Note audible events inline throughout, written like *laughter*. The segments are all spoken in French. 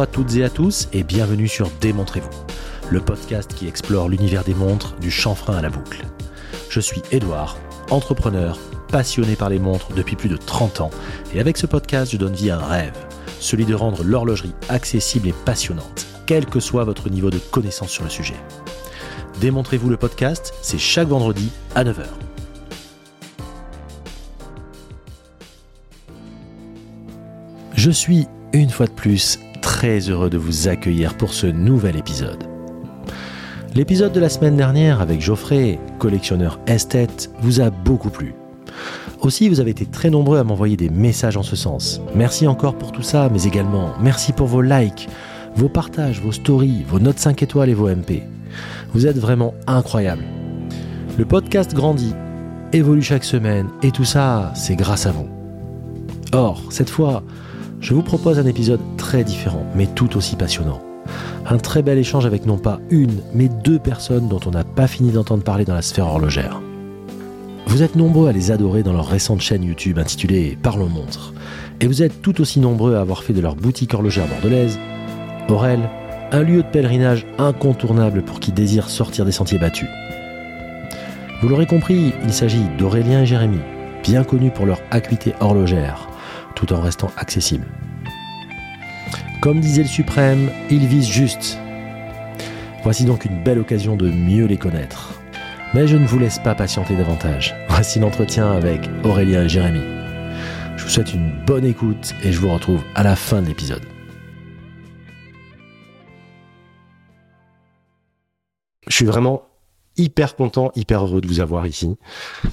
à toutes et à tous et bienvenue sur Démontrez-vous, le podcast qui explore l'univers des montres du chanfrein à la boucle. Je suis Édouard, entrepreneur, passionné par les montres depuis plus de 30 ans et avec ce podcast je donne vie à un rêve, celui de rendre l'horlogerie accessible et passionnante, quel que soit votre niveau de connaissance sur le sujet. Démontrez-vous le podcast, c'est chaque vendredi à 9h. Je suis une fois de plus très heureux de vous accueillir pour ce nouvel épisode. L'épisode de la semaine dernière avec Geoffrey, collectionneur esthète, vous a beaucoup plu. Aussi, vous avez été très nombreux à m'envoyer des messages en ce sens. Merci encore pour tout ça, mais également merci pour vos likes, vos partages, vos stories, vos notes 5 étoiles et vos MP. Vous êtes vraiment incroyables. Le podcast grandit, évolue chaque semaine, et tout ça, c'est grâce à vous. Or, cette fois, je vous propose un épisode très différent, mais tout aussi passionnant. Un très bel échange avec non pas une, mais deux personnes dont on n'a pas fini d'entendre parler dans la sphère horlogère. Vous êtes nombreux à les adorer dans leur récente chaîne YouTube intitulée Parlons Montre, et vous êtes tout aussi nombreux à avoir fait de leur boutique horlogère bordelaise, Aurel, un lieu de pèlerinage incontournable pour qui désire sortir des sentiers battus. Vous l'aurez compris, il s'agit d'Aurélien et Jérémy, bien connus pour leur acuité horlogère, tout en restant accessible. Comme disait le Suprême, ils visent juste. Voici donc une belle occasion de mieux les connaître. Mais je ne vous laisse pas patienter davantage. Voici l'entretien avec Aurélien et Jérémy. Je vous souhaite une bonne écoute et je vous retrouve à la fin de l'épisode. Je suis vraiment hyper content, hyper heureux de vous avoir ici.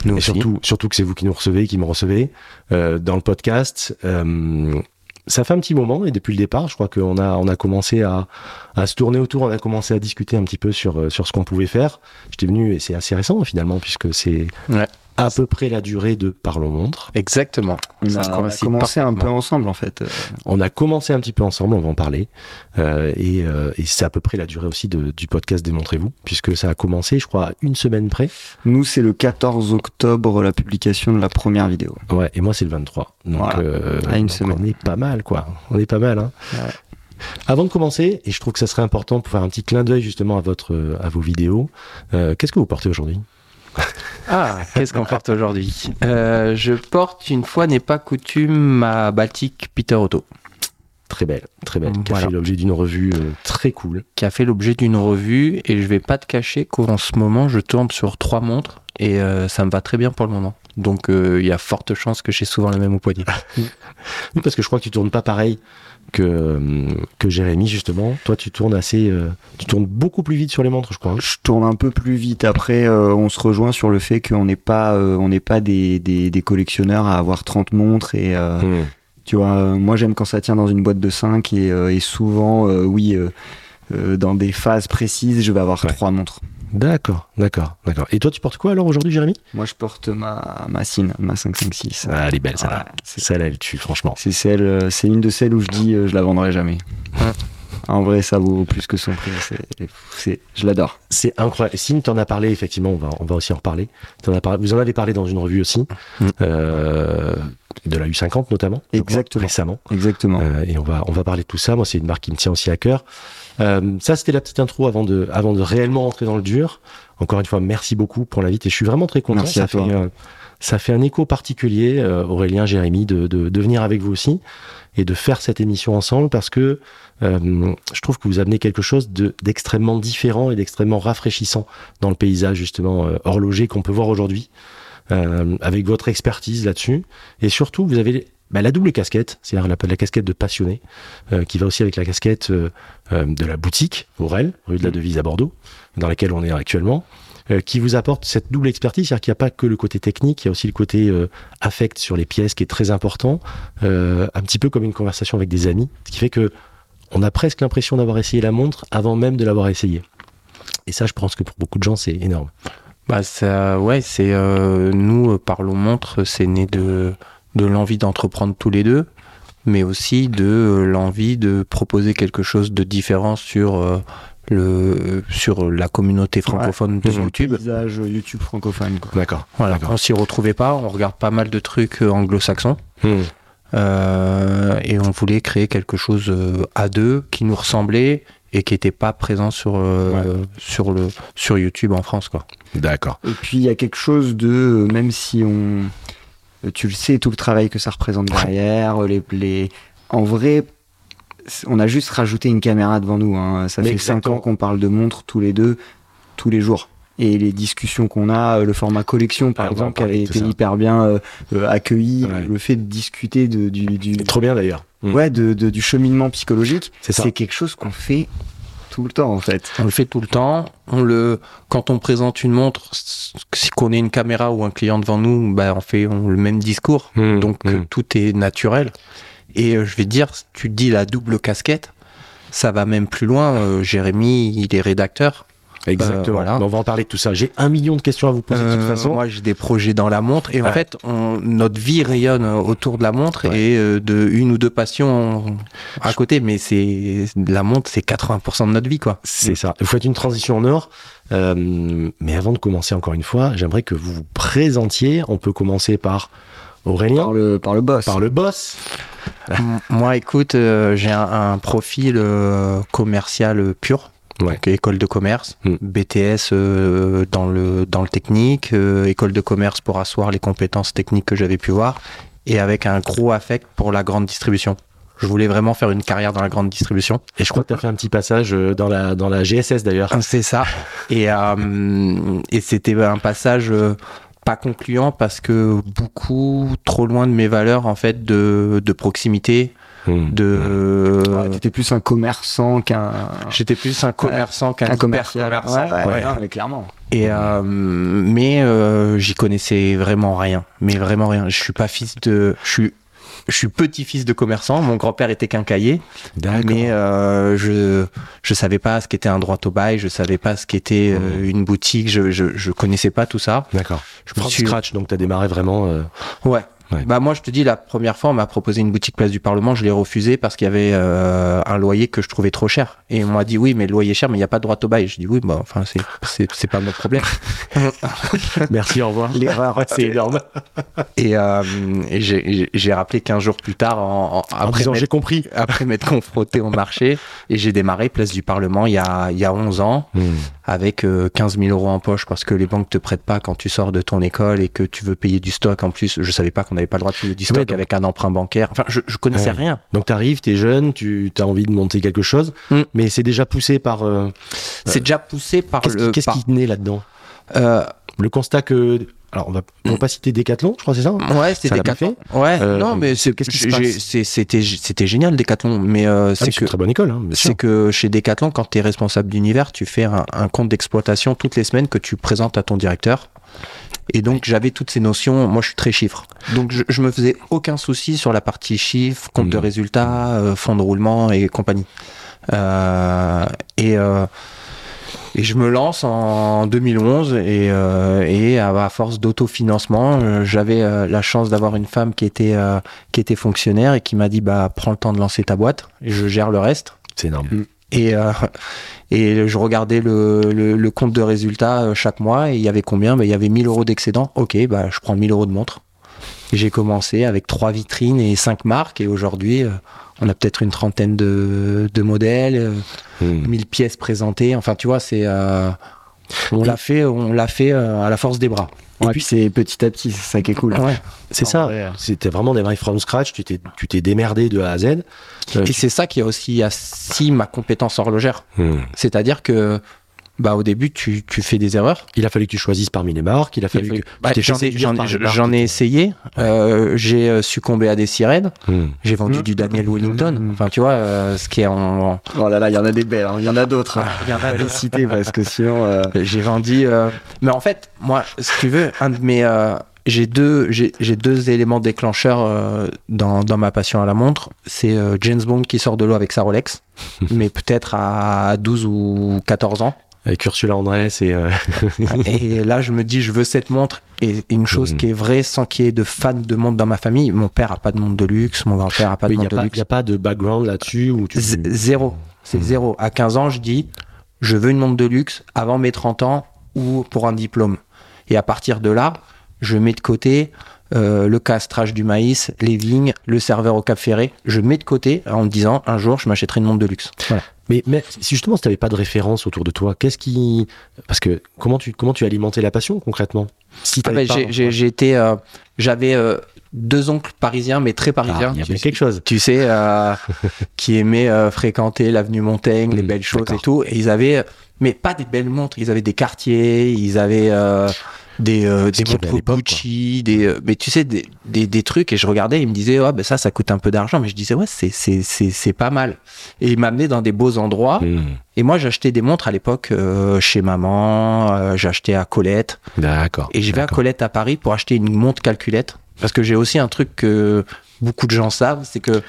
Nous Et aussi. surtout, surtout que c'est vous qui nous recevez, qui me recevez euh, dans le podcast. Euh, ça fait un petit moment et depuis le départ, je crois qu'on a on a commencé à, à se tourner autour, on a commencé à discuter un petit peu sur euh, sur ce qu'on pouvait faire. J'étais venu et c'est assez récent finalement puisque c'est Ouais. à peu près la durée de Parlons montre. Exactement. On Ça a, a on a commencé commencé un peu parfaitement. ensemble en fait. Euh, On a commencé un petit peu ensemble, on va en parler Euh, et, euh, et c'est à peu près la durée aussi de- du podcast Démontrez-vous puisque ça a commencé, je crois, à une semaine près. Nous, c'est le 14 octobre la publication de la première vidéo. Ouais, et moi c'est le 23. Donc, Voilà. euh, À une donc semaine. on est pas mal, quoi. On est pas mal. Hein. Ouais. Avant de commencer, et je trouve que ça serait important pour faire un petit clin d'œil justement à votre, euh, à vos vidéos. euh, Qu'est-ce que vous portez aujourd'hui Ah, qu'est-ce qu'on porte aujourd'hui Euh, Je porte une fois n'est pas coutume ma Baltic Peter Otto, Très belle, très belle. Mmh, Qui a Voilà. fait l'objet d'une revue euh, très cool. qui a fait l'objet d'une revue et je vais pas te cacher qu'en ce moment je tombe sur trois montres et euh, ça me va très bien pour le moment. Donc euh, il y a forte chance que j'ai souvent la même au poignet. Oui, parce que je crois que tu tournes pas pareil que euh, que Jérémy justement. Toi, tu tournes assez, euh, tu tournes beaucoup plus vite sur les montres, je crois. hein. Je tourne un peu plus vite. Après, euh, on se rejoint sur le fait qu'on n'est pas, euh, on n'est pas des, des, des collectionneurs à avoir 30 montres et euh, Hmm. tu vois. euh, moi, j'aime quand ça tient dans une boîte de 5 et, euh, et souvent, euh, oui, euh, euh, dans des phases précises, je vais avoir Ouais. trois montres. D'accord, d'accord, d'accord. Et toi, tu portes quoi alors aujourd'hui, Jérémy Moi, je porte ma ma Cine, ma 556. Ah, Elle est belle, celle-là. Ouais, c'est- Celle-là, elle tue, franchement. c'est celle, euh, c'est une de celles où je dis, euh, je la vendrai jamais. Ouais. En vrai, ça vaut plus que son prix. c'est- c'est- je l'adore. C'est incroyable. Sim, t'en as parlé, effectivement, on va, on va aussi en reparler. T'en as parlé, vous en avez parlé dans une revue aussi, Mm. euh, de la U50 notamment. je crois, Exactement. récemment. Exactement. Euh, et on va, on va parler de tout ça. Moi, c'est une marque qui me tient aussi à cœur. Euh, ça, c'était la petite intro avant de, avant de réellement entrer dans le dur. Encore une fois, merci beaucoup pour l'invite et je suis vraiment très content. Merci ça à toi. Fait, euh, ça fait un écho particulier, euh, Aurélien, Jérémy, de, de, de venir avec vous aussi et de faire cette émission ensemble parce que euh, je trouve que vous amenez quelque chose de- d'extrêmement différent et d'extrêmement rafraîchissant dans le paysage justement euh, horloger qu'on peut voir aujourd'hui euh, avec votre expertise là-dessus et surtout vous avez bah, la double casquette, c'est-à-dire la, la casquette de passionné euh, qui va aussi avec la casquette euh, euh, de la boutique Aurel, rue Mm. de la Devise à Bordeaux, dans laquelle on est actuellement. euh, qui vous apporte cette double expertise, c'est-à-dire qu'il n'y a pas que le côté technique, il y a aussi le côté euh, affect sur les pièces qui est très important, euh, un petit peu comme une conversation avec des amis, ce qui fait que on a presque l'impression d'avoir essayé la montre avant même de l'avoir essayée. Et ça, je pense que pour beaucoup de gens, c'est énorme. Bah ça, ouais, c'est euh, nous euh, parlons montre, c'est né de de l'envie d'entreprendre tous les deux, mais aussi de euh, l'envie de proposer quelque chose de différent sur euh, le sur la communauté francophone de Mhm. YouTube. Paysage euh, YouTube francophone. quoi. D'accord. Voilà, D'accord. Hmm. on s'y retrouvait pas, on regarde pas mal de trucs euh, anglo-saxons. Euh, et on voulait créer quelque chose euh, à deux qui nous ressemblait et qui n'était pas présent sur, euh, sur, le, sur YouTube en France. Quoi. D'accord. Et puis il y a quelque chose de, euh, même si on, euh, tu le sais, tout le travail que ça représente derrière, euh, les, les, en vrai, on a juste rajouté une caméra devant nous. hein. Ça Mais fait 5 exactement. ans qu'on parle de montres tous les deux, tous les jours. Et les discussions qu'on a, euh, le format collection par Ah, on va en exemple, qui parler avait de été ça. hyper bien euh, euh, accueilli, Ouais. le fait de discuter de, du, du, Trop bien d'ailleurs. Mm. ouais, de, de- du cheminement psychologique, C'est ça. c'est quelque chose qu'on fait tout le temps en fait. On le fait tout le temps. On le, quand on présente une montre, s- si qu'on ait une caméra ou un client devant nous, bah, on fait on- le même discours. Mm, Donc mm. euh, tout est naturel. Et euh, je vais te dire, tu dis la double casquette, ça va même plus loin. Euh, Jérémy, il est rédacteur. Exactement. Euh, voilà. Mais On va en parler de tout ça. J'ai un million de questions à vous poser de toute Euh, façon. Moi, j'ai des projets dans la montre. Et en Ouais. fait, on- notre vie rayonne euh, autour de la montre Ouais. et euh, de une ou deux passions euh, à côté. Mais c'est la montre, c'est 80% de notre vie, quoi. C'est ça. Vous faites une transition en or. Euh, mais avant de commencer, encore une fois, j'aimerais que vous vous présentiez. On peut commencer par Aurélien, Par le, par le boss. par le boss. M- Moi, écoute, euh, j'ai un, un profil euh, commercial euh, pur. Ouais. Donc, école de commerce, Mm. BTS euh, dans, le, dans le technique, euh, école de commerce pour asseoir les compétences techniques que j'avais pu voir, et avec un gros affect pour la grande distribution. Je voulais vraiment faire une carrière dans la grande distribution. Et je crois que tu as fait un petit passage euh, dans la, dans la GSS d'ailleurs. C'est ça. Et, euh, et c'était un passage euh, pas concluant parce que beaucoup trop loin de mes valeurs en fait de, de proximité, Mm. de euh, Ouais, T'étais plus un commerçant qu'un Ah. J'étais plus un commerçant qu'un un hyper commercial. commerçant. Ouais, ouais, Ouais. non, mais clairement. Et euh, mais euh, j'y connaissais vraiment rien, mais vraiment rien. Je suis pas fils de, je suis, je suis petit-fils de commerçant. Mon grand-père était quincaillier, D'accord. mais euh, je je savais pas ce qu'était un droit au bail, je savais pas ce qu'était euh, Mmh. une boutique, je, je je connaissais pas tout ça. D'accord. Je From scratch, donc tu as démarré vraiment. euh, Ouais. Ouais. Bah moi je te dis la première fois on m'a proposé une boutique place du Parlement, je l'ai refusée parce qu'il y avait euh, un loyer que je trouvais trop cher et on m'a dit oui mais le loyer est cher mais il n'y a pas de droit au bail. Je dis oui bah enfin c'est c'est c'est pas *laughs* mon problème. Merci, au revoir. L'erreur. *laughs* C'est énorme. Et, euh, et j'ai j'ai- j'ai rappelé 15 jours plus tard, en, en- En après, disant, j'ai m'être- compris. après m'être confronté au marché, et j'ai démarré Place du Parlement il y a, il y a 11 ans, avec euh, 15 000 euros en poche, parce que les banques te prêtent pas quand tu sors de ton école et que tu veux payer du stock. En plus, je savais pas qu'on n'avait pas le droit de payer du stock donc- avec un emprunt bancaire. Enfin, je, je connaissais Ouais. rien. Donc tu arrives, tu es jeune, tu as envie de monter quelque chose, Mm. mais c'est déjà poussé par. euh, C'est déjà poussé par Qu'est-ce qui- le... qu'est-ce par- qui naît là-dedans Euh, Le constat que. Alors, on va, on va pas citer Decathlon, je crois, c'est ça Ah, ouais, c'était Ça l'a pas Decathlon. Ouais, Euh, non, mais c'est- qu'est-ce qui se j'ai- passe c'est- c'était c'était génial Decathlon, mais euh, Ah, mais c'est C'est une que très bonne école. hein, bien sûr. C'est que chez Decathlon, quand tu es responsable d'univers, tu fais un, un compte d'exploitation toutes les semaines que tu présentes à ton directeur. Et donc j'avais toutes ces notions, moi je suis très chiffre. Donc je, je me faisais aucun souci sur la partie chiffres, compte de Mhm. résultats, euh, fonds de roulement et compagnie. Euh, et, euh, et je me lance en 2011 et, euh, et à, à force d'autofinancement, euh, j'avais euh, la chance d'avoir une femme qui était, euh, qui était fonctionnaire et qui m'a dit bah prends le temps de lancer ta boîte, je gère le reste. C'est énorme. Et, euh, et je regardais le, le, le compte de résultats euh, chaque mois et il y avait combien Ben, Il y avait 1000 euros d'excédent. Ok, bah, je prends 1000 euros de montre. Et J'ai commencé avec trois vitrines et cinq marques et aujourd'hui, euh, on a peut-être une trentaine de, de modèles, euh, 1000 pièces présentées. Enfin, tu vois, c'est euh, on l'a fait, on l'a fait euh, à la force des bras. Et puis c'est petit à petit, c'est ça qui est cool. Ouais. C'est En ça. vrai, euh. C'était vraiment démarré from scratch. Tu t'es, tu t'es démerdé de A à Z. Euh, Et c'est ça qui a aussi assis ma compétence horlogère. C'est-à-dire que bah, au début, tu, tu fais des erreurs. Il a fallu que tu choisisses parmi les marques. Il a fallu que. Bah, tu t'es j'en fait ai, séduire j'en ai- par les marques j'en ai qui- essayé. Euh, j'ai euh, succombé à des sirènes. Hmm. J'ai vendu Mm. du *laughs* Daniel Wellington. Mm. Enfin, tu vois, euh, ce qui est en. en- Oh là là, il y en a des belles, hein, il y en a d'autres. hein. On va les citer parce que sinon. euh, *laughs* J'ai vendu. euh, Mais en fait, moi, si tu veux, un de mes. euh, J'ai deux, j'ai j'ai deux éléments déclencheurs euh, dans, dans ma passion à la montre. C'est euh, James Bond qui sort de l'eau avec *laughs* sa Rolex, mais peut-être à 12 ou 14 ans. Avec Ursula Andress et. euh, Et là, je me dis, je veux cette montre. Et une chose Mhm. qui est vraie, sans qu'il y ait de fans de montre dans ma famille, mon père a pas de montre de luxe, mon grand-père a pas mais de il n'y a, montre de pas- luxe. il y a pas de background là-dessus où tu. Z- zéro. C'est Mhm. zéro. À 15 ans, je dis, je veux une montre de luxe avant mes 30 ans ou pour un diplôme. Et à partir de là, je mets de côté euh, le castrage du maïs, les vignes, le serveur au Cap Ferré. Je mets de côté en me disant un jour je m'achèterai une montre de luxe. Voilà. Mais, mais si justement, si tu n'avais pas de référence autour de toi, qu'est-ce qui. Parce que comment tu, comment tu alimentais la passion concrètement si Ah t'avais ben, pas- j'ai- j'ai- j'ai été, euh, j'avais euh, deux oncles parisiens, mais très Ah, parisiens. il y a Tu bien sais- quelque chose. tu *laughs* sais, euh, qui aimaient euh, fréquenter l'avenue Montaigne, les Mm, belles choses et d'accord. tout. Et ils avaient, mais pas des belles montres, ils avaient des quartiers, ils avaient euh, des, euh, des qu'il y avait à montres l'époque, Gucci, des, euh, mais tu sais, des, des, des trucs. Et je regardais, ils me disaient, ouais, ben ça, ça coûte un peu d'argent. Mais je disais, ouais, c'est, c'est, c'est, c'est pas mal. Et ils m'amenaient dans des beaux endroits. Hmm, Et moi, j'achetais des montres à l'époque euh, chez maman, euh, j'achetais à Colette. D'accord. Et je vais à d'accord. Colette à Paris pour acheter une montre calculette. Parce que j'ai aussi un truc que beaucoup de gens savent, c'est que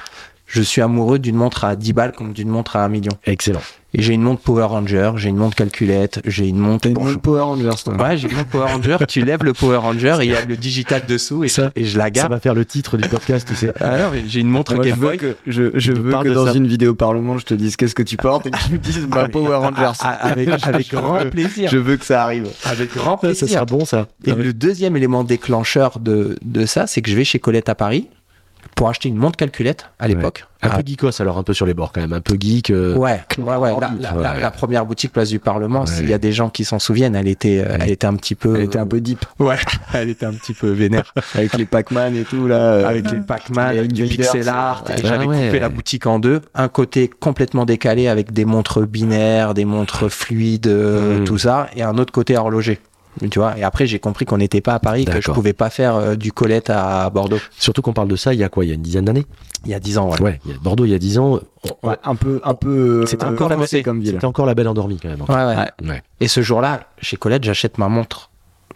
je suis amoureux d'une montre à 10 balles comme d'une montre à 1 million. Excellent. Et j'ai une montre Power Ranger, j'ai une montre calculette, j'ai une montre... T'as une Bon, montre Power Rangers, toi. je- Ouais, j'ai une montre Power Ranger, tu lèves le Power Ranger et il y a le digital dessous et, Ça- et je la Ça garde. va faire le titre du podcast, tu sais. Ah non, mais j'ai une montre Moi, je Game veux Boy. que, je, je veux parle que de dans ça. une vidéo par le monde, je te dise qu'est-ce que tu portes et que tu me dises bah, Power Rangers. Ah, Avec, avec grand plaisir. Je veux que ça arrive. Avec grand Ça, plaisir. sera bon, ça. Et le deuxième élément déclencheur de, de ça, c'est que je vais chez Colette à Paris pour acheter une montre calculette à l'époque. Un à peu geekos, alors un peu sur les bords quand même. Un peu geek. euh, Ah. Ouais, ouais, ouais. La, la- la- Ouais. la première boutique Place du Parlement, Ouais. s'il y a des gens qui s'en souviennent, elle était, euh, elle était un petit peu. euh, Elle était un peu deep Ouais, *laughs* elle était un petit peu vénère. avec les Pac-Man et tout là. euh, Avec les Pac-Man, Les avec du Invaders. pixel art. et Ouais. J'avais Ah ouais. coupé la boutique en deux. Un côté complètement décalé avec des montres binaires, des montres fluides, euh, Mm. tout ça. Et un autre côté horloger. Tu vois, et après j'ai compris qu'on n'était pas à Paris, que je D'accord. pouvais pas faire euh, du Colette à Bordeaux. Surtout qu'on parle de ça il y a quoi Il y a une dizaine d'années Il y a 10 ans, ouais. Ouais. il y a- Bordeaux, il y a dix ans, on- ouais, un peu, un peu. euh, C'était un peu encore la corsé beauté. comme ville. c'était encore la belle endormie quand même. Ouais, ouais. Ouais. Ouais. Ah, Et ce jour-là, chez Colette, j'achète ma montre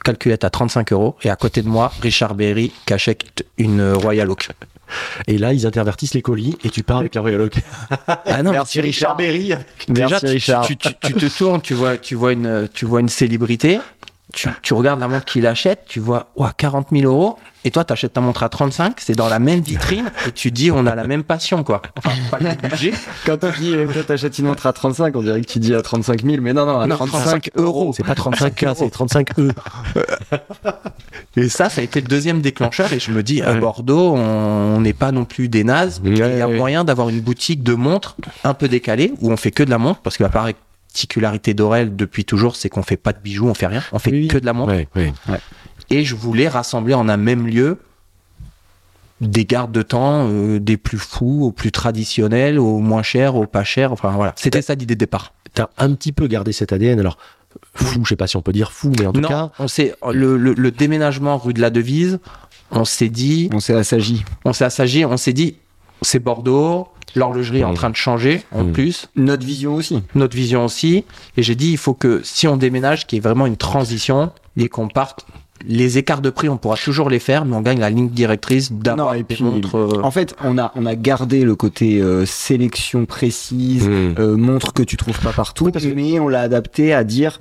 calculette à 35 euros et à côté de moi, Richard Berry qui achète une euh, Royal Oak. Et là, ils intervertissent les colis et tu pars avec la Royal Oak. Ah non, mais Merci, Richard Berry. déjà, Merci, tu- Richard. Tu, tu- tu te tournes, tu vois, tu vois une, tu vois une célébrité, tu, tu regardes la montre qu'il achète, tu vois, ouah, 40 000 euros, et toi, tu achètes ta montre à 35, c'est dans la même vitrine, et tu dis, on a la même passion, quoi. Enfin, pas le même budget. Quand tu dis euh, toi, t'achètes une montre à 35, on dirait que tu dis à 35 000, mais non non à Non, 35. 35 euros. *laughs* C'est pas 35K, c'est E. 35E. Et ça, ça a été le deuxième déclencheur. Et je me dis, à Bordeaux, on on n'est pas non plus des nazes. Ouais, Il y a ouais. moyen d'avoir une boutique de montres un peu décalée où on fait que de la montre parce que la particularité d'Aurel depuis toujours, c'est qu'on fait pas de bijoux, on fait rien, on fait Oui, oui. que de la montre. Ouais, ouais. Et je voulais rassembler en un même lieu des gardes de temps, euh, des plus fous aux plus traditionnels, aux moins chers, aux pas chers. Enfin voilà, c'était ça l'idée de départ. T'as un petit peu gardé cet ADN. Alors, fou, je sais pas si on peut dire fou, mais en tout non, cas, on s'est le, le- le déménagement rue de la Devise, on s'est dit. On s'est assagi. on s'est assagi, on s'est dit, c'est Bordeaux, l'horlogerie est en Mm. train de changer en Mm. plus, Notre vision aussi. notre vision aussi. Et j'ai dit, il faut que si on déménage, qu'il y ait vraiment une transition et qu'on parte. Les écarts de prix, on pourra toujours les faire, mais on gagne la ligne directrice Non, d'avoir et des puis- montres, euh, En fait, on a on a gardé le côté euh, sélection précise, Hmm. euh, montre que tu trouves pas partout, Oui, parce que- mais on l'a adapté à dire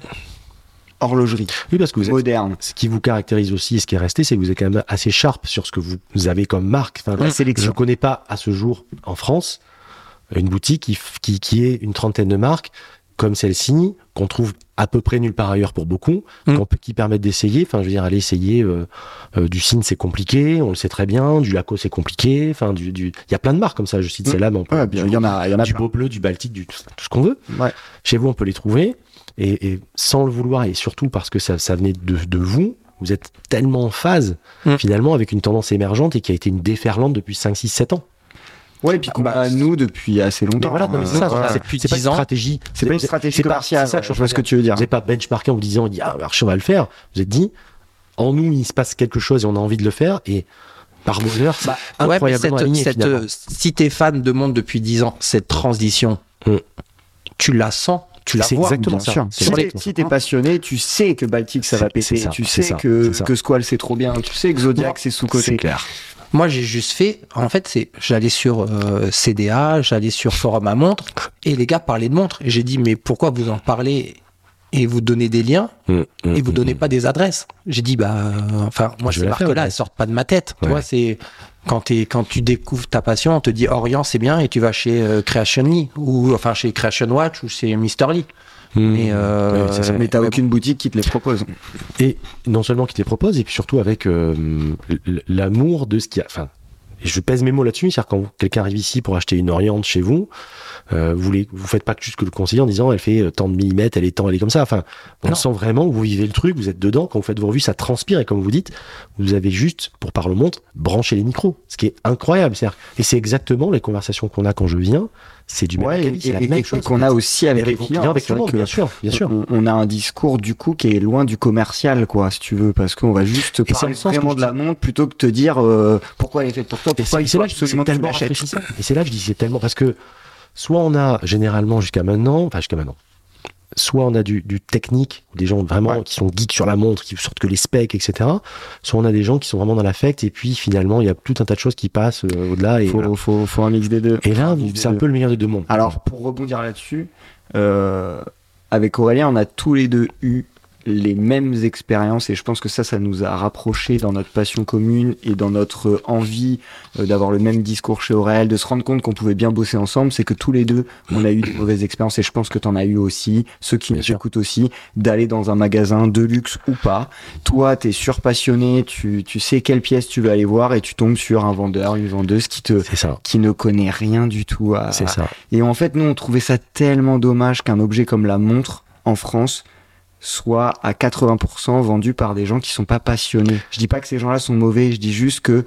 horlogerie oui, parce que vous êtes- moderne. Ce qui vous caractérise aussi, ce qui est resté, c'est que vous êtes quand même assez sharp sur ce que vous vous avez comme marque. Enfin, Mm. La Je sélection. ne connais pas à ce jour en France une boutique qui, f- qui, qui est une trentaine de marques comme celle-ci, qu'on trouve à peu près nulle part ailleurs pour beaucoup, Mm. qu'on peut- qui permettent d'essayer. Enfin, je veux dire, aller essayer euh, euh, du Signe, c'est compliqué, on le sait très bien, du Laco, c'est compliqué. Enfin, du, du- il y a plein de marques comme ça, je cite Mm. celle-là, mais on peut- Ouais, bien, il y en a, il y en a du plein. beau bleu, du baltique, du tout ce qu'on veut. Ouais. Chez vous, on peut les trouver. Et, et sans le vouloir, et surtout parce que ça, ça venait de, de vous, vous êtes tellement en phase, Mm. finalement, avec une tendance émergente et qui a été une déferlante depuis 5, 6, 7 ans. Ouais, et puis qu'on Bah, a à nous depuis assez Ah Mais longtemps. voilà, non, mais c'est Euh, ça, voilà. c'est Depuis c'est pas une 10 ans. stratégie. C'est pas une c'est stratégie pas- commerciale. c'est ça que je je vois veux ce que tu veux dire. Vous n'avez pas benchmarké en vous disant, ah, alors on va le faire. Vous êtes dit, en nous, il se passe quelque chose et on a envie de le faire. Et par bonheur, c'est Bah, ouais, mais incroyablement cette- aligné, cette, finalement. euh, si t'es fan de monde depuis 10 ans, cette transition, Mm. tu la sens, tu la C'est vois. exactement bien ça. sûr. C'est Si t'es exactement si t'es passionné, tu sais que Baltic ça va C'est- c'est péter. ça, Tu c'est sais ça, que, c'est ça. que Squall c'est trop bien. Tu sais que Zodiac c'est sous C'est côté. clair. Moi, j'ai juste fait. En fait, c'est j'allais sur euh, CDA, j'allais sur forum à montres, et les gars parlaient de montres. Et j'ai dit, mais pourquoi vous en parlez et vous donnez des liens Mm, et vous donnez pas des adresses J'ai dit, bah, euh, enfin, moi, Mm-hmm. Je ces vais la faire, marques-là, ouais. elles sortent pas de ma tête. Tu Ouais. vois, c'est quand t'es quand tu découvres ta passion, on te dit Orient, c'est bien, et tu vas chez euh, Creationly ou enfin chez Creation Watch ou chez Mysterly. mm. Mais, Mm-hmm. euh, Ouais, c'est ça. Mais t'as aucune boutique qui te les propose. Et non seulement qui te les propose, et puis surtout avec euh, l- l'amour de ce qu'il y a. Enfin, et je pèse mes mots là-dessus, c'est-à-dire quand vous- quelqu'un arrive ici pour acheter une Oriente chez vous, euh, vous les, vous faites pas juste que le conseiller en disant elle fait euh, tant de millimètres, elle est tant, elle est comme ça. Enfin, on Non. sent vraiment, vous vivez le truc, vous êtes dedans, quand vous faites vos revues, ça transpire, et comme vous dites, vous avez juste, pour parler au monde, branché les micros, ce qui est incroyable. C'est-à-dire- Et c'est exactement les conversations qu'on a quand je viens, c'est du même Ouais, acabit, et, c'est la et- même et chose. qu'on a aussi avec, les vos clients. avec C'est le vrai monde, que bien sûr, bien sûr. On, on a un discours du coup qui est loin du commercial, quoi, si tu veux, parce qu'on va juste c'est parler le sens que vraiment je de la montre plutôt que te dire euh, pourquoi elle est faite pour toi, Et pourquoi c'est il c'est faut là que c'est absolument que tu tellement l'achètes. rafraîchissant. *laughs* Et c'est là que je dis c'est tellement parce que soit on a généralement jusqu'à maintenant, enfin jusqu'à maintenant, soit on a du, du technique, des gens vraiment Ouais. qui sont geeks sur la montre, qui sortent que les specs, etc. Soit on a des gens qui sont vraiment dans l'affect et puis finalement il y a tout un tas de choses qui passent euh, au-delà et, Faut, voilà. faut, faut un mix des deux. Et là Faut un mix c'est des un deux. peu le meilleur des deux mondes. Alors, pour rebondir là-dessus, euh, avec Aurélien, on a tous les deux eu les mêmes expériences et je pense que ça, ça nous a rapprochés dans notre passion commune et dans notre euh, envie euh, d'avoir le même discours chez Aurélien, de se rendre compte qu'on pouvait bien bosser ensemble, c'est que tous les deux, on a eu de mauvaises expériences et je pense que t'en as eu aussi, ceux qui Bien nous sûr. écoutent aussi, d'aller dans un magasin de luxe ou pas. Toi, t'es surpassionné, tu, tu sais quelle pièce tu veux aller voir et tu tombes sur un vendeur, une vendeuse qui te c'est ça, qui ne connaît rien du tout à, c'est ça. et en fait, nous, on trouvait ça tellement dommage qu'un objet comme la montre, en France, soit à 80% vendu par des gens qui sont pas passionnés. Je dis pas que ces gens-là sont mauvais, je dis juste que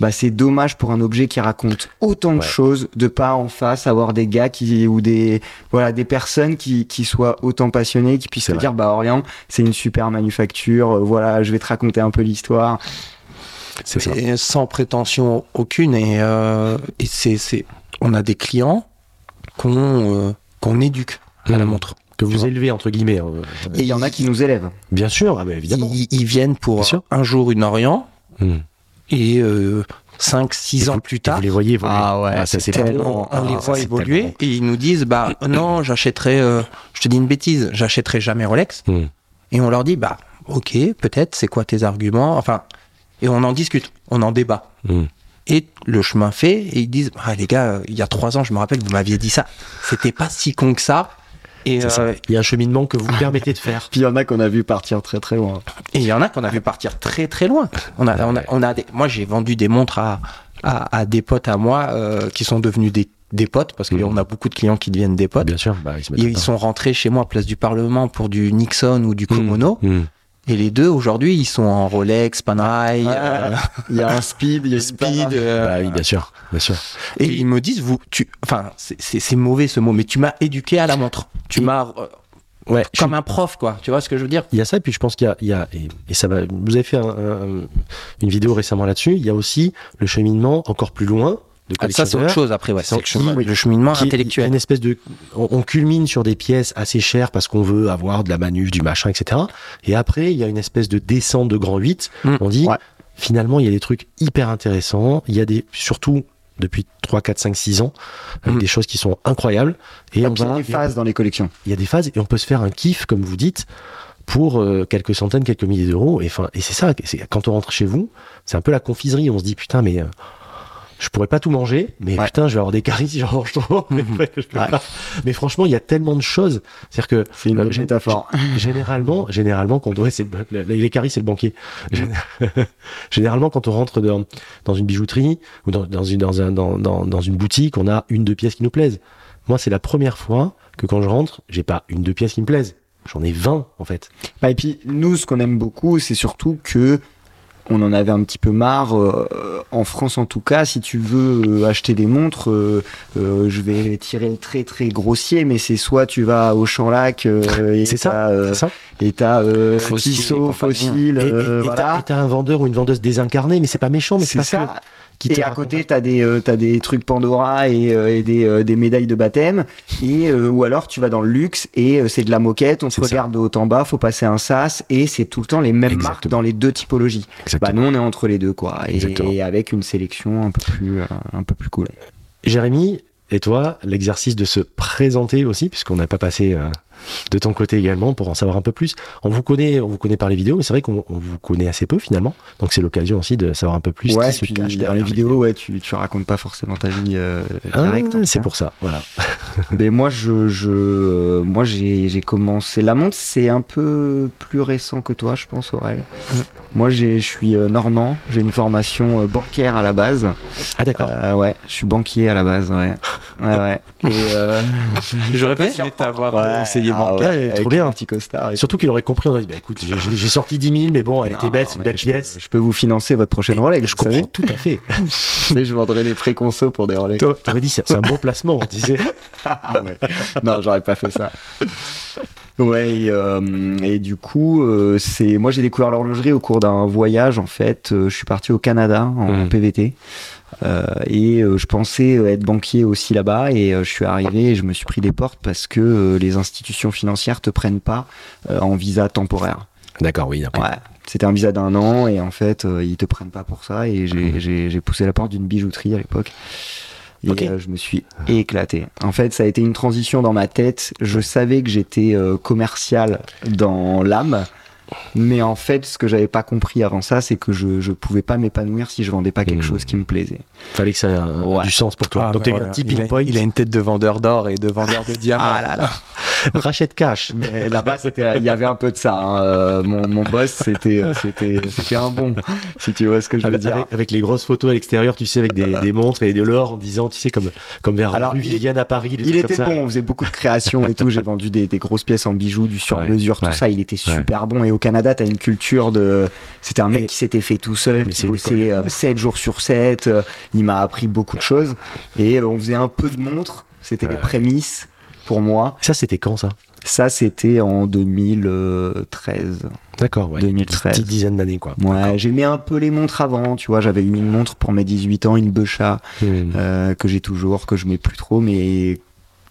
bah, c'est dommage pour un objet qui raconte autant de Ouais. choses de pas en face avoir des gars qui ou des voilà des personnes qui, qui soient autant passionnées qui puissent C'est te vrai. dire bah Orient c'est une super manufacture euh, voilà je vais te raconter un peu l'histoire C'est ça. Et sans prétention aucune. Et, euh, et c'est, c'est- on a des clients qu'on, euh, qu'on éduque à la Mhm. montre. Que vous élevez entre guillemets. euh, et il y en a qui nous élèvent bien sûr, ah bah, évidemment. Ils, ils viennent Bien pour sûr. un jour une Orient Mm. et 5-6 ans plus Et tard, Vous les voyez évoluer. Ah ouais, ça c'est c'est pas tellement- bon. on, on les Ah, ça, voit c'est évoluer tellement et ils nous disent *coughs* bah non j'achèterai euh, je te dis une bêtise j'achèterai jamais Rolex bon. Mm. et on leur dit bah ok peut-être c'est quoi tes arguments enfin et on en discute on en débat Mm. et le chemin fait et ils disent ah les gars euh, il y a trois ans je me rappelle vous m'aviez dit ça c'était pas si con que ça et C'est ça. euh, Il y a un cheminement que vous permettez de faire. puis il y en a qu'on a vu partir très très loin et il y en a qu'on a vu partir très très loin on a, on a, on a des- moi j'ai vendu des montres à, à, à des potes à moi euh, qui sont devenus des, des potes parce Mm. qu'on a beaucoup de clients qui deviennent des potes Bien sûr, bah, ils se mettent Et à ils part. sont rentrés chez moi, place du Parlement, pour du Nixon ou du Mmh. Komono. Mmh. Et les deux, aujourd'hui, ils sont en Rolex, Ah, Panerai, euh, il y a *laughs* un speed il y a une Speed. euh, Bah oui, bien sûr, bien sûr. et ils me disent, vous, tu, enfin, c'est- c'est c'est mauvais ce mot, mais tu m'as éduqué à la montre. Tu Et- m'as, euh, Ouais, je comme suis- un prof, quoi. Tu vois ce que je veux dire? il y a ça, et puis je pense qu'il y a, il y a- et, et ça va. Vous avez fait un- un- une vidéo récemment là-dessus. Il y a aussi le cheminement encore plus loin de Ah, ça, c'est collectionneurs. autre chose après, ouais. Ils C'est sont- le, chemin- oui. le cheminement qui est- *laughs* intellectuel. Une espèce de, on, on culmine sur des pièces assez chères parce qu'on veut avoir de la manuf, du machin, etc. Et après, il y a une espèce de descente de grand 8. Mm. On dit, Ouais. finalement, il y a des trucs hyper intéressants. Il y a des, surtout depuis 3, 4, 5, 6 ans, avec Mm. des choses qui sont incroyables. Et on puis, il y a va, des phases dans les collections il y a des phases et on peut se faire un kiff, comme vous dites, pour euh, quelques centaines, quelques milliers d'euros. Et, enfin, et c'est ça, c'est- quand on rentre chez vous, c'est un peu la confiserie. On se dit, putain, mais euh, je pourrais pas tout manger, mais Ouais. putain, je vais avoir des caries *laughs* si j'en mange trop. *laughs* mais, je peux Ouais. pas. Mais franchement, il y a tellement de choses. C'est-à-dire que C'est une Euh, bonne j'ai- métaphore. généralement, généralement, quand on, ouais, c'est le- le- les caries, c'est le banquier. Géné- Mm. *laughs* Généralement, quand on rentre dans, dans une bijouterie ou dans, dans une, dans, un- dans, dans, dans une boutique, on a une, deux pièces qui nous plaisent. Moi, c'est la première fois que quand je rentre, j'ai pas une, deux pièces qui me plaisent. J'en ai 20, en fait. Bah, et puis nous, ce qu'on aime beaucoup, c'est surtout que on en avait un petit peu marre euh, en France en tout cas. Si tu veux euh, acheter des montres, euh, euh, je vais tirer le très très grossier, mais c'est soit tu vas au Champ-Lac euh, et C'est ça, t'as, euh, C'est ça? et t'as euh, Fossile et Tissot, compagnie. fossile, Et- et- euh, et t'as- et voilà. t'as un vendeur ou une vendeuse désincarnée, mais c'est pas méchant, mais c'est C'est parce que. ça. qui te Et à raconte- côté, t'as des euh, t'as des trucs Pandora et, euh, et des euh, des médailles de baptême. Et euh, ou alors tu vas dans le luxe et euh, c'est de la moquette. On se C'est ça. regarde de haut en bas. Faut passer un sas et c'est tout le temps les mêmes marques Exactement. dans les deux typologies. Bah Exactement. nous on est entre les deux quoi et, Exactement. et avec une sélection un peu plus euh, un peu plus cool. Jérémy, et toi, l'exercice de se présenter aussi, puisqu'on n'a pas passé euh, de ton côté également pour en savoir un peu plus. On vous connaît, on vous connaît par les vidéos, mais c'est vrai qu'on on vous connaît assez peu finalement. Donc c'est l'occasion aussi de savoir un peu plus ouais, qui se puis cache dans derrière les vidéos, ouais, tu, tu racontes pas forcément ta vie euh, Ah, directe. en c'est tout cas. pour ça, voilà. Mais moi, je, je, euh, moi, j'ai, j'ai commencé. La montre, c'est un peu plus récent que toi, je pense, Aurel. Mm. Moi, j'ai, je suis euh, normand. J'ai une formation euh, bancaire à la base. Ah d'accord. Euh, ouais, je suis banquier à la *laughs* base, ouais. Ouais, ouais. Et, euh, J'aurais pas aimé t'avoir ouais, conseillé ah bancaire. bancaire, trop avec bien. Un petit costard. et Ah Surtout qu'il aurait compris, on aurait dit, bah écoute, j'ai- j'ai j'ai sorti 10 000, mais bon, elle Non, était bête, c'est une mais belle je- pièce. Je peux vous financer votre prochaine Rolex. Je vous savez. comprends tout à fait. Tu sais, *laughs* je vendrai des préconceaux pour des Rolex. Toi, T'aurais dit, c'est c'est un bon placement, on disait. Ah ouais. Non, j'aurais pas fait ça. Ouais, et, euh, et du coup, euh, c'est moi j'ai découvert l'horlogerie au cours d'un voyage en fait. Euh, je suis parti au Canada en Mm. PVT Euh, et euh, je pensais euh, être banquier aussi là-bas et euh, je suis arrivé et je me suis pris des portes parce que euh, les institutions financières te prennent pas euh, en visa temporaire. D'accord, oui. d'accord. Ouais. C'était un visa d'un an et en fait euh, ils te prennent pas pour ça et j'ai- Mhm. j'ai j'ai poussé la porte d'une bijouterie à l'époque. Et Ok. euh, je me suis éclaté. En fait, ça a été une transition dans ma tête. Je savais que j'étais euh, commercial dans l'âme, mais en fait, ce que j'avais pas compris avant ça, c'est que je je pouvais pas m'épanouir si je vendais pas quelque Mhm. chose qui me plaisait. Fallait que ça ait Ouais. du sens pour toi. Ah, Donc t'es voilà. un petit il, a, pinpoint. il a une tête de vendeur d'or et de vendeur de diamants. Ah là là. *laughs* Rachète cash. Mais là-bas, c'était, il y avait un peu de ça. hein. Euh, mon, mon boss, c'était, c'était, c'était un bon, si tu vois ce que je veux Ah bah, Avec, dire. avec- avec les grosses photos à l'extérieur, tu sais, avec des, des montres et de l'or en disant, tu sais, comme, comme vers Alors, rue il- Viviane à Paris. des Il trucs était comme ça. bon, on faisait beaucoup de créations et tout. J'ai vendu des, des grosses pièces en bijoux, du sur-mesure, tout Ouais. ça. Il était super bon. Et au Canada, t'as une culture de. C'était un mec qui s'était fait tout seul, Mais c'est qui une bossait 7 jours sur 7. il m'a appris beaucoup de choses. Et euh, on faisait un peu de montres. C'était les prémices pour moi. Ça, c'était quand ça Ça, c'était en euh, 2013. D'accord, ouais. 2013. Petite dizaine d'années, quoi. Moi, j'aimais un peu les montres avant, tu vois. J'avais eu une montre pour mes 18 ans, une Becha, Hmm. euh, que j'ai toujours, que je mets plus trop, mais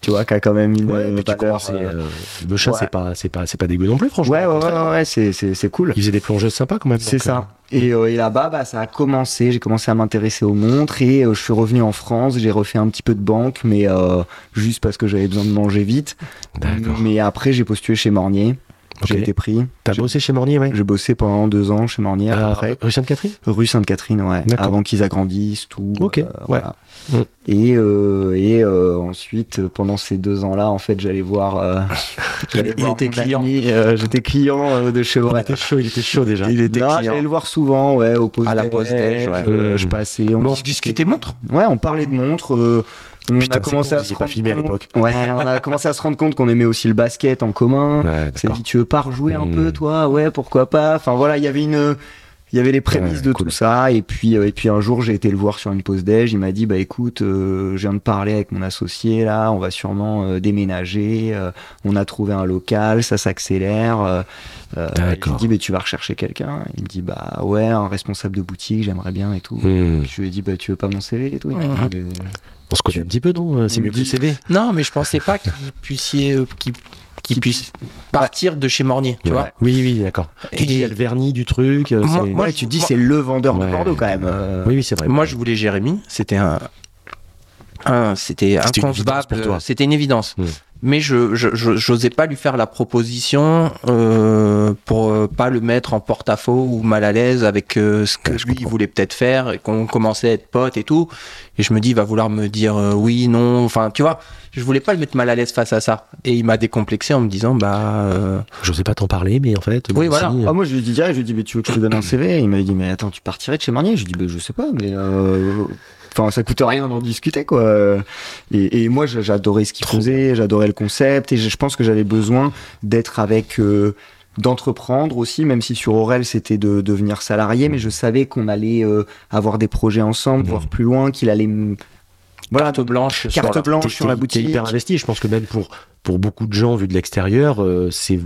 tu vois, qui a quand même une Ouais, euh, mais tu valeur, commences, euh, euh, le chat, ouais. c'est pas, c'est pas, c'est pas dégueu non plus, franchement. Ouais, ouais, ouais, ouais, ouais, c'est, c'est, c'est cool. Il faisait des plongeuses sympas quand même. C'est donc, ça. Et, euh, et là-bas, bah, ça a commencé. J'ai commencé à m'intéresser aux montres et euh, je suis revenu en France. J'ai refait un petit peu de banque, mais euh, juste parce que j'avais besoin de manger vite. euh, D'accord. Mais après, j'ai postulé chez Mornier. Ok. J'ai été pris. T'as J'ai- bossé chez Mornier, ouais. J'ai bossé pendant deux ans chez Mornier. Ah, après. Rue Sainte-Catherine Rue Sainte-Catherine, ouais. D'accord. Avant qu'ils agrandissent tout. euh, Ok, ouais. voilà. Mm. Et, euh, et euh, ensuite, euh, pendant ces deux ans-là, en fait, j'allais voir. euh, j'allais Il voir était mon client. ami, euh, J'étais client euh, de chez Il Aurel. était chaud, il était chaud déjà. Il était Non, client. j'allais le voir souvent, ouais, au poste À la déj, pause déj, ouais. euh, Mm. Je passais. On... Bon, on se discutait montre. Ouais, on parlait de montres. euh, on Putain, a c'est commencé con, à vous se étiez pas rendre filmé à compte- l'époque. Ouais, on a commencé à se rendre compte qu'on aimait aussi le basket en commun. Ouais, C'est dit, tu veux pas rejouer un Mm. peu, toi Ouais, pourquoi pas Enfin voilà, il y avait une. Il y avait les prémices Ouais, de cool. tout ça, et puis euh, et puis un jour j'ai été le voir sur une pause déj. Il m'a dit bah écoute, euh, je viens de parler avec mon associé là, on va sûrement euh, déménager, euh, on a trouvé un local, ça s'accélère. Euh, euh, je D'accord. lui dis mais tu vas rechercher quelqu'un. Il me dit bah ouais, un responsable de boutique, j'aimerais bien et tout. Hmm. Je lui ai dit bah tu veux pas mon CV et tout. Il m'a dit, Mais- On se connaît un petit peu, non euh, C'est Il mieux me que le dit- CV. Non, mais je pensais pas qu'il puissiez, euh, qu'il- qu'il puisse partir de chez Mornier, tu vois. Oui, oui, d'accord. Tu Et- dis, il y a le vernis du truc. euh, Moi- c'est- moi, Ouais, tu te dis moi- c'est le vendeur Ouais. de Bordeaux quand même. euh. Oui, oui, c'est vrai. Moi, je voulais Jérémy. C'était un, un- c'était C'était une évidence inconcevable. pour toi. C'était une évidence. Mm. Mais je, je, je- j'osais pas lui faire la proposition euh, pour euh, pas le mettre en porte-à-faux ou mal à l'aise avec euh, ce que Ouais, je lui il comprends. voulait peut-être faire et qu'on commençait à être potes et tout. Et je me dis, il va vouloir me dire euh, oui, non. Enfin, tu vois, je voulais pas le mettre mal à l'aise face à ça. Et il m'a décomplexé en me disant, bah, euh, J'osais pas t'en parler, mais en fait. Oui, voilà. si, euh, Ah, moi, je lui ai dit direct, je lui ai dit, mais tu veux que je te donne un CV Il m'a dit, mais attends, tu partirais de chez Marnier Je lui ai dit, bah, je sais pas, mais. euh, Enfin, ça coûte rien d'en discuter, quoi. Et, et moi, j'a- j'adorais ce qu'il Trop faisait, j'adorais le concept, et je je pense que j'avais besoin d'être avec. euh, d'entreprendre aussi, même si sur Aurel c'était de devenir salarié, mais je savais qu'on allait euh, avoir des projets ensemble, voir plus loin, qu'il allait... me- Voilà, Mm. carte blanche. sur carte la- t'es- blanche sur la t'es- boutique. T'es hyper investi. Je pense que même pour, pour beaucoup de gens, vu de l'extérieur, euh, c'est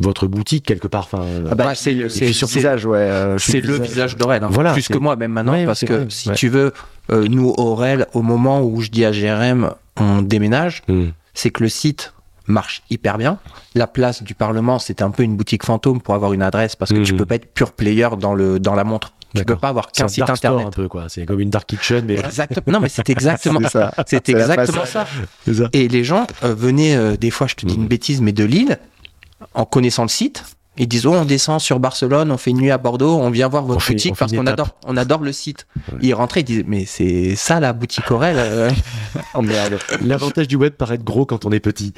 votre boutique quelque part. Enfin, euh, Ah bah, Ouais, c'est- c'est c'est- sur c'est- visage, ouais. euh, je suis C'est le visage. visage d'Aurel. hein. Voilà, Plus c'est- que moi, même maintenant. Ouais, parce c'est que vrai, si ouais. tu veux, euh, nous, Aurel, au moment où je dis à GRM, on déménage, Ah, hmm. c'est que le site marche hyper bien. La place du Parlement, c'était un peu une boutique fantôme pour avoir une adresse parce que tu Mhm. peux pas être pur player dans, le, dans la montre. Tu peux D'accord. pas avoir C'est un qu'un site dark store hein, internet. un peu, quoi. C'est comme une dark kitchen, mais Exactement. Non, mais *laughs* c'est exactement *laughs* C'est ça. C'est C'est la exactement façade. ça. c'est ça. Et les gens euh, venaient, euh, des fois, je te dis Mhm. une bêtise, mais de Lille, en connaissant le site. Ils disent, oh, on descend sur Barcelone, on fait une nuit à Bordeaux, on vient voir votre On fait- boutique on fait parce une qu'on étape. adore, on adore le site. Ouais. Ils rentraient, ils disaient, mais c'est ça la boutique Aurel *laughs* euh, Oh merde. L'avantage du web paraît être gros quand on est petit.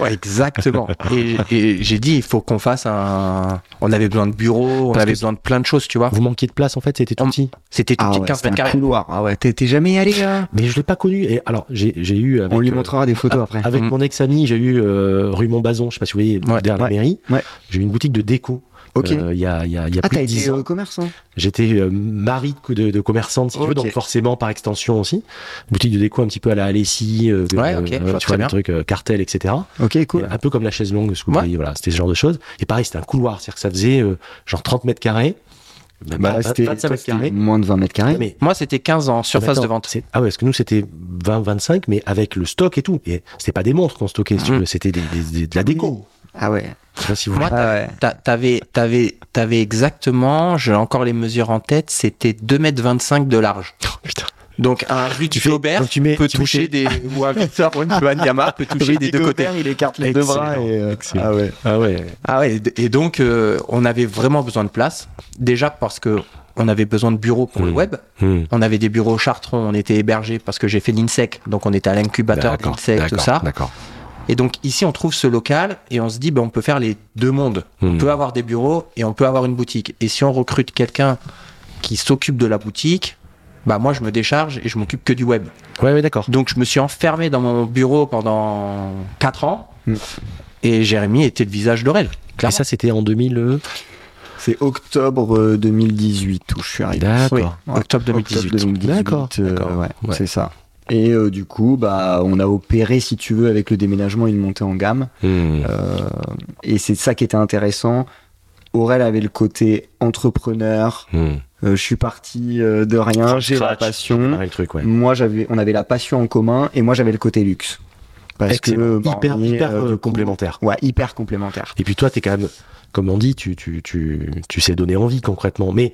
Ouais, exactement. Et, et j'ai dit, il faut qu'on fasse un. On avait besoin de bureaux, on Parce avait que- besoin de plein de choses, tu vois. Vous manquiez de place, en fait, c'était tout On- petit. C'était tout Ah petit, ouais, 15 mètres c'était un carrés. couloir. Ah ouais, t'es t'es jamais allé là Mais je l'ai pas connu. Et alors, j'ai j'ai eu. Avec, On lui euh, montrera des photos après. Avec Mm. mon ex-ami, j'ai eu euh, rue Montbazon, je sais pas si vous voyez, Ouais. derrière Ouais. la mairie. Ouais. J'ai eu une boutique de déco. Ok. euh, Il y a, il y a- il y a Ah, plus t'as de été 10 ans. euh, commerçant J'étais euh, mari de co- de, de commerçante, si tu veux, Ok. donc forcément par extension aussi. Boutique de déco un petit peu à la Alessi, euh, Ouais, euh, ok, je tu vois très vois, le bien. truc euh, cartel, etc. Ok, Et cool. Un peu comme la chaise longue, ce que vous Ouais. voyez, voilà, c'était ce genre de choses. Et pareil, c'était un couloir, c'est-à-dire que ça faisait euh, genre 30 mètres carrés. Même Bah, pas- c'était pas de 5 mètres carrés. moins de 20 mètres carrés. Mais Moi, c'était 15 ans, surface Attends, de vente. c'est- Ah ouais, parce que nous, c'était 20-25, mais avec le stock et tout. Et c'était pas des montres qu'on stockait, si tu Mm. veux, c'était des, des- des- de la déco. Ah ouais. Je sais pas si vous Moi, *laughs* voulez. Ah ouais. T'a- T'avais, t'avais, t'avais exactement, j'ai encore les mesures en tête, c'était 2m25 de large. Oh, Putain. Donc un Rudy Tu fais- Gobert donc tu mets- peut tu *laughs* toucher des, ou un Victor Wembanyama peut toucher des deux côtés. il écarte les deux bras et, Ah ouais. Ah ouais. Ah ouais, et d- et donc euh, on avait vraiment besoin de place. Déjà parce que on avait besoin de bureaux pour le Mm. web. Hmm. On avait des bureaux au Chartron, on était hébergé parce que j'ai fait l'INSEC, donc on était à l'incubateur de D'accord, l'INSEC, tout d'accord, ça. D'accord. Et donc ici on trouve ce local et on se dit ben, on peut faire les deux mondes. Hmm. On peut avoir des bureaux et on peut avoir une boutique. Et si on recrute quelqu'un qui s'occupe de la boutique, bah moi je me décharge et je m'occupe que du web. Ouais, ouais, d'accord. Donc je me suis enfermé dans mon bureau pendant 4 ans Mm. et Jérémy était le visage d'Aurel. Et clairement. ça, c'était en 2000. euh, C'est octobre euh, 2018 où je suis arrivé. Oui, D'accord. Ouais. octobre 2018. Octobre 2018, D'accord, euh, d'accord. ouais, Ouais. C'est ça. Et euh, du coup, bah, on a opéré, si tu veux, avec le déménagement, une montée en gamme. Hmm. Et c'est ça qui était intéressant. Aurel avait le côté entrepreneur. Hmm. Euh, je suis parti euh, de rien, j'ai la Scratch. passion. Ouais, le truc, ouais. Moi, j'avais, on avait la passion en commun et moi, j'avais le côté luxe. Parce Excellent. que hyper, Barnier, hyper euh, euh, du coup, complémentaire. Ouais, hyper complémentaire. Et puis toi, t'es quand même, comme on dit, tu, tu, tu, tu sais donner envie concrètement, mais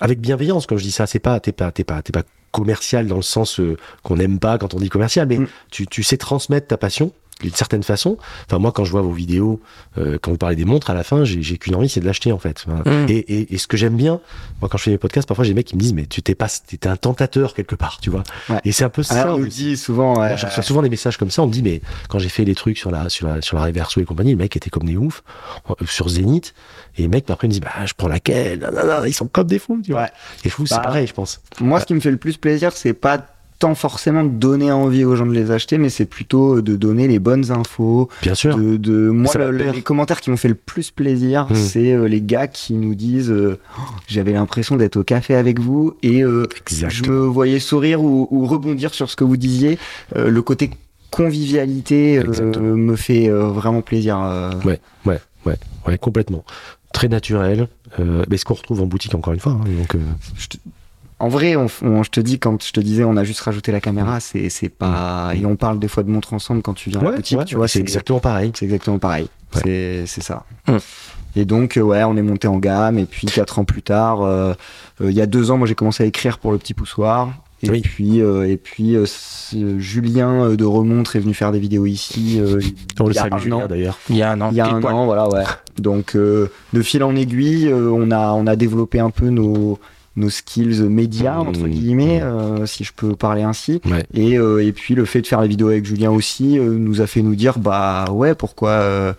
avec bienveillance. Quand je dis ça, c'est pas, t'es pas, t'es pas, t'es pas commercial dans le sens euh, qu'on n'aime pas quand on dit commercial, mais Mm. tu, tu sais transmettre ta passion d'une certaine façon. Enfin, moi, quand je vois vos vidéos, euh, quand vous parlez des montres, à la fin, j'ai j'ai qu'une envie, c'est de l'acheter en fait. Enfin, Mm. Et, et, et ce que j'aime bien, moi, quand je fais mes podcasts, parfois j'ai des mecs qui me disent, mais tu t'es pas, t'es un tentateur quelque part, tu vois. Ouais. Et c'est un peu Ah, ça. on nous aussi. dit souvent. euh, Moi, ouais, je reçois souvent des messages comme ça. On me dit, mais quand j'ai fait les trucs sur la, sur la, sur la Reverso et compagnie, le mec était comme des oufs euh, sur Zénith. Et les mecs, après, ils me disent, bah, je prends laquelle nanana, Ils sont comme des fous, tu vois. Ouais. Et fou, c'est Bah, pareil, je pense. Moi, ce qui me fait le plus plaisir, c'est pas tant forcément de donner envie aux gens de les acheter, mais c'est plutôt euh, de donner les bonnes infos. Bien sûr. De, de- moi, Ça va le- perdre. les commentaires qui m'ont fait le plus plaisir, Hmm. c'est euh, les gars qui nous disent euh, Oh, j'avais l'impression d'être au café avec vous et euh, je Exactement. me voyais sourire ou, ou rebondir sur ce que vous disiez. Euh, le côté convivialité euh, Exactement. me fait euh, vraiment plaisir. euh. Ouais, ouais, ouais, complètement. Très naturel. Euh, mais ce qu'on retrouve en boutique, encore une fois. hein, donc, euh, En vrai, on, f- on- je te dis, quand je te disais, on a juste rajouté la caméra, c'est c'est pas. Et on parle des fois de montres ensemble quand tu viens à la boutique, tu vois, c'est exactement pareil. C'est exactement pareil. Ouais. C'est- C'est ça. Mm. Et donc, euh, ouais, on est monté en gamme. Et puis, quatre ans plus tard, euh, euh, il y a deux ans, moi, j'ai commencé à écrire pour le petit poussoir. Et Oui. puis, euh, et puis euh, c'est- euh, Julien euh, de Remontre est venu faire des vidéos ici. euh, On le il y a salue, un Julien, an. d'ailleurs. Il y a un an. il y a pile un poil. an, voilà, *laughs* ouais. Donc, euh, de fil en aiguille, euh, on, a, on a développé un peu nos, nos skills médias, Hmm. entre Mm. guillemets, Mm. euh, si je peux parler ainsi. Ouais. Et, euh, et puis le fait de faire la vidéo avec Julien aussi euh, nous a fait nous dire bah ouais pourquoi euh,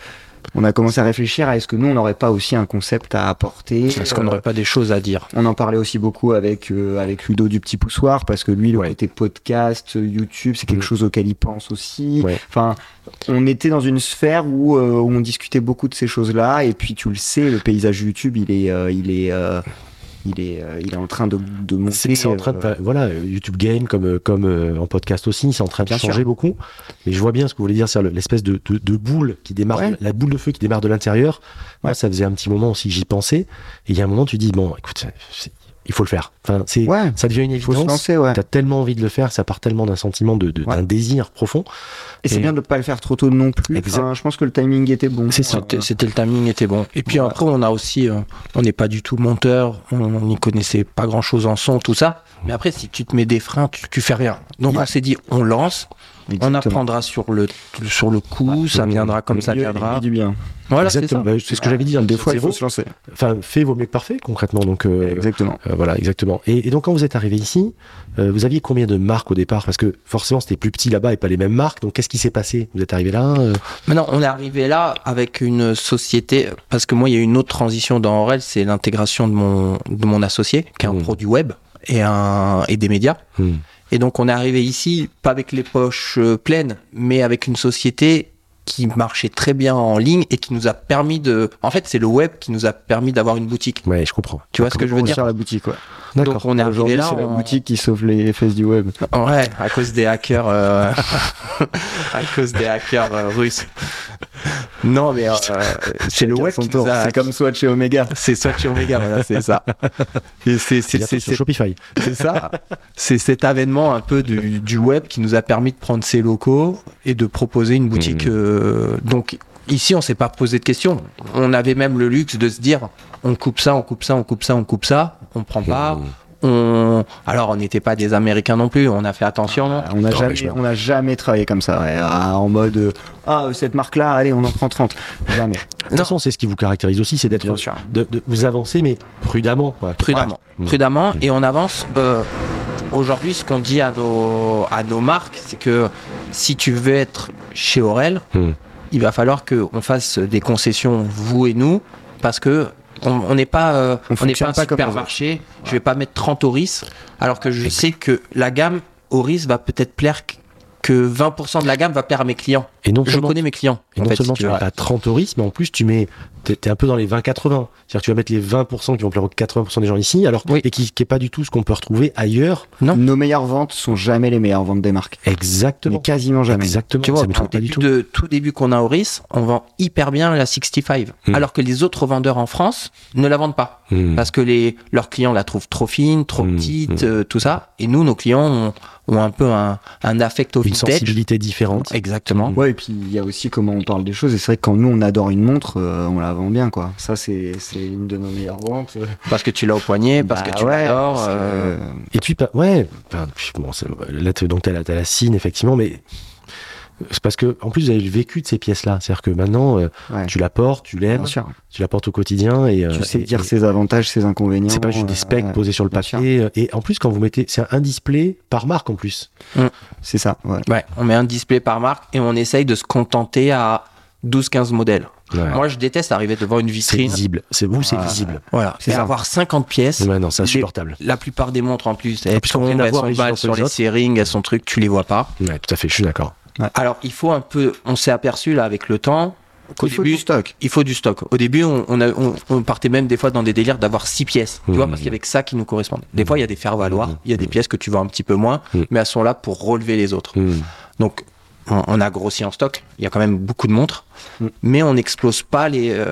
on a commencé à réfléchir à est-ce que nous on n'aurait pas aussi un concept à apporter. Parce qu'on n'aurait pas des choses à dire. On en parlait aussi beaucoup avec euh, avec Ludo du petit poussoir parce que lui le Ouais. côté podcast, euh, YouTube, c'est quelque Mm. chose auquel il pense aussi. Ouais. Enfin, on était dans une sphère où, euh, où on discutait beaucoup de ces choses-là et puis tu le sais le paysage YouTube, il est euh, il est euh, il est euh, il est en train de de monter. C'est c'est en train de, euh, faire- voilà, euh, YouTube Game comme euh, comme euh, en podcast aussi, c'est en train de Bien changer beaucoup. Mais je vois bien ce que vous voulez dire, c'est l'espèce de, de, de boule qui démarre, Ouais. la boule de feu qui démarre de l'intérieur. Moi, ça faisait un petit moment aussi que j'y pensais. Et il y a un moment, tu dis bon, écoute, c'est- il faut le faire. Enfin, c'est Ouais, ça devient une faut se évidence. lancer, ouais. T'as tellement envie de le faire, ça part tellement d'un sentiment de, de- Ouais. d'un désir profond. Et c'est Et- bien de ne pas le faire trop tôt non plus. Exact. Enfin, je pense que le timing était bon. C'est ça. C'était c'était le timing était bon. Et puis après, on a aussi, euh, on n'est pas du tout monteur, on n'y connaissait pas grand chose en son, tout ça. Mais après, si tu te mets des freins, tu, tu fais rien. Donc on s'est dit, on lance, on Exactement. apprendra sur le sur le coup, ça viendra comme ça Milieu, il viendra. fait du bien. Voilà, c'est Exactement. ça. Bah, c'est ce que j'avais dit. hein, des Des fois, il faut. se lancer. Enfin, fait vaut mieux que parfait, concrètement. Donc, euh, Exactement. Euh, voilà, exactement. Et, et donc, quand vous êtes arrivé ici, euh, vous aviez combien de marques au départ Parce que forcément, c'était plus petit là-bas et pas les mêmes marques. Donc, qu'est-ce qui s'est passé Vous êtes arrivé là euh, Maintenant, on est arrivé là avec une société, parce que moi, il y a une autre transition dans Aurel, c'est l'intégration de mon, de mon associé, qui est un Mmh. Mm. produit web et, un, et des médias. hmm. Et donc, on est arrivé ici, pas avec les poches euh, pleines, mais avec une société qui marchait très bien en ligne et qui nous a permis de. En fait, c'est le web qui nous a permis d'avoir une boutique. Ouais, je comprends. Tu vois ce que je veux dire Sur la boutique, ouais. Donc, D'accord. on est arrivé Aujourd'hui, là. c'est la on- Ah, boutique qui sauve les fesses du web. Ouais, à cause des hackers, euh, *laughs* à cause des hackers euh, russes. Non, mais euh, c'est le Chacun web son qui tour. nous a- C'est comme Swatch chez Omega. c'est Swatch et Omega, voilà, c'est ça. Et c'est c'est- Bientôt c'est- sur Shopify. c'est- c'est ça. C'est cet avènement un peu du, du web qui nous a permis de prendre ses locaux et de proposer une boutique. euh, donc ici, on s'est pas posé de questions. On avait même le luxe de se dire, on coupe ça, on coupe ça, on coupe ça, on coupe ça, on prend pas. On... Alors, on n'était pas des Américains non plus, on a fait attention. non Ah, On n'a Non, mais jamais, je- on n'a jamais travaillé comme ça, ouais. Ah, en mode euh, ah cette marque-là, allez, on en prend 30. Jamais. De toute façon, c'est ce qui vous caractérise aussi, c'est d'être. Bien sûr. De, de- vous avancez, mais prudemment. quoi. prudemment. Ouais. Mmh. Prudemment et on avance. euh, Aujourd'hui, ce qu'on dit à nos, à nos marques, c'est que si tu veux être chez Aurel, Hmm. il va falloir qu'on fasse des concessions, vous et nous, parce que on on n'est pas, euh, On on n'est pas fonctionne un pas comme les autres. supermarché. Je vais pas mettre 30 Oris, alors que Mmh. je sais que la gamme Oris va peut-être plaire que- que 20% de la gamme va plaire à mes clients. Et non Je seulement, connais mes clients. et en non fait, seulement si tu veux. mets pas 30 touristes, mais en plus, tu mets. T'es t'es un peu dans les 20-80. C'est-à-dire que tu vas mettre les 20% qui vont plaire aux 80% des gens ici, alors Oui. et qui n'est pas du tout ce qu'on peut retrouver ailleurs. Non. Nos meilleures ventes sont jamais les meilleures ventes des marques. Exactement. Mais quasiment jamais. Exactement. Tu vois, ça me tout parle pas début, du tout. De, tout début qu'on a au RIS, on vend hyper bien la 65, Hmm. alors que les autres vendeurs en France ne la vendent pas, Hmm. parce que les, leurs clients la trouvent trop fine, trop Hmm. petite, euh, tout ça. Et nous, nos clients ont, ont un peu un, un affect au Une vintage. sensibilité Hmm. différente. Exactement. Ouais, et puis il y a aussi comment on parle des choses. Et c'est vrai que quand nous on adore une montre, euh, on la vend bien, quoi. Ça c'est c'est une de nos meilleures ventes. Parce que tu l'as au poignet, parce Bah que tu ouais, l'adores. parce que, euh, euh, Et puis, pas- ouais, enfin, puis, bon, c'est- là, t'es- donc t'as la, t'as la signe, effectivement, mais c'est parce que, en plus, vous avez le vécu de ces pièces-là. C'est-à-dire que maintenant, euh, ouais, tu la portes, tu l'aimes, bien sûr. tu la portes au quotidien et. euh, Tu sais et- dire et- ses avantages, ses inconvénients. c'est pas juste des euh, specs ouais, posés sur le bien papier. euh, Et en plus, quand vous mettez, c'est un display par marque en plus. C'est ça. ouais. ouais, on met un display par marque et on essaye de se contenter à 12-15 modèles. Moi, je déteste arriver devant une c'est vitrine. visible. C'est vous, c'est Ah. visible. Voilà. C'est Et ça. avoir 50 pièces. Ouais, non, c'est Les- insupportable. La plupart des montres en plus, elles plus, ça n'a tombent, rien à elles voir sont les unes balles entre sur les les autres. serrings, elles sont trucs, tu les vois pas. Ouais, tout à fait. Je suis d'accord. Alors il faut un peu, on s'est aperçu là avec le temps qu'au Il faut début, du stock. il faut du stock. Au début, on, on a- on- on partait même des fois dans des délires d'avoir six pièces, tu Mmh. vois, parce qu'il y avait que ça qui nous correspondait. Des fois, il y a des faire-valoir, il y a des pièces que tu vends un petit peu moins, Mmh. mais elles sont là pour relever les autres. Donc, on, on a grossi en stock. Il y a quand même beaucoup de montres, Mm. mais on n'explose pas les. euh,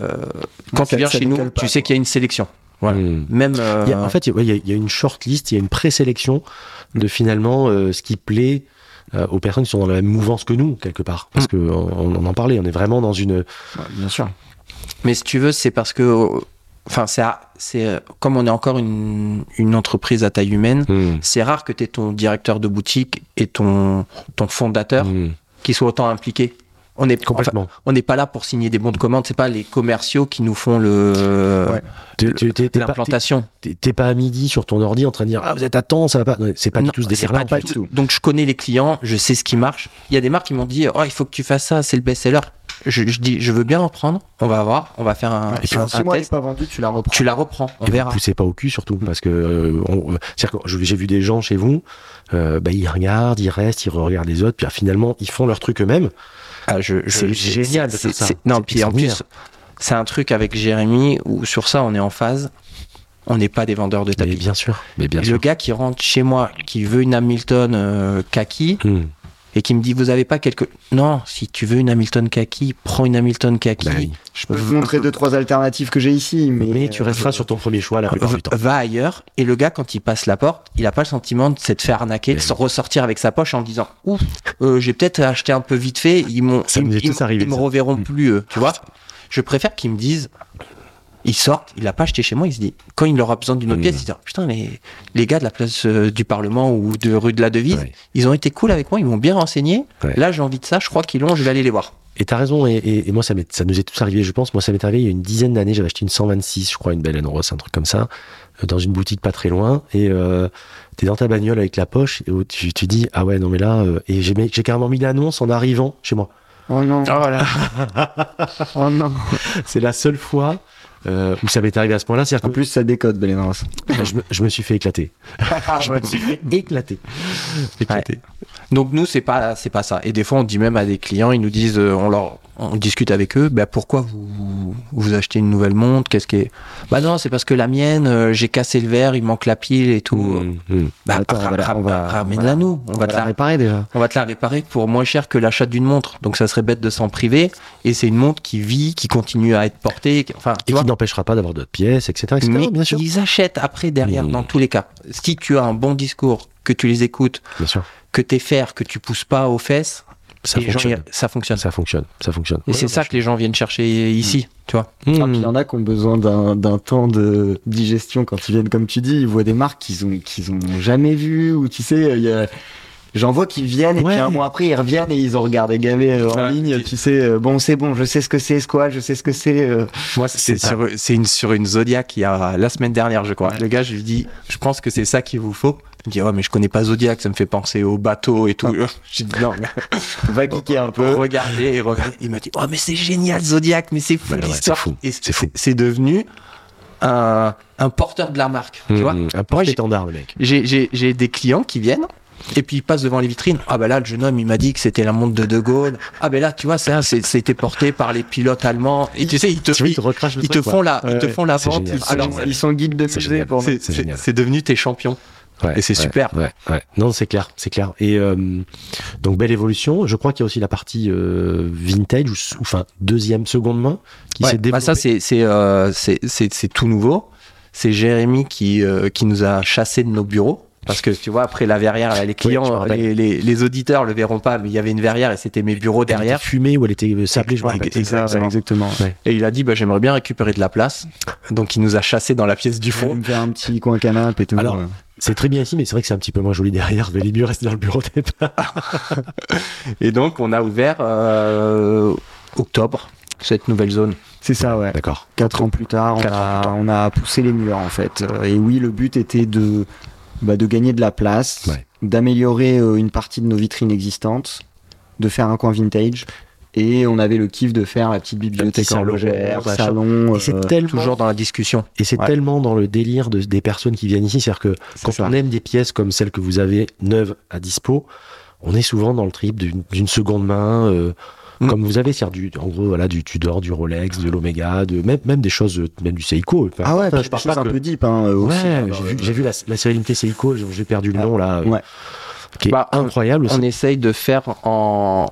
quand tu Ça- viens ça chez nous nous, cale pas, tu sais quoi. qu'il y a une sélection. Voilà. Mm. Même. euh, Il y a- en fait, il y a- ouais, il y, a- il y a une short list, il y a une présélection de finalement euh, ce qui plaît euh, aux personnes qui sont dans la même mouvance que nous, quelque part. Hmm. Parce que on, on en parlait, on est vraiment dans une. Ouais, bien sûr. Mais si tu veux, c'est parce que. euh, Enfin, c'est à- c'est euh, comme on est encore une, une entreprise à taille humaine. C'est rare que tu aies ton directeur de boutique et ton, ton fondateur Mm. qui soient autant impliqués. On est Complètement. Hmm. enfin, on n'est pas là pour signer des bons de commande, c'est pas les commerciaux qui nous font le euh, Ouais. T'es- t'es- t'es- t'es pas- l'implantation. t'es- T'es pas à midi sur ton ordi en train de dire Ah, vous êtes à temps, ça va pas. Non, C'est pas du Non, tout ce c'est délire-là. pas du tout. Donc je connais les clients, je sais ce qui marche. Il y a des marques qui m'ont dit oh il faut que tu fasses ça, c'est le best-seller. Je, je dis je veux bien en prendre, on va voir, on va faire un, Et puis, un- si un moi, elle est test. pas vendue, tu la reprends. Tu la reprends, on Et vous verra. Hmm. poussez pas au cul surtout parce que euh, on- c'est-à-dire que je- j'ai vu des gens chez vous, euh, bah, ils regardent, ils restent, ils regardent les autres, puis ah, finalement ils font leur truc eux-mêmes. Ah, je, je- C'est je- génial de c'est- faire ça. c'est- Non, C'est puis en extraordinaire. plus, c'est un truc avec Jérémy où sur ça on est en phase. On n'est pas des vendeurs de Mais tapis. bien sûr, mais bien le gars qui rentre chez moi, qui veut une Hamilton euh, kaki, Hmm. et qui me dit vous avez pas quelque non si tu veux une Hamilton Kaki prends une Hamilton Kaki Bah oui. Je peux vous montrer deux, trois alternatives que j'ai ici, mais. euh, Mais euh, tu resteras sur ton premier choix la plupart v- du temps. va ailleurs et le gars quand il passe la porte il a pas le sentiment de s'être fait arnaquer de Mais se ressortir avec sa poche en disant ouf euh, j'ai peut-être acheté un peu vite fait ils m'ont Ça ils, nous est ils- tous arrivé, ils me ça. Hmm. reverront plus eux tu vois je préfère qu'ils me disent ils sortent, il l'a pas acheté chez moi, il se dit, quand il aura besoin d'une autre Mm. pièce, il se dit, putain, les, les gars de la place euh, du Parlement ou de rue de la Devise, Ouais. ils ont été cool avec moi, ils m'ont bien renseigné. Ouais. Là, j'ai envie de ça, je crois qu'ils l'ont, je vais aller les voir. Et t'as raison, et, et- et moi ça, m'est- ça nous est tous arrivé, je pense. Moi ça m'est arrivé il y a une dizaine d'années, j'avais acheté une 126, je crois, une belle Ross, un truc comme ça, euh, dans une boutique pas très loin, et euh, t'es dans ta bagnole avec la poche, et où tu, tu dis, ah ouais, non mais là, euh, et j'ai, mis- j'ai carrément mis l'annonce en arrivant chez moi. Oh non, Oh là oh non. C'est la seule fois euh, où ça m'est arrivé à ce point-là, En c'est-à-dire plus, ça décode, Belen *laughs* que je me, je me suis fait éclater. Ah, je me suis fait éclater. Éclater. Donc nous c'est pas c'est pas ça. Et des fois on dit même à des clients, ils nous disent, euh, on leur on discute avec eux, bah pourquoi vous vous achetez une nouvelle montre Qu'est-ce qui est Bah non, c'est parce que la mienne, euh, j'ai cassé le verre, il manque la pile et tout. Mmh, mmh. Bah Attends, ra- on va la- ra- on va- ramène-la voilà. nous, on va, te la, réparer déjà. on va te la réparer pour moins cher que l'achat d'une montre. Donc ça serait bête de s'en priver. Et c'est une montre qui vit, qui continue à être portée. qui- Enfin, Et tu vois. qui n'empêchera pas d'avoir d'autres pièces, etc. etc. Mais bien sûr. ils achètent après derrière Mmh. dans tous les cas. Si tu as un bon discours, que tu les écoutes, Bien sûr. que t'es faire, que tu pousses pas aux fesses, Ça les gens, fonctionne. y- ça fonctionne. Ah, Ça fonctionne. Ça fonctionne. Hmm, Et c'est ça que les gens viennent chercher ici, tu vois. Ah, hein. puis il y en a qui ont besoin d'un d'un temps de digestion quand ils viennent, comme tu dis, ils voient des marques qu'ils ont, qu'ils ont jamais vues, ou tu sais, il y a- J'en vois qui viennent et Ouais. puis un mois après ils reviennent et ils ont regardé gavé euh, en Ouais. ligne. Tu sais, euh, bon c'est bon, je sais ce que c'est, quoi, je sais ce que c'est. euh. Moi, c'est ça. sur, c'est une, sur une Zodiac il y a la semaine dernière, je crois. Le gars, je lui dis, je pense que c'est ça qu'il vous faut. Il me dit, ouais, mais je connais pas Zodiac, ça me fait penser au bateau et *laughs* tout. J'ai dit, non, mais *laughs* Va cliquer un peu. Ah. regardez et regardez. Il m'a dit, oh, mais c'est génial, Zodiac, mais c'est fou Ouais, ouais, l'histoire. c'est fou, Et c'est fou. C'est devenu un, un porteur de la marque, tu vois. un Moi, j'ai- porte-étendard, le mec. J'ai- J'ai j'ai des clients qui viennent et puis ils passent devant les vitrines. Ah bah là, le jeune homme, il m'a dit que c'était la montre de De Gaulle. Ah ben là, tu vois, ça, c'est- c'était porté par les pilotes allemands. Et tu sais, ils te, Tu vois, ils te ils- recrachent le ils te truc, quoi. font la, ils Ouais, te ouais. font la C'est vente. génial, Ils- c'est Alors, génial. Ils sont guides de C'est musée génial. pour nous. c'est- C'est c'est génial. c'est devenu tes champions. Ouais, Et c'est ouais, super. Ouais, ouais. Non, c'est clair, c'est clair. Et euh, donc belle évolution. Je crois qu'il y a aussi la partie euh, vintage ou, s- ou, enfin deuxième seconde main qui Ouais, s'est bah développée. ça, c'est c'est, euh, c'est- c'est- c'est tout nouveau. C'est Jérémy qui, euh, qui nous a chassé de nos bureaux. Parce que tu vois, après la verrière, là, les je me clients, rappelle. les, les, les auditeurs le verront pas, mais il y avait une verrière et c'était mes bureaux Elle était derrière. fumée ou elle était euh, sablée, je me Ouais, rappelle. exact. Ça, ouais, exactement. Et il a dit, bah, j'aimerais bien récupérer de la place. Donc il nous a chassé dans la pièce du Faut fond. me faire un petit coin canapé et tout. Euh, Alors, ouais. C'est très bien ici, mais c'est vrai que c'est un petit peu moins joli derrière. Mais les mieux rester dans le bureau *laughs* des Et donc, on a ouvert euh, octobre cette nouvelle zone. c'est ça, ouais. D'accord. Quatre ans plus tard, on Quatre ans a, on a poussé les murs en fait. Euh, Et oui, le but était de, bah, de gagner de la place, Ouais. d'améliorer euh, une partie de nos vitrines existantes, de faire un coin vintage. Et on avait le kiff de faire la petite bibliothèque salon, horlogère, machin. salon. Et c'est euh, tellement Toujours dans la discussion. et c'est Ouais. tellement dans le délire de- des personnes qui viennent ici, c'est-à-dire que quand ça. on aime des pièces comme celles que vous avez neuves à dispo, on est souvent dans le trip d'une d'une seconde main, euh, Mm. comme vous avez, c'est-à-dire du, en gros, voilà, du Tudor, du Rolex, de l'Omega, de même, même des choses, euh, même du Seiko. Enfin, Ah ouais, putain, puis je des parle choses pas un que- peu deep. Hein, euh, aussi. Ouais, Alors, j'ai euh, vu, j'ai vu la, la série limitée Seiko, j'ai j'ai perdu le nom là, euh, ouais. qui est Bah, incroyable, On c'est essaye de faire en.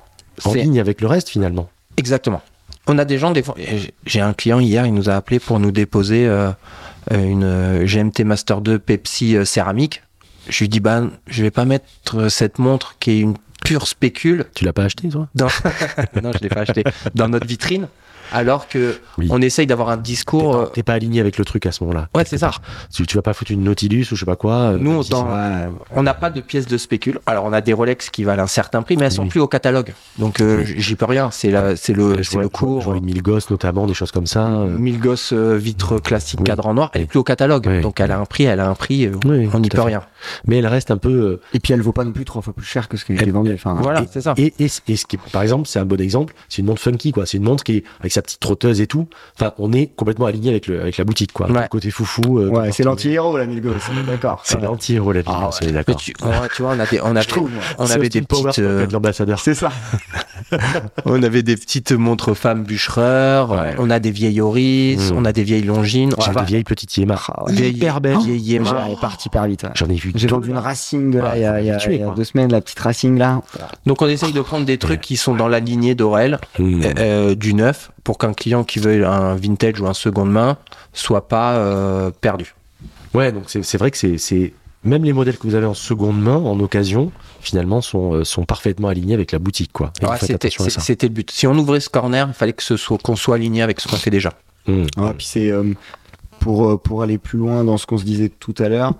en c'est- ligne avec le reste finalement. Exactement. On a des gens, des fois. et j'ai- J'ai un client hier, il nous a appelé pour nous déposer euh, une euh, GMT Master 2 Pepsi euh, céramique. Je lui dis, bah, je vais pas mettre euh, cette montre qui est une pure spécule Tu l'as pas acheté toi dans non je l'ai *laughs* pas acheté dans notre vitrine alors que Oui. on essaye d'avoir un T'es discours pas, euh, t'es pas aligné avec le truc à ce moment-là. ouais c'est ça Tu, tu vas pas foutre une Nautilus ou je sais pas quoi. euh, Nous, même si dans- c'est- ouais, on n'a pas de pièces de spécule alors on a des Rolex qui valent un certain prix mais elles sont Oui. plus au catalogue donc euh, j'y peux rien c'est la c'est le je c'est vois, je vois- le cours hein. je vois une mille gosses notamment, des choses comme ça. euh, mille gosses euh, vitres classiques Oui. cadre en noir elle est Oui. plus au catalogue Oui. donc elle a un prix elle a un prix euh, Oui, on n'y tout peut à fait. rien Mais elle reste un peu. euh, Et puis elle vaut pas non plus trois fois plus cher que ce qu'elle est vendue. Enfin, voilà c'est ça Et, et, et ce qui, est- par exemple, c'est un bon exemple, c'est une montre funky, quoi. C'est une montre qui, est avec sa petite trotteuse et tout, enfin, on est complètement aligné avec, le, avec la boutique, quoi. Ouais. Le côté foufou. euh, ouais, c'est tout- l'anti-héros la Milgo, *laughs* c'est- d'accord. C'est l'anti-héros, la vie, Ah on est Mais d'accord. tu, ouais, tu vois on a des- on avait, trouve, moi. on C'est avait Austin des Powers petites pour le euh, cas de l'ambassadeur. C'est ça. on avait des petites montres femmes bûchereurs, Ouais. on a des vieilles Oris, Mmh. on a des vieilles Longines. J'ai Enfin, des vieilles petites Yamaha. Ah, vieilles- hyper belle. Oh, vieille Yamaha. genre- Elle est partie hyper vite. ouais. J'en ai vu J'ai tant. vendu une Racing là, Ah, il y a, faut il y a- les tuer, il y a quoi. deux semaines, la petite Racing là. Donc on essaye de prendre des trucs qui sont dans la lignée d'Aurel, Mmh. euh, du neuf, pour qu'un client qui veuille un vintage ou un seconde main soit pas euh, perdu. Ouais, donc c'est c'est vrai que c'est- c'est. Même les modèles que vous avez en seconde main, en occasion, finalement, sont, euh, sont parfaitement alignés avec la boutique, quoi. Et vous Ouais, faites C'était attention à c'est- ça. c'était le but. Si on ouvrait ce corner, il fallait que ce soit qu'on soit aligné avec ce qu'on fait déjà. Mmh. Ouais, puis c'est euh, pour, euh, pour aller plus loin dans ce qu'on se disait tout à l'heure,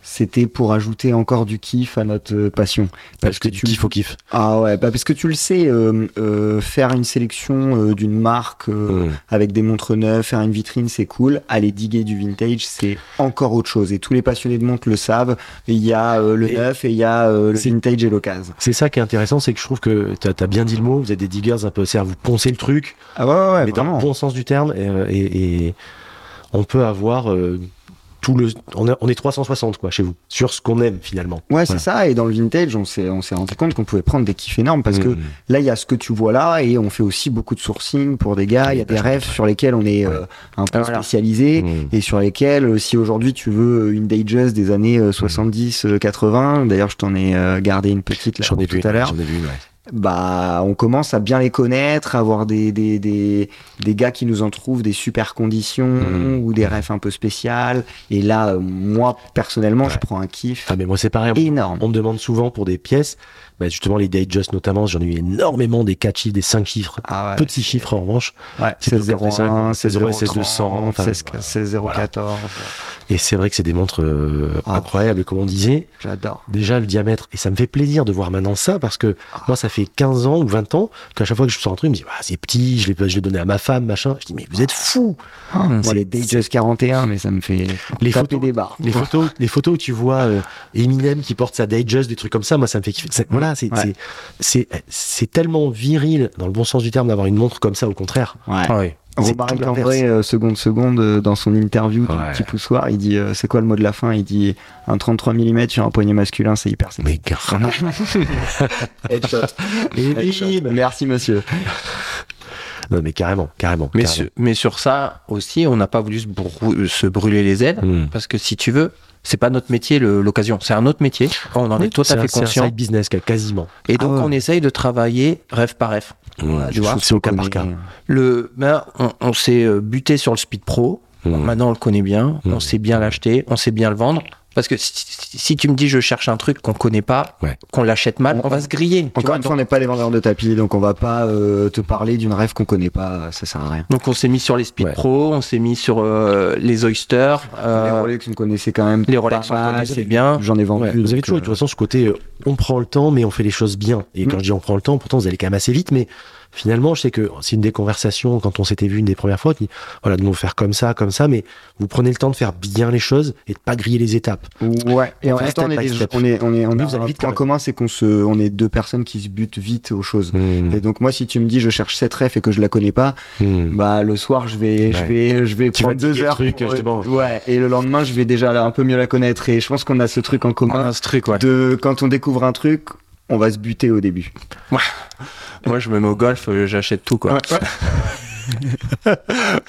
c'était pour ajouter encore du kiff à notre euh, passion. Parce que tu kiffes au kiff. Ah ouais, bah parce que tu le sais, euh, euh, faire une sélection euh, d'une marque euh, Mmh. avec des montres neuves, faire une vitrine, c'est cool. Aller diguer du vintage, c'est encore autre chose. Et tous les passionnés de montres le savent. Il y a euh, le Et- neuf et il y a euh, le C'est- vintage et l'occasion. C'est ça qui est intéressant, c'est que je trouve que t'as as bien dit le mot, vous êtes des diggers un peu, c'est-à-dire vous poncez le truc, Ah ouais, ouais, ouais mais dans le vraiment. bon sens du terme, et, euh, et- et on peut avoir euh, tout le. On, a- on est 360, quoi, chez vous, sur ce qu'on aime finalement. Ouais, c'est Voilà. ça. Et dans le vintage, on s'est on s'est rendu compte qu'on pouvait prendre des kiffs énormes parce que Mmh. Là, il y a ce que tu vois là, et on fait aussi beaucoup de sourcing pour des gars. Il y a des rêves sur lesquels on est euh, un peu Ah, voilà. spécialisé, Mmh. et sur lesquels, euh, si aujourd'hui tu veux euh, une Dages des années Mm. euh, 70, euh, 80, d'ailleurs, je t'en ai euh, gardé une petite là J'en ai tout vu à l'heure. J'en ai vu une, ouais. Bah, on commence à bien les connaître, à avoir des des, des des gars qui nous en trouvent des super conditions Mmh. ou des rêves un peu spéciales. Et là, euh, moi personnellement, je prends un kiff Ah, mais moi, c'est pareil. énorme. On me demande souvent pour des pièces, bah, justement les date just notamment, j'en ai eu énormément des 4 chiffres, des 5 chiffres, Ah ouais. petits chiffres en revanche. Ouais, C'est tout 16 comme ça, 01, quoi. 16 16 16 200, 16 voilà. 16 014. Et c'est vrai que c'est des montres euh, Ah. incroyables, comme on disait. J'adore. Déjà le diamètre, et ça me fait plaisir de voir maintenant ça, parce que Ah. moi ça fait 15 ans ou 20 ans qu'à chaque fois que je sors un truc, je me dis, Ah, c'est petit, je l'ai je l'ai donné à ma femme, machin. Je dis, mais vous êtes fous Ah, Moi, les Datejust 41, mais ça me fait Les les taper photos- des barres. les photos, les photos où tu vois euh, Eminem qui porte sa Digest, des trucs comme ça, moi ça me fait kiffer. C'est- Voilà, c'est Ouais. c'est c'est c'est tellement viril dans le bon sens du terme d'avoir une montre comme ça. Au contraire, Ouais. Ah oui. c'est Romain tout l'inverse. Cambrai, euh, seconde seconde, euh, dans son interview du Ouais. petit poussoir, il dit euh, c'est quoi le mot de la fin Il dit un 33 mm sur un poignet masculin, c'est hyper sexy. mais grave. Headshot. *laughs* Et Headshot. bim. Merci monsieur. non mais carrément, carrément. Mais, carrément. sur- mais sur ça aussi, on n'a pas voulu se, brou- se brûler les ailes, Hmm. parce que si tu veux, c'est pas notre métier le- l'occasion, c'est un autre métier. On en est tout C'est à un- fait C'est un conscient. side business quoi, quasiment. Et donc, Ah ouais. on essaye de travailler rêve par rêve. Ouais, tu vois, c'est au cas par cas. Le, ben, on, on s'est euh, buté sur le Speed Pro. Mm. Maintenant, on le connaît bien. Mm. On sait bien l'acheter. On sait bien le vendre. Parce que si, si- si tu me dis je cherche un truc qu'on connaît pas, Ouais. qu'on l'achète mal, on, On- va se griller. tu Encore vois. une fois, on n'est pas les vendeurs de tapis, donc on va pas euh, te parler d'une rêve qu'on connaît pas, Euh, ça sert à rien. donc, on s'est mis sur les Speed Ouais. Pro. On s'est mis sur euh, les Oyster. euh, les Rolex, on connaissait quand même. les Rolex, pas on mal, connaissait bien. J'en ai vendu. Ouais, vous avez donc, toujours eu, euh, de toute façon ce côté euh, on prend le temps mais on fait les choses bien et quand Mm. je dis on prend le temps pourtant vous allez quand même assez vite mais finalement je sais que c'est une des conversations quand on s'était vu une des premières fois on dit, voilà nous on va faire comme ça comme ça mais vous prenez le temps de faire bien les choses et de pas griller les étapes euh, Ouais, et en Enfin, même temps, on step est, by des- step. on est, on est, on Mais a vous allez un vite quand point même. commun, c'est qu'on se, on est deux personnes qui se butent vite aux choses. Mm. Et donc, moi, si tu me dis, je cherche cette ref et que je la connais pas, bah, le soir, je vais, je Ouais. vais, je vais Tu vas prendre deux dire heures. truc, pour- euh, justement. Ouais, et le lendemain, je vais déjà la- un peu mieux la connaître. Et je pense qu'on a ce truc en on commun a ce truc, ouais. de quand on découvre un truc, on va se buter au début. Moi, je me mets au golf, euh, j'achète tout, quoi.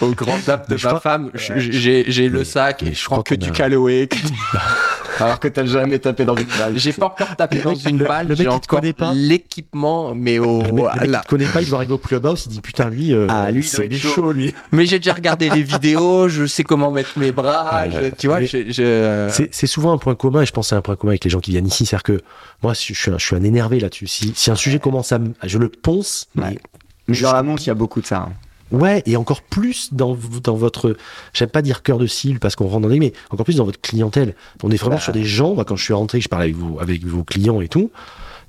au grand dam de Mais je ma crois- femme, je- j'ai j'ai le Mais- sac mais et je je prends crois que qu'on du a- Callaway. que- *laughs* Alors que t'as jamais tapé dans une balle. J'ai pas encore tapé Le dans mec- une le- balle, le mec, j'ai il te encore connaît pas. l'équipement, mais au le mec, le mec qui voilà. te connaît pas il doit arriver au clubhouse il dit putain lui, euh, Ah, lui, il doit c'est être il est chaud. chaud lui Mais j'ai déjà regardé les vidéos, je sais comment mettre mes bras, Ouais, je- ouais. tu vois, Mais- je, euh, Ah. je- C'est c'est souvent un point commun, et je pense que c'est un point commun avec les gens qui viennent ici. C'est-à-dire que moi, je suis un, je suis un énervé là-dessus. Si, si un sujet commence à me. Je le ponce, Ouais. mais- Mais Genre la montre, il y a beaucoup de ça. hein. Ouais, et encore plus dans, v- dans votre. J'aime pas dire cœur de cible parce qu'on rentre dans les. Mais encore plus dans votre clientèle. On est vraiment Bah. sur des gens. Moi, quand je suis rentré, je parlais avec, vous, avec vos clients et tout.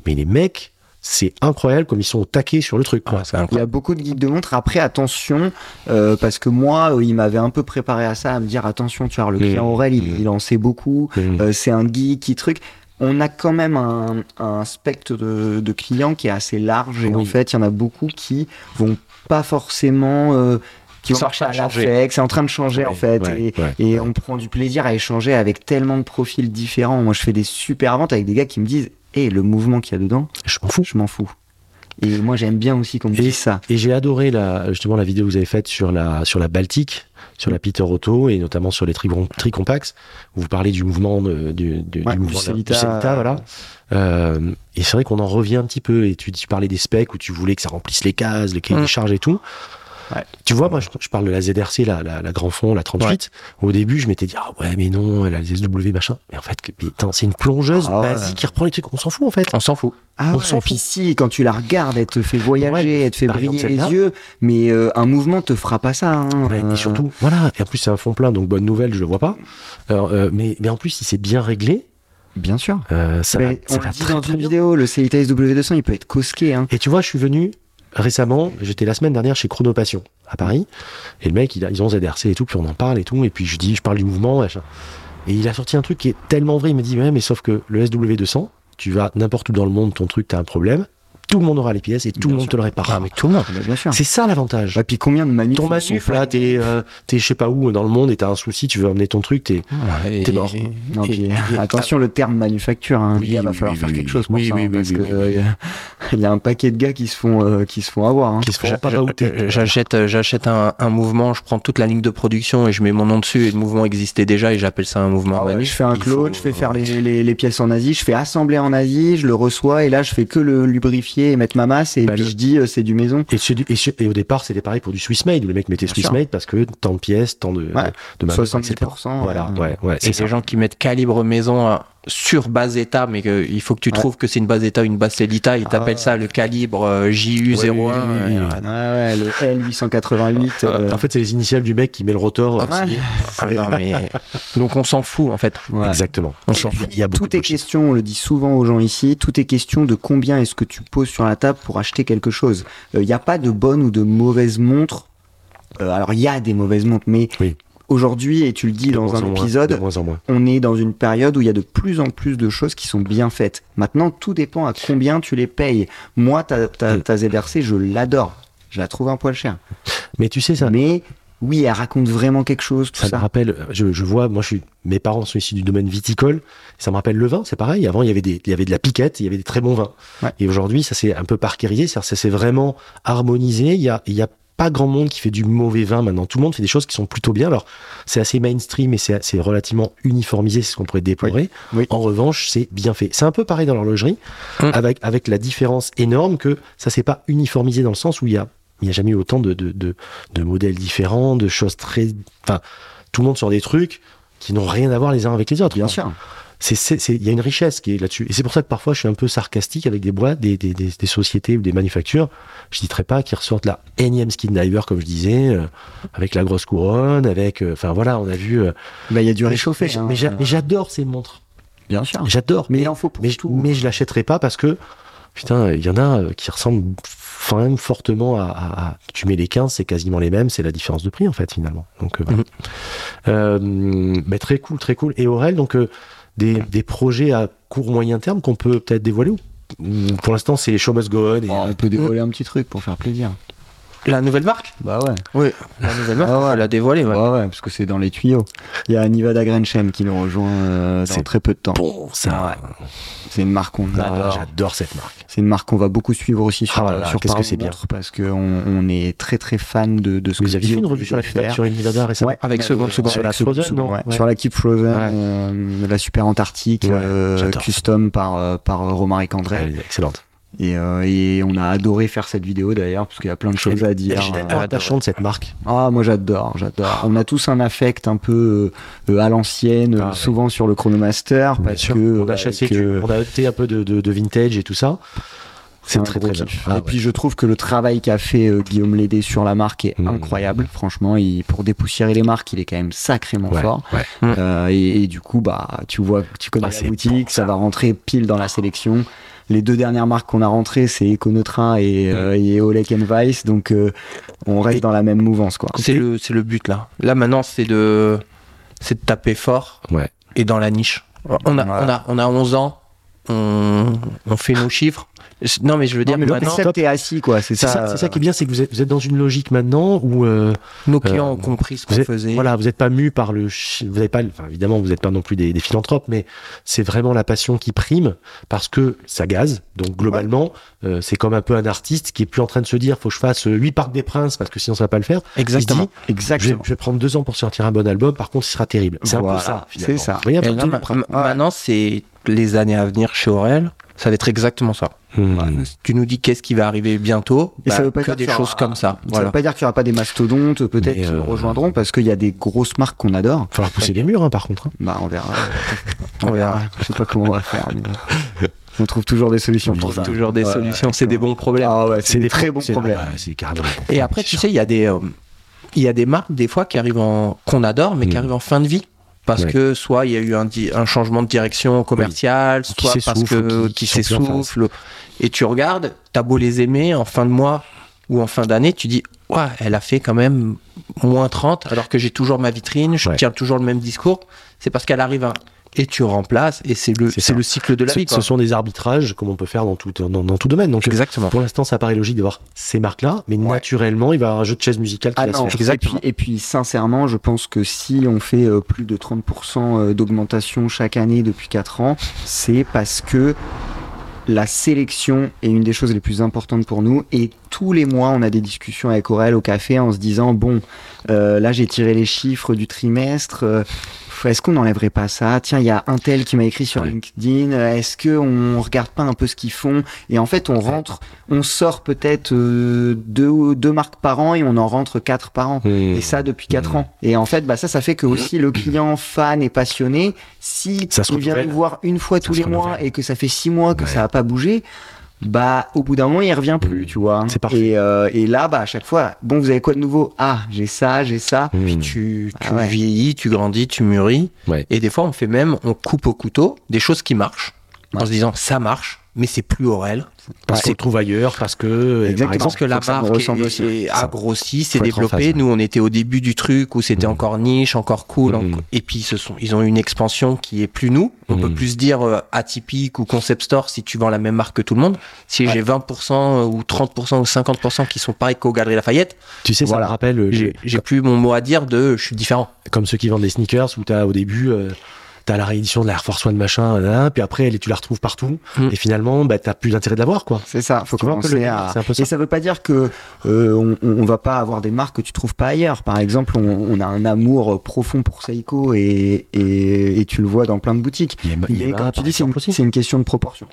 Mais les mecs, c'est incroyable comme ils sont au taquet sur le truc. quoi. Ah, c'est Il y incroyable. a beaucoup de guides de montres. Après, attention, euh, parce que moi, euh, il m'avait un peu préparé à ça, à me dire attention, tu vois, le Mmh. client Aurel, il, Mmh. il en sait beaucoup, Mmh. euh, c'est un geek, qui truc. On a quand même un, un spectre de, de clients qui est assez large et Oui. en fait, il y en a beaucoup qui vont pas forcément. euh, qui vont C'est en marcher train à de changer. l'affect, c'est en train de changer en Ouais, fait. ouais, et ouais. et on prend du plaisir à échanger avec tellement de profils différents. Moi, je fais des super ventes avec des gars qui me disent Hé, le mouvement Eh, qu'il y a dedans, Je m'en fous. je m'en fous. Et moi, j'aime bien aussi qu'on me dise ça. Et j'ai adoré la, justement la vidéo que vous avez faite sur la, sur la Baltique, sur la Peter Otto et notamment sur les trigron- tricompax, où vous parlez du mouvement de- du, du- du Ouais, du mouvement Celita. voilà. Euh, et c'est vrai qu'on en revient un petit peu. Et tu, tu parlais des specs où tu voulais que ça remplisse les cases, les cahiers Mm. des charges et tout. Ouais. Tu vois, moi, je, je parle de la ZRC, la, la, la Grand Fond, la 38. Au début, je m'étais dit, ah ouais, mais non, la SW, machin. Mais en fait, que- putain, c'est une plongeuse Ah ouais. basique qui reprend les trucs. On s'en fout, en fait. On s'en fout. Ah On ouais, s'en et fout. puis si, quand tu la regardes, elle te fait voyager, Ouais, elle te fait par briller exemple, les celle-là. yeux, mais euh, un mouvement te fera pas ça. hein. Ouais, Euh, Et surtout, voilà. Et en plus, c'est un fond plein, donc bonne nouvelle, je le vois pas. Alors, euh, mais, mais en plus, si c'est bien réglé, Bien sûr. euh, ça va, Mais ça on va le dit très, dans très une bien. vidéo, le Celita SW200, il peut être cosqué. Hein. Et tu vois, je suis venu récemment, j'étais la semaine dernière chez Chronopassion à Paris, et le mec, il a- ils ont ZRC et tout, puis on en parle et tout, et puis je dis, je parle du mouvement, machin. Et il a sorti un truc qui est tellement vrai, il m'a dit, ouais, mais sauf que le SW200, tu vas n'importe où dans le monde, ton truc, t'as un problème, tout le monde aura les pièces et tout Bien le monde sûr. te le répare. Ah, mais tout le monde. Ah bah, bien sûr. C'est ça l'avantage. Et puis combien de manifs Ton Bah, ils massif, font là, t'es euh, t'es je sais pas où dans le monde et t'as un souci, tu veux emmener ton truc, t'es. Ouais, T'es et- mort. et- Non, et- puis, et- *laughs* attention le terme manufacture, hein. ah. Oui, il va oui, falloir oui, faire oui, quelque chose pour oui, ça, oui, hein, oui, parce oui, que, oui. euh, *laughs* il y a- il y a un paquet de gars qui se font, euh, qui se font avoir. hein. Qui se font j'a- pas j'a- outer. euh, J'achète, euh, j'achète un, un mouvement, je prends toute la ligne de production et je mets mon nom dessus et le mouvement existait déjà et j'appelle ça un mouvement Ah ouais, manif. je fais un Il clone, faut- je fais euh, faire les, les, les pièces en Asie, je fais assembler en Asie, je le reçois et là je fais que le lubrifier et mettre ma masse et Bah, puis le- je dis euh, c'est du maison. Et, c'est du- et c'est- et au départ, c'était pareil pour du Swiss Made, où les mecs mettaient Bien Swiss sûr. Made parce que tant de pièces, tant de, Ouais, de manœuvres, 70%. Voilà, euh, ouais, ouais, Et c'est ça. ces gens qui mettent calibre maison euh, sur base état, mais que, il faut que tu Ouais. trouves que c'est une base état, une base Celita, ils t'appellent ça le calibre euh, JU01. Ouais, Ah, oui, oui, oui, euh, oui. Ouais, ouais, le *laughs* L888. euh, En fait, c'est les initiales du mec qui met le rotor. ouais. Ah, *laughs* non, mais- Donc on s'en fout en fait. Ouais. Exactement. On s'en Il y a beaucoup Tout est de choses. question, on le dit souvent aux gens ici, tout est question de combien est-ce que tu poses sur la table pour acheter quelque chose. Il n'y a pas de bonne ou de mauvaise montre. Euh, alors il y a des mauvaises montres, mais Oui. aujourd'hui, et tu le dis De dans moins en un moins, épisode, de moins en moins. on est dans une période où il y a de plus en plus de choses qui sont bien faites. Maintenant, tout dépend à combien tu les payes. Moi, ta, ta, Mm. ta ZRC, je l'adore. Je la trouve un poil chère. Mais tu sais, ça, Mais oui, elle raconte vraiment quelque chose, tout ça, ça. me rappelle, euh, je, je vois, moi, je suis, mes parents sont issus du domaine viticole. Ça me rappelle le vin, c'est pareil. Avant, il y avait des, il y avait de la piquette, il y avait des très bons vins. Ouais. Et aujourd'hui, ça s'est un peu parquérisé, c'est-à-dire ça s'est vraiment harmonisé. Il y a, il y a pas grand monde qui fait du mauvais vin maintenant. Tout le monde fait des choses qui sont plutôt bien. Alors, c'est assez mainstream et c'est c'est relativement uniformisé, c'est ce qu'on pourrait déplorer. Oui. En revanche, c'est bien fait. C'est un peu pareil dans l'horlogerie, Hum. Mm. avec, avec la différence énorme que ça s'est pas uniformisé dans le sens où il y a, il y a jamais eu autant de, de, de, de modèles différents, de choses très. Enfin, tout le monde sort des trucs qui n'ont rien à voir les uns avec les autres. Bien sûr. C'est- c'est- c'est- Il y a une richesse qui est là-dessus. Et c'est pour ça que parfois je suis un peu sarcastique avec des boîtes, des, des, des, des sociétés ou des manufactures. Je citerai pas qu'ils ressortent la énième skin diver, comme je disais, euh, avec la grosse couronne, avec. euh, Enfin voilà, on a vu. euh, Bah, Il y a du réchauffé. Mais, hein. mais j'a- mais j'adore ces montres. bien sûr. J'adore. Mais il en faut pour Mais, je- tout. mais je l'achèterai pas parce que, putain, il y en a euh, qui ressemblent quand même fortement à, à- à- Tu mets les 15, c'est quasiment les mêmes, c'est la différence de prix en fait finalement. Donc, euh, Mhm. voilà. Euh, mais très cool, très cool. Et Aurel, donc euh, des, des projets à court, moyen terme qu'on peut peut-être dévoiler ou ou pour l'instant c'est Show Must Go On et- Oh, on peut dévoiler un petit truc pour faire plaisir. La nouvelle marque Bah ouais. Oui, la nouvelle marque, Ah ouais. elle a dévoilé. ouais. Ouais, ouais, parce que c'est dans les tuyaux. Il y a Nivada Grenchen qui nous rejoint euh, dans C'est très peu de temps. bon, ça, C'est une marque qu'on Ah, adore. j'adore cette marque. C'est une marque qu'on va beaucoup suivre aussi sur, Ah là là, sur qu'est-ce que Parlons c'est bien. Montre, parce qu'on on est très très fan de, de ce que Vous avez Guillaume fait une revue sur la veut Fnac, faire. sur une Nivada récemment Ouais. Avec seconde, seconde. Sur la Avec Frozen, ce- non ouais, Ouais. Sur la Keep Frozen, Ouais. euh, la Super Antarctique, Ouais, euh, j'adore. custom par, euh, par euh, Romaric André. Elle est excellente. Et, euh, et on a adoré faire cette vidéo d'ailleurs, parce qu'il y a plein de choses à dire. Elle est Euh, tellement attachante cette marque. Ah, moi j'adore, j'adore. On a tous un affect un peu euh, euh, à l'ancienne, Ah, euh, ouais. souvent sur le Chronomaster, parce que on a bah, chassé, que- du- on a opté un peu de, de- de vintage et tout ça. C'est un très gros très bien. kiff. Ah, et ouais. puis je trouve que le travail qu'a fait euh, Guillaume Lédé sur la marque est Mmh. incroyable. Franchement, il, pour dépoussiérer les marques, il est quand même sacrément Ouais, fort. ouais. Euh, et, et du coup, bah, tu vois, tu connais Ah, c'est la boutique, bon, ça va rentrer pile dans la sélection. Les deux dernières marques qu'on a rentrées, c'est Econotra et, euh, et Oleg Weiss. Donc, euh, on reste dans la même mouvance, quoi. C'est le, c'est le but là. Là maintenant, c'est de, c'est de taper fort Ouais. et dans la niche. On a, Voilà. on a, on a 11 ans, on, on fait nos chiffres Je- Non, mais je veux dire, mais le maintenant, stop. concept est assis, quoi. C'est C'est ça. ça, c'est ça qui est bien, c'est que vous êtes, vous êtes dans une logique maintenant où euh, nos clients euh, ont compris ce vous qu'on êtes- faisait. voilà, vous n'êtes pas mu par le, chi- vous n'avez pas, enfin, évidemment, vous n'êtes pas non plus des, des philanthropes, mais c'est vraiment la passion qui prime parce que ça gaze. Donc globalement, euh, c'est comme un peu un artiste qui est plus en train de se dire, faut que je fasse euh, huit parcs des princes parce que sinon ça va pas le faire. Exactement. Je vais, Exactement. je vais prendre deux ans pour sortir un bon album. Par contre, ce sera terrible. C'est un Voilà, peu ça. finalement. c'est ça. Vous voyez, un Et peu là, tout- ma- ma- eh, maintenant, c'est les années à venir chez Aurel. Ça va être exactement ça. Hmm. Tu nous dis qu'est-ce qui va arriver bientôt. Et ça bah, veut pas que dire des qu'il y aura- choses comme ça. Ça Voilà. veut pas dire qu'il n'y aura pas des mastodontes, peut-être, Mais, qui euh, nous rejoindront, parce qu'il y a des grosses marques qu'on adore. Faut falloir pousser les murs, hein, par contre. hein. Bah, on verra. On verra. Je sais pas comment on va faire. mais On trouve toujours des solutions On pour trouve ça. Toujours des Ouais, solutions. C'est des bons problèmes. Ah ouais, c'est des très bons c'est- problèmes. ah, c'est carrément. Et après, tu sais, il y a des, euh, il y a des marques des fois qui arrivent en, qu'on adore, mais qui Mm. arrivent en fin de vie. Parce Ouais. que soit il y a eu un, di- un changement de direction commerciale, Qui soit parce s'essouffle, que qui- qui, qui sont plus en s'essouffle. Et tu regardes, t'as beau les aimer en fin de mois ou en fin d'année, tu dis, ouais, elle a fait quand même moins 30, alors que j'ai toujours ma vitrine, je Ouais. tiens toujours le même discours. C'est parce qu'elle arrive à, et tu remplaces, et c'est le, C'est c'est ça. le cycle de la Ce, vie. ce quoi. sont des arbitrages comme on peut faire dans tout, dans, dans tout domaine. Donc, euh, Exactement. pour l'instant, ça paraît logique d'avoir ces marques-là, mais Ouais. naturellement, il va y avoir un jeu de chaise musicale qui Ah va non, se faire. et puis, et puis sincèrement, je pense que si on fait euh, plus de 30% euh, d'augmentation chaque année depuis 4 ans, c'est parce que la sélection est une des choses les plus importantes pour nous et tous les mois on a des discussions avec Aurel au café en se disant bon euh, là j'ai tiré les chiffres du trimestre euh, est-ce qu'on n'enlèverait pas ça tiens il y a un tel qui m'a écrit sur Ouais. LinkedIn euh, est-ce que on regarde pas un peu ce qu'ils font et en fait on rentre on sort peut-être euh, deux deux marques par an et on en rentre quatre par an Hmm. et ça depuis 4 Mmh. ans. Et en fait, bah, ça, ça fait que aussi le client fan et passionné, si Ça se il vient renouvelle. nous voir une fois tous se les mois renouvelle. et que ça fait 6 mois que Ouais. ça a pas bougé, bah, au bout d'un moment, il revient plus, Mmh. tu vois. C'est parfait. Et, euh, et là, bah, à chaque fois, bon, vous avez quoi de nouveau? Ah, j'ai ça, j'ai ça. Hmm. tu, Ah tu ouais. vieillis, tu grandis, tu mûris. Ouais. Et des fois, on fait même, on coupe au couteau des choses qui marchent en Ouais. se disant ça marche, mais c'est plus Aurel. Parce Ouais. qu'on le trouve ailleurs, parce que. et par Exactement. exemple, Parce que la Faut que ça nous marque ressemble est- aussi. est- a Ça. grossi, s'est Faut être en développée. phase. Nous, on était au début du truc où c'était Mhm. encore niche, encore cool. Mhm. encore- Et puis, ils se sont, ils ont eu une expansion qui est plus nous. On Mhm. peut plus se dire euh, atypique ou concept store si tu vends la même marque que tout le monde. Si j'ai 20% euh, ou 30% ou 50% qui sont pareils qu'aux Galeries Lafayette, tu sais, ça Voilà. me rappelle, euh, j'ai j'ai plus mon mot à dire de je suis différent. comme ceux qui vendent des sneakers où t'as au début. euh, T'as la réédition de la Air Force One machin, là, puis après elle, tu la retrouves partout, Hmm. et finalement bah, t'as plus d'intérêt de l'avoir quoi. C'est ça, faut Tu vois un peu le commencer délire, à. c'est un peu ça. Et ça veut pas dire que euh, on, on- on va pas avoir des marques que tu trouves pas ailleurs. Par exemple, on, on a un amour profond pour Seiko et, et, et tu le vois dans plein de boutiques. Il y a- Bah, il y Mais a- comme tu par dis, c'est une, exemple, aussi. c'est une question de proportion.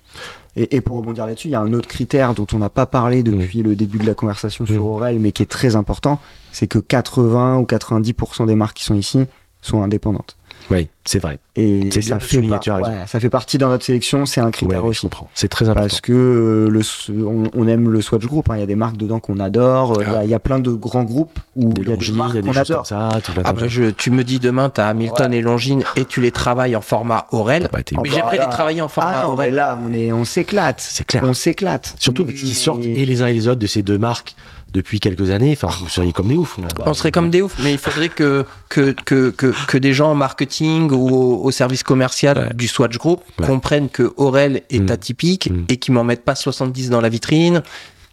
Et, et pour rebondir là-dessus, il y a un autre critère dont on n'a pas parlé depuis le début de la conversation sur Oui. Aurel, mais qui est très important, c'est que 80 ou 90% des marques qui sont ici sont indépendantes. Oui, c'est vrai. Et C'est bien ça de fait, souligner, par- tu as raison. ouais, ça fait partie dans notre sélection, c'est un Ouais, critère ouais, je aussi. comprends. C'est très important. Parce que euh, le, s- on, on aime le Swatch Group, hein, il y a des marques dedans qu'on adore, euh, il y a- il y, a plein de grands groupes où Ah. Des il y a des longines, il y a marques des qu'on choses comme adore. ça, tout plein de Ah choses. bah je, tu me dis demain, t'as Hamilton et Longines et tu les travailles en format Aurel. T'as pas été- Ah Mais bah j'aimerais là- les travailler en format Ah non, mais Aurel. là, on est- on s'éclate. C'est clair. On s'éclate. Surtout qu'ils Mais- sortent et les uns et les autres de ces deux marques depuis quelques années. Enfin, vous seriez comme des oufs. là. Bah. On serait comme des oufs, mais il faudrait que, que, que, que, que des gens en marketing ou au, au service commercial Ouais. du Swatch Group Ouais. comprennent que Aurel est Mm. atypique Mm. et qu'ils m'en mettent pas 70 dans la vitrine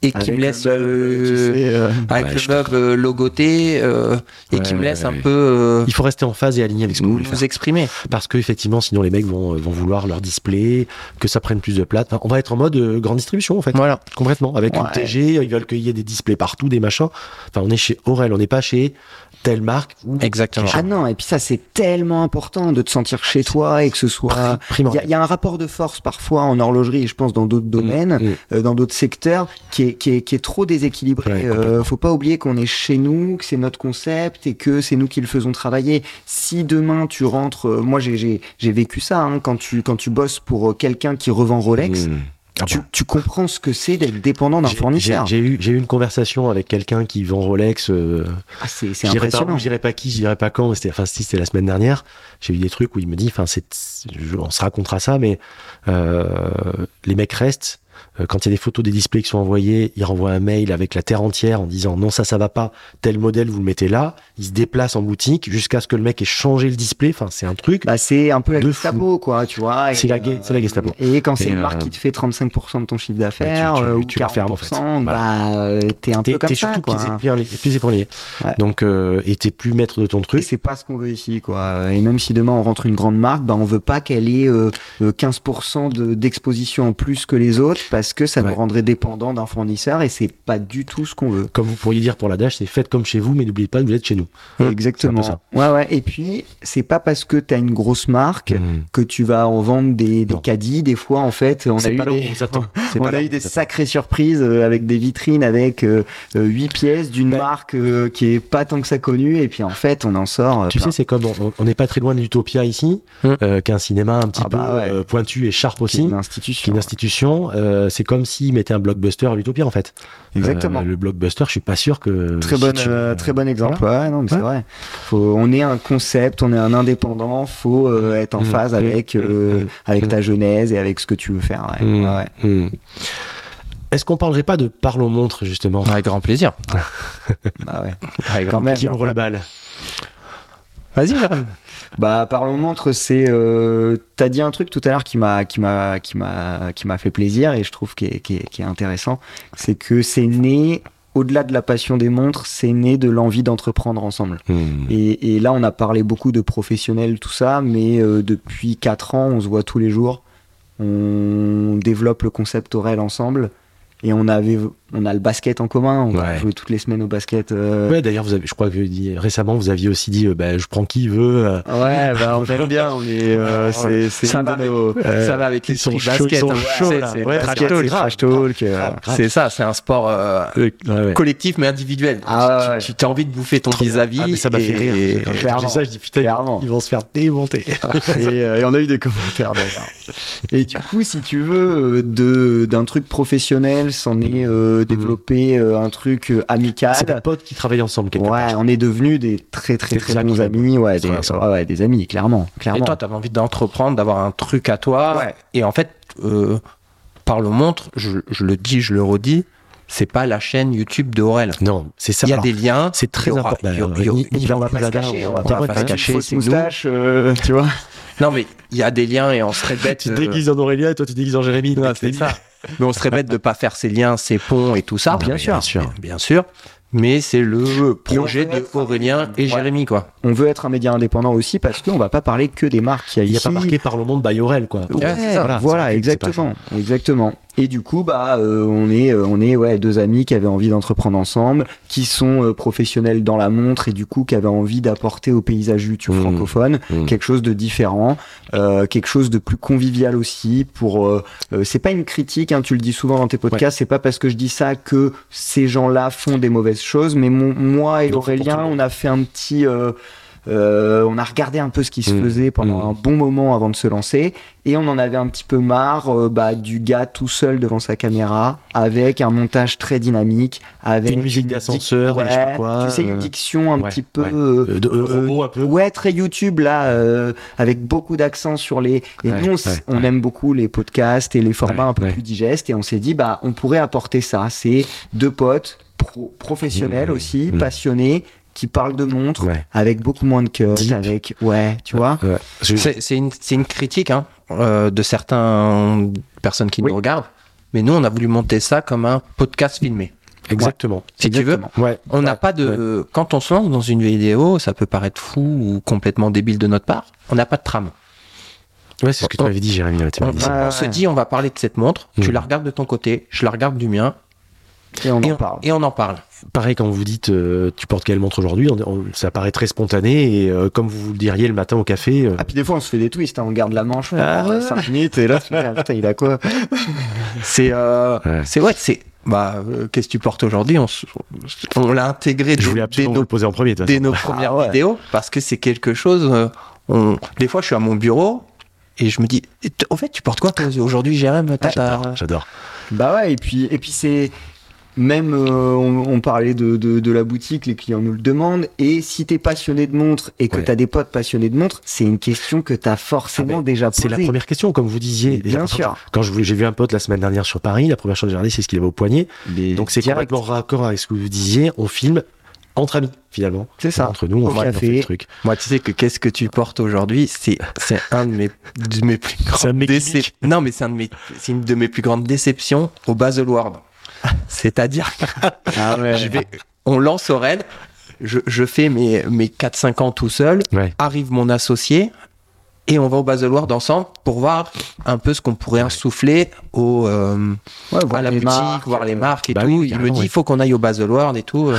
et Avec qu'ils me le laissent meuble, tu euh, sais, euh, avec Ouais, je suis le meuble logoté euh, et Ouais, qu'ils me ouais, laissent un ouais. peu euh, Il faut rester en phase et aligné avec ce qu'on nous, veut faire. exprimer. Parce que, effectivement, sinon les mecs vont, vont vouloir leur display, que ça prenne plus de place. Enfin, on va être en mode euh, grande distribution, en fait. Voilà. Complètement. Avec une Ouais. TG, ils veulent qu'il y ait des displays partout, des machins. Enfin, on est chez Aurel, on n'est pas chez telle marque. ou- Exactement. Ah non, et puis ça, c'est tellement important de te sentir chez toi et que ce soit. Il y, a- Primordial. il y a un rapport de force parfois en horlogerie et je pense dans d'autres domaines, Mm. euh, dans d'autres secteurs, qui est, qui est, qui est trop déséquilibré. Ouais, Euh, complètement. faut pas oublier qu'on est chez nous, que c'est notre concept et que c'est nous qui le faisons travailler. Si demain tu rentres, euh, moi j'ai- j'ai j'ai vécu ça, hein, quand, tu, quand tu bosses pour euh, quelqu'un qui revend Rolex, Mm. Ah tu, bon. tu comprends ce que c'est d'être dépendant d'un J'ai- fournisseur. J'ai j'ai eu, j'ai eu une conversation avec quelqu'un qui vend Rolex. euh, Ah, c'est c'est Je dirais pas impressionnant. où, je dirais pas qui, je dirais pas quand. mais C'était, enfin, si c'était la semaine dernière, j'ai eu des trucs où il me dit, enfin, c'est, je- on se racontera ça, mais euh, les mecs restent Euh, Quand il y a des photos des displays qui sont envoyés, il renvoie un mail avec la terre entière en disant non, ça, ça va pas, tel modèle, vous le mettez là. Il se déplace en boutique jusqu'à ce que le mec ait changé le display. Enfin, c'est un truc. Bah, c'est un peu la De Gestapo, quoi, tu vois. et, euh, C'est la gue- c'est la Gestapo. Et quand c'est Et, une marque euh, qui te fait 35% de ton chiffre d'affaires, bah, tu- tu- euh, ou tu la 40%, fermes, en fait. bah, euh, t'es un T'es peu comme t'es ça, surtout quoi. hein. pieds et poings- pieds et poings liés. Ouais. Donc, euh, et t'es plus maître de ton Et truc. c'est pas ce qu'on veut ici, quoi. Et même si demain on rentre une grande marque, bah, on veut pas qu'elle ait euh, euh, 15% de- d'exposition en plus que les autres, parce que ça Ouais. nous rendrait dépendant d'un fournisseur, et c'est pas du tout ce qu'on veut. Comme vous pourriez dire pour la Dash, c'est faites comme chez vous, mais n'oubliez pas que vous êtes chez nous. Hum, Exactement. Mmh. c'est un Ouais, ouais. Et puis, c'est pas parce que t'as une grosse marque Hmm. que tu vas en vendre des, des Mmh. Non. caddies. Des fois, en fait, on a C'est eu pas là où des- on vous attend. C'est *laughs* On pas là a où eu on des vous attend. sacrées surprises euh, avec des vitrines avec 8 pièces d'une Ben- marque euh, qui est pas tant que ça connue et puis en fait on en sort. euh, Tu plein. sais, c'est comme on- on n'est pas très loin de l'utopia ici, Hum. euh, qu'un cinéma un petit Ah bah peu ouais. euh, pointu et sharp C'est aussi, une qui est institution. une institution. euh, c'est comme s'ils mettaient un blockbuster à l'utopia en fait. Exactement. Euh, le blockbuster, je suis pas sûr que Très si bon, tu- euh, très bon exemple. Ouais, non, mais c'est Ouais. vrai. Faut, on est un concept, on est un indépendant. Faut euh, être en Mm. phase Mm. avec euh, Mm. avec ta genèse et avec ce que tu veux faire. ouais. Mm. Ouais, ouais. Hmm. Est-ce qu'on parlerait pas de parlons montre justement Ah, Avec grand plaisir. Bah ouais. Avec Quand grand- même. Qui ouvre la balle Vas-y, Jérôme. Bah parlons montre, c'est euh, t'as dit un truc tout à l'heure qui m'a qui m'a qui m'a qui m'a fait plaisir et je trouve qui est, qui est, qui est intéressant, c'est que c'est né au-delà de la passion des montres, c'est né de l'envie d'entreprendre ensemble. Et, et là, on a parlé beaucoup de professionnels, tout ça, mais euh, depuis 4 ans, on se voit tous les jours. On développe le concept Aurel ensemble. Et on, avait, on a le basket en commun. On va Ouais. jouer toutes les semaines au basket. euh, Ouais, d'ailleurs, vous avez, je crois que dit- récemment, vous aviez aussi dit, euh, ben, je prends qui veut. euh, Ouais, bah, on aime bien. On est, *laughs* euh, c'est, c'est Ça une va de nos- euh, ça va avec ils sont l'esprit chauds, ils basket. sont hein. chauds, C'est- là. c'est Ouais, trash basket, talk. c'est trash talk. euh, C'est ça, c'est un sport euh, euh, ouais, ouais. collectif mais individuel. Ah *laughs* ouais, Tu- ouais. tu t'as envie de bouffer ton Trop- vis-à-vis. Ah, mais ça m'a fait et- rire. et- Quand je clairement. dis ça, je dis putain, Clairement. ils vont se faire démonter. et, euh, et on a eu des commentaires d'ailleurs. Et du coup, si tu veux, euh, de, d'un truc professionnel, s'en est euh, développé euh, un truc euh, C'est des amical. potes qui travaillent ensemble quelque part. Ouais, on est devenus des très très Des très, amis. bons amis. Ouais, Très des, ensemble. ouais, ouais, des amis, clairement. Et clairement. toi, t'avais envie d'entreprendre, d'avoir un truc à toi. Ouais. Et en fait, euh, par le montre, je, je le dis, je le redis, c'est pas la chaîne YouTube d'Aurel. Non, c'est ça. Il y a Alors, des liens. c'est très il y aura- important. il y aura- il y aura- Ni- ni il y Van aura- Dada, cacher, on on va va pas pas se faire cacher. cacher, Fausse c'est nous. moustache, euh, tu vois. Non, mais il y a des liens et *laughs* on serait bête. Tu te euh, déguises en Aurélien et toi tu te déguises en Jérémy. Ouais, c'est ça. Mais on serait bête de pas faire ces liens, ces ponts et tout ça. Non, mais Ah, bien Bien sûr. sûr. Bien sûr. Mais c'est le projet on peut de être- Aurélien et Ouais. Jérémy, quoi. On veut être un média indépendant aussi parce qu'on va pas parler que des marques qu'il y a Il n'y a ici. pas marqué par le monde by Aurel, quoi. Ouais, Ouais, c'est ça. voilà, c'est- c'est exactement, exactement. Et du coup, bah, euh, on est, euh, on est, ouais, deux amis qui avaient envie d'entreprendre ensemble, qui sont euh, professionnels dans la montre et du coup qui avaient envie d'apporter au paysage YouTube Mmh. francophone Mmh. quelque chose de différent, euh, quelque chose de plus convivial aussi. Pour, euh, euh, c'est pas une critique, hein, tu le dis souvent dans tes podcasts, c'est pas parce que je dis ça que ces gens-là font des mauvaises choses, mais mon, moi et Donc, pour tout Aurélien, le monde. on a fait un petit. euh, euh, on a regardé un peu ce qui se Mm. faisait pendant Mm. un bon moment avant de se lancer et on en avait un petit peu marre euh, bah, du gars tout seul devant sa caméra avec un montage très dynamique avec Une musique d'ascenseur, dic- je sais pas ouais, quoi, tu sais euh, une diction un ouais, petit peu ouais. euh, Euh, de- euh, euh, robot un peu. ouais très YouTube là euh, avec beaucoup d'accent sur les et Ouais, nous on, s- ouais, on aime beaucoup les podcasts et les formats Ouais, un peu ouais. plus digestes et on s'est dit bah on pourrait apporter ça c'est deux potes pro- professionnels Mm, aussi mm. passionnés qui parlent de montres Ouais. avec beaucoup moins de cœur, Deep. avec ouais, tu vois. Je- C'est c'est une, c'est une critique hein, euh, de certaines personnes qui Oui. nous regardent. Mais nous, on a voulu monter ça comme un podcast filmé. Exactement. Si Exactement. tu Ouais. Ouais. veux, on n'a pas de. euh, Quand on se lance dans une vidéo, ça peut paraître fou ou complètement débile de notre part. On n'a pas de trame. c'est ce que tu m'avais dit, Jérémy. ouais, tu On, m'avais dit ça. Ouais, on ouais. se dit, on va parler de cette montre. Mhm. Tu la regardes de ton côté, je la regarde du mien, Et Mm. on et, en parle. et on en parle. Pareil, quand vous dites euh, tu portes quelle montre aujourd'hui, on- on- ça paraît très spontané et euh, comme vous vous le diriez le matin au café. euh, Ah, puis des fois, on se fait des twists, hein, on garde la manche Ah ouais. 5 *laughs* minutes, et là, tu te dis, ah, putain, il a quoi C'est euh, Ouais. c'est ouais, c'est bah euh, qu'est-ce que tu portes aujourd'hui On, s- on l'a intégré je voulais dès, dès absolument vous nos, le poser en premier. de toute dès nos premières ouais. vidéos parce que c'est quelque chose. euh, on, des fois, je suis à mon bureau et je me dis, Et bah, t- au fait, tu portes quoi toi, aujourd'hui, Jérém T'as- t'as- façon. J'adore. Bah ouais, et puis, et puis c'est. Même, euh, on, on parlait de, de, de la boutique, les clients nous le demandent. Et si t'es passionné de montres et que Ouais. t'as des potes passionnés de montres, c'est une question que t'as forcément Ah ben, déjà posée. C'est la première question, comme vous disiez. Bien Quand- sûr. Quand je vous- j'ai vu un pote la semaine dernière sur Paris, la première chose que j'ai regardée, c'est ce qu'il avait au poignet. Donc c'est Direct. complètement raccord avec ce que vous disiez. On filme entre amis, finalement. *laughs* C'est ça. Entre nous, on, Au filme, on café. fait des trucs. Moi, tu sais que qu'est-ce que tu portes aujourd'hui, c'est c'est un de mes de mes plus C'est un de grandes mes déceptions. gimmicks. Non, mais c'est un de mes c'est une de mes plus grandes déceptions *laughs* au Baselworld. C'est-à-dire, Ah ouais. je vais on lance au raid, je, je fais mes mes 4 5 ans tout seul, Ouais. arrive mon associé et on va au Baselworld ensemble pour voir un peu ce qu'on pourrait insuffler au euh, Ouais, à la les boutique, marques, voir les marques et Bah tout. oui, il me carrément, dit, oui. il faut qu'on aille au Baselworld et tout. Euh,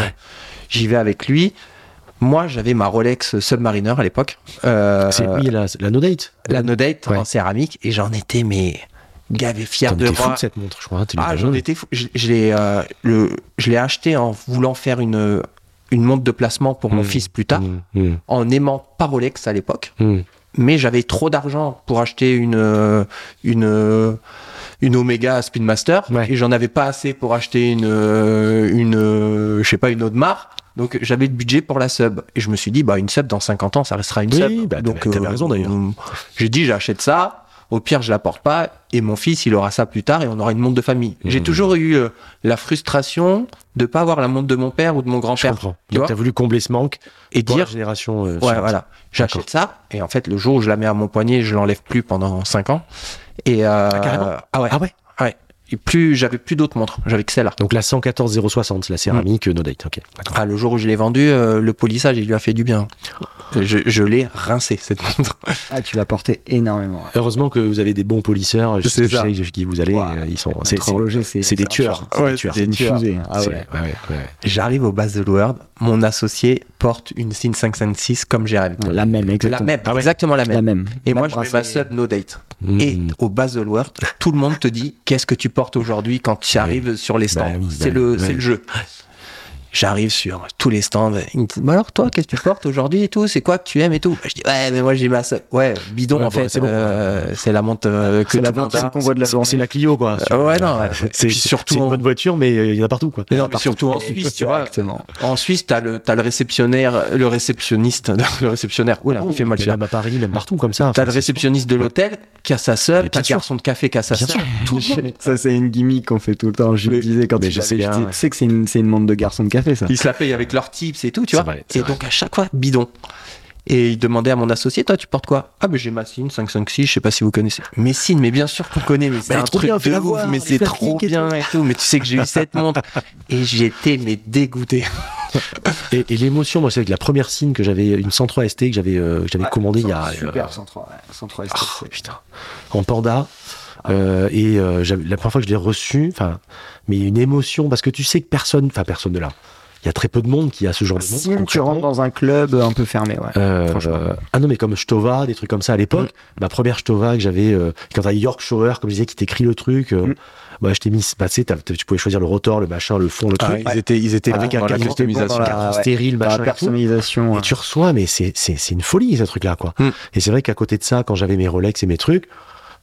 J'y vais avec lui. Moi, j'avais ma Rolex Submariner à l'époque. Euh, C'est oui, la, la no date. la No Date Ouais. en céramique et j'en étais, mais gavé fier T'en de étais fou moi. de cette montre, je crois. hein, t'es Ah, le- j'en étais fou. Je, je l'ai, euh, le- je l'ai acheté en voulant faire une, une montre de placement pour mon Mm. fils plus tard, Mm, mm, en aimant pas Rolex à l'époque mm. mais j'avais trop d'argent pour acheter une euh, une euh, une Omega Speedmaster Ouais. et j'en avais pas assez pour acheter une euh, une euh, je sais pas une Audemars donc j'avais le budget pour la sub et je me suis dit bah une sub dans 50 ans ça restera une Oui, sub bah, donc t'avais- t'avais raison, d'ailleurs. euh, j'ai dit j'achète ça au pire je la porte pas et mon fils il aura ça plus tard et on aura une montre de famille j'ai Mhm. toujours eu euh, la frustration de pas avoir la montre de mon père ou de mon Je grand-père comprends. tu Donc vois t'as voulu combler ce manque et pour la dire génération. euh, Ouais, suivante. voilà. J'achète ça et en fait le jour où je la mets à mon poignet, je l'enlève plus pendant 5 ans. Et euh, carrément ah ouais. Ah ouais Et plus j'avais plus d'autres montres, j'avais que celle-là. Donc la 114 060, la Mmh. céramique, euh, no date. Ok. D'accord. Ah, le jour où je l'ai vendue, euh, le polissage, il lui a fait du bien. Je, je l'ai rincé cette montre. *laughs* Ah, tu l'as porté énormément. ouais. Heureusement que vous avez des bons polisseurs. Je sais, C'est je ça. sais qui vous allez. Ouah, euh, Ils sont. C'est Notre c'est- horloger, C'est c'est des un tueurs. tueur. C'est des Ouais, tueurs. c'est C'est une Des tueurs. fusée. Ah C'est- ouais. ouais, ouais, ouais. J'arrive au Baselworld, mon associé porte une Sin 556 comme Jérém. La même, La exactement. même, Ah ouais. exactement la même. La même. Et moi, Même je mets bracelet. ma sub no date. Et Mm. au Baselworld, tout le monde te dit *laughs* qu'est-ce que tu portes aujourd'hui quand tu arrives sur les stands. Bah oui, bah c'est le, oui, c'est oui. le jeu. J'arrive sur tous les stands. Ils me disent, bah alors toi, qu'est-ce que tu portes aujourd'hui et tout C'est quoi que tu aimes et tout Je dis ouais, mais moi j'ai ma sub. Ouais, bidon Ouais, en bon, fait. c'est bon. euh, c'est la montre euh, que C'est la tout le monde a. vingtaine qu'on voit de la C'est- journée. C'est la Clio, quoi. Euh, ouais, non. ouais. C'est Et puis surtout surtout une en, bonne voiture, mais euh, il y en a partout, quoi. mais non, mais surtout en Suisse, *laughs* tu vois. Exactement. En Suisse, t'as le, t'as le réceptionnaire, le réceptionniste, *laughs* le réceptionnaire. Oula, il fait Oh, mal. Mais celui-là. Même à Paris, même partout, comme ça. T'as le réceptionniste de l'hôtel qui a sa sœur, Mais t'as bien le sûr. garçon de café qui a sa Bien sœur. Tout le monde. Ça, c'est une gimmick qu'on fait tout le temps. Je le Mais- disais quand mais tu je l'avais, sais bien, dis, ouais. Tu sais Ah, que c'est une, c'est une montre de garçon de café, ça. Ils se la payent avec leurs tips et tout, tu C'est vois. vrai, c'est et vrai. donc à chaque fois, bidon. Et il demandait à mon associé, toi, tu portes quoi Ah, mais j'ai ma Cine 556, je sais pas si vous connaissez. Mais Cine, mais bien sûr qu'on connaît, mais c'est Bah, elle est un trop truc bien, de fais-la ouf, voir, mais les c'est plastiques trop et bien et tout. Mais tu sais que j'ai *laughs* eu cette montre et j'étais mais dégoûté. Et, et l'émotion, moi, c'est avec la première signe que j'avais, une 103 ST que j'avais, euh, que j'avais commandée il y a. Ah, Super, euh, 103. ouais, 103 ah, STC. putain. En panda. euh, et euh, j'avais- la première fois que je l'ai reçue, enfin, mais une émotion, parce que tu sais que personne, enfin, personne de là. Il y a très peu de monde qui a ce genre de montre, Si tu concrètement. rentres dans un club un peu fermé, ouais. Euh, euh, ah non, mais comme Stova, des trucs comme ça à l'époque. Ma première Stova que j'avais, euh, quand t'as York Shower, comme je disais, qui t'écrit le truc, euh, Mm. bah, je t'ai mis, bah, tu sais, t'as- t'as- tu pouvais choisir le rotor, le machin, le fond, le truc. ils étaient, ils étaient Avec un cadre customisation. dans la- Ah, ouais. stérile, Dans machin. la et tout. personnalisation. Et ouais. tu reçois, mais c'est c'est- c'est une folie, ce truc-là, quoi. Mm. Et c'est vrai qu'à côté de ça, quand j'avais mes Rolex et mes trucs,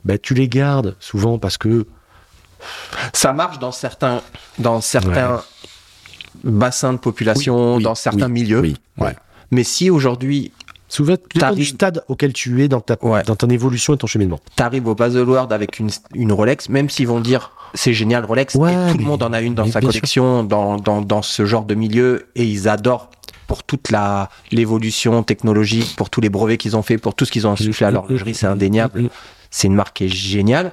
bah, tu les gardes souvent parce que. Ça marche dans certains, dans certains bassins de population, Oui, oui, dans certains oui, milieux. oui, ouais. Mais si aujourd'hui, Souvent, tu dépend du T'arrives- stade auquel tu es dans, ta, Ouais. dans ton évolution et ton cheminement. t'arrives au Baselworld avec une, une Rolex, même s'ils vont dire c'est génial Rolex, Ouais, et tout mais- le monde en a une dans mais sa bien collection, dans, dans, dans ce genre de milieu, et ils adorent pour toute la l'évolution technologique, pour tous les brevets qu'ils ont fait, pour tout ce qu'ils ont insufflé à l'horlogerie, c'est indéniable. C'est une marque qui est géniale,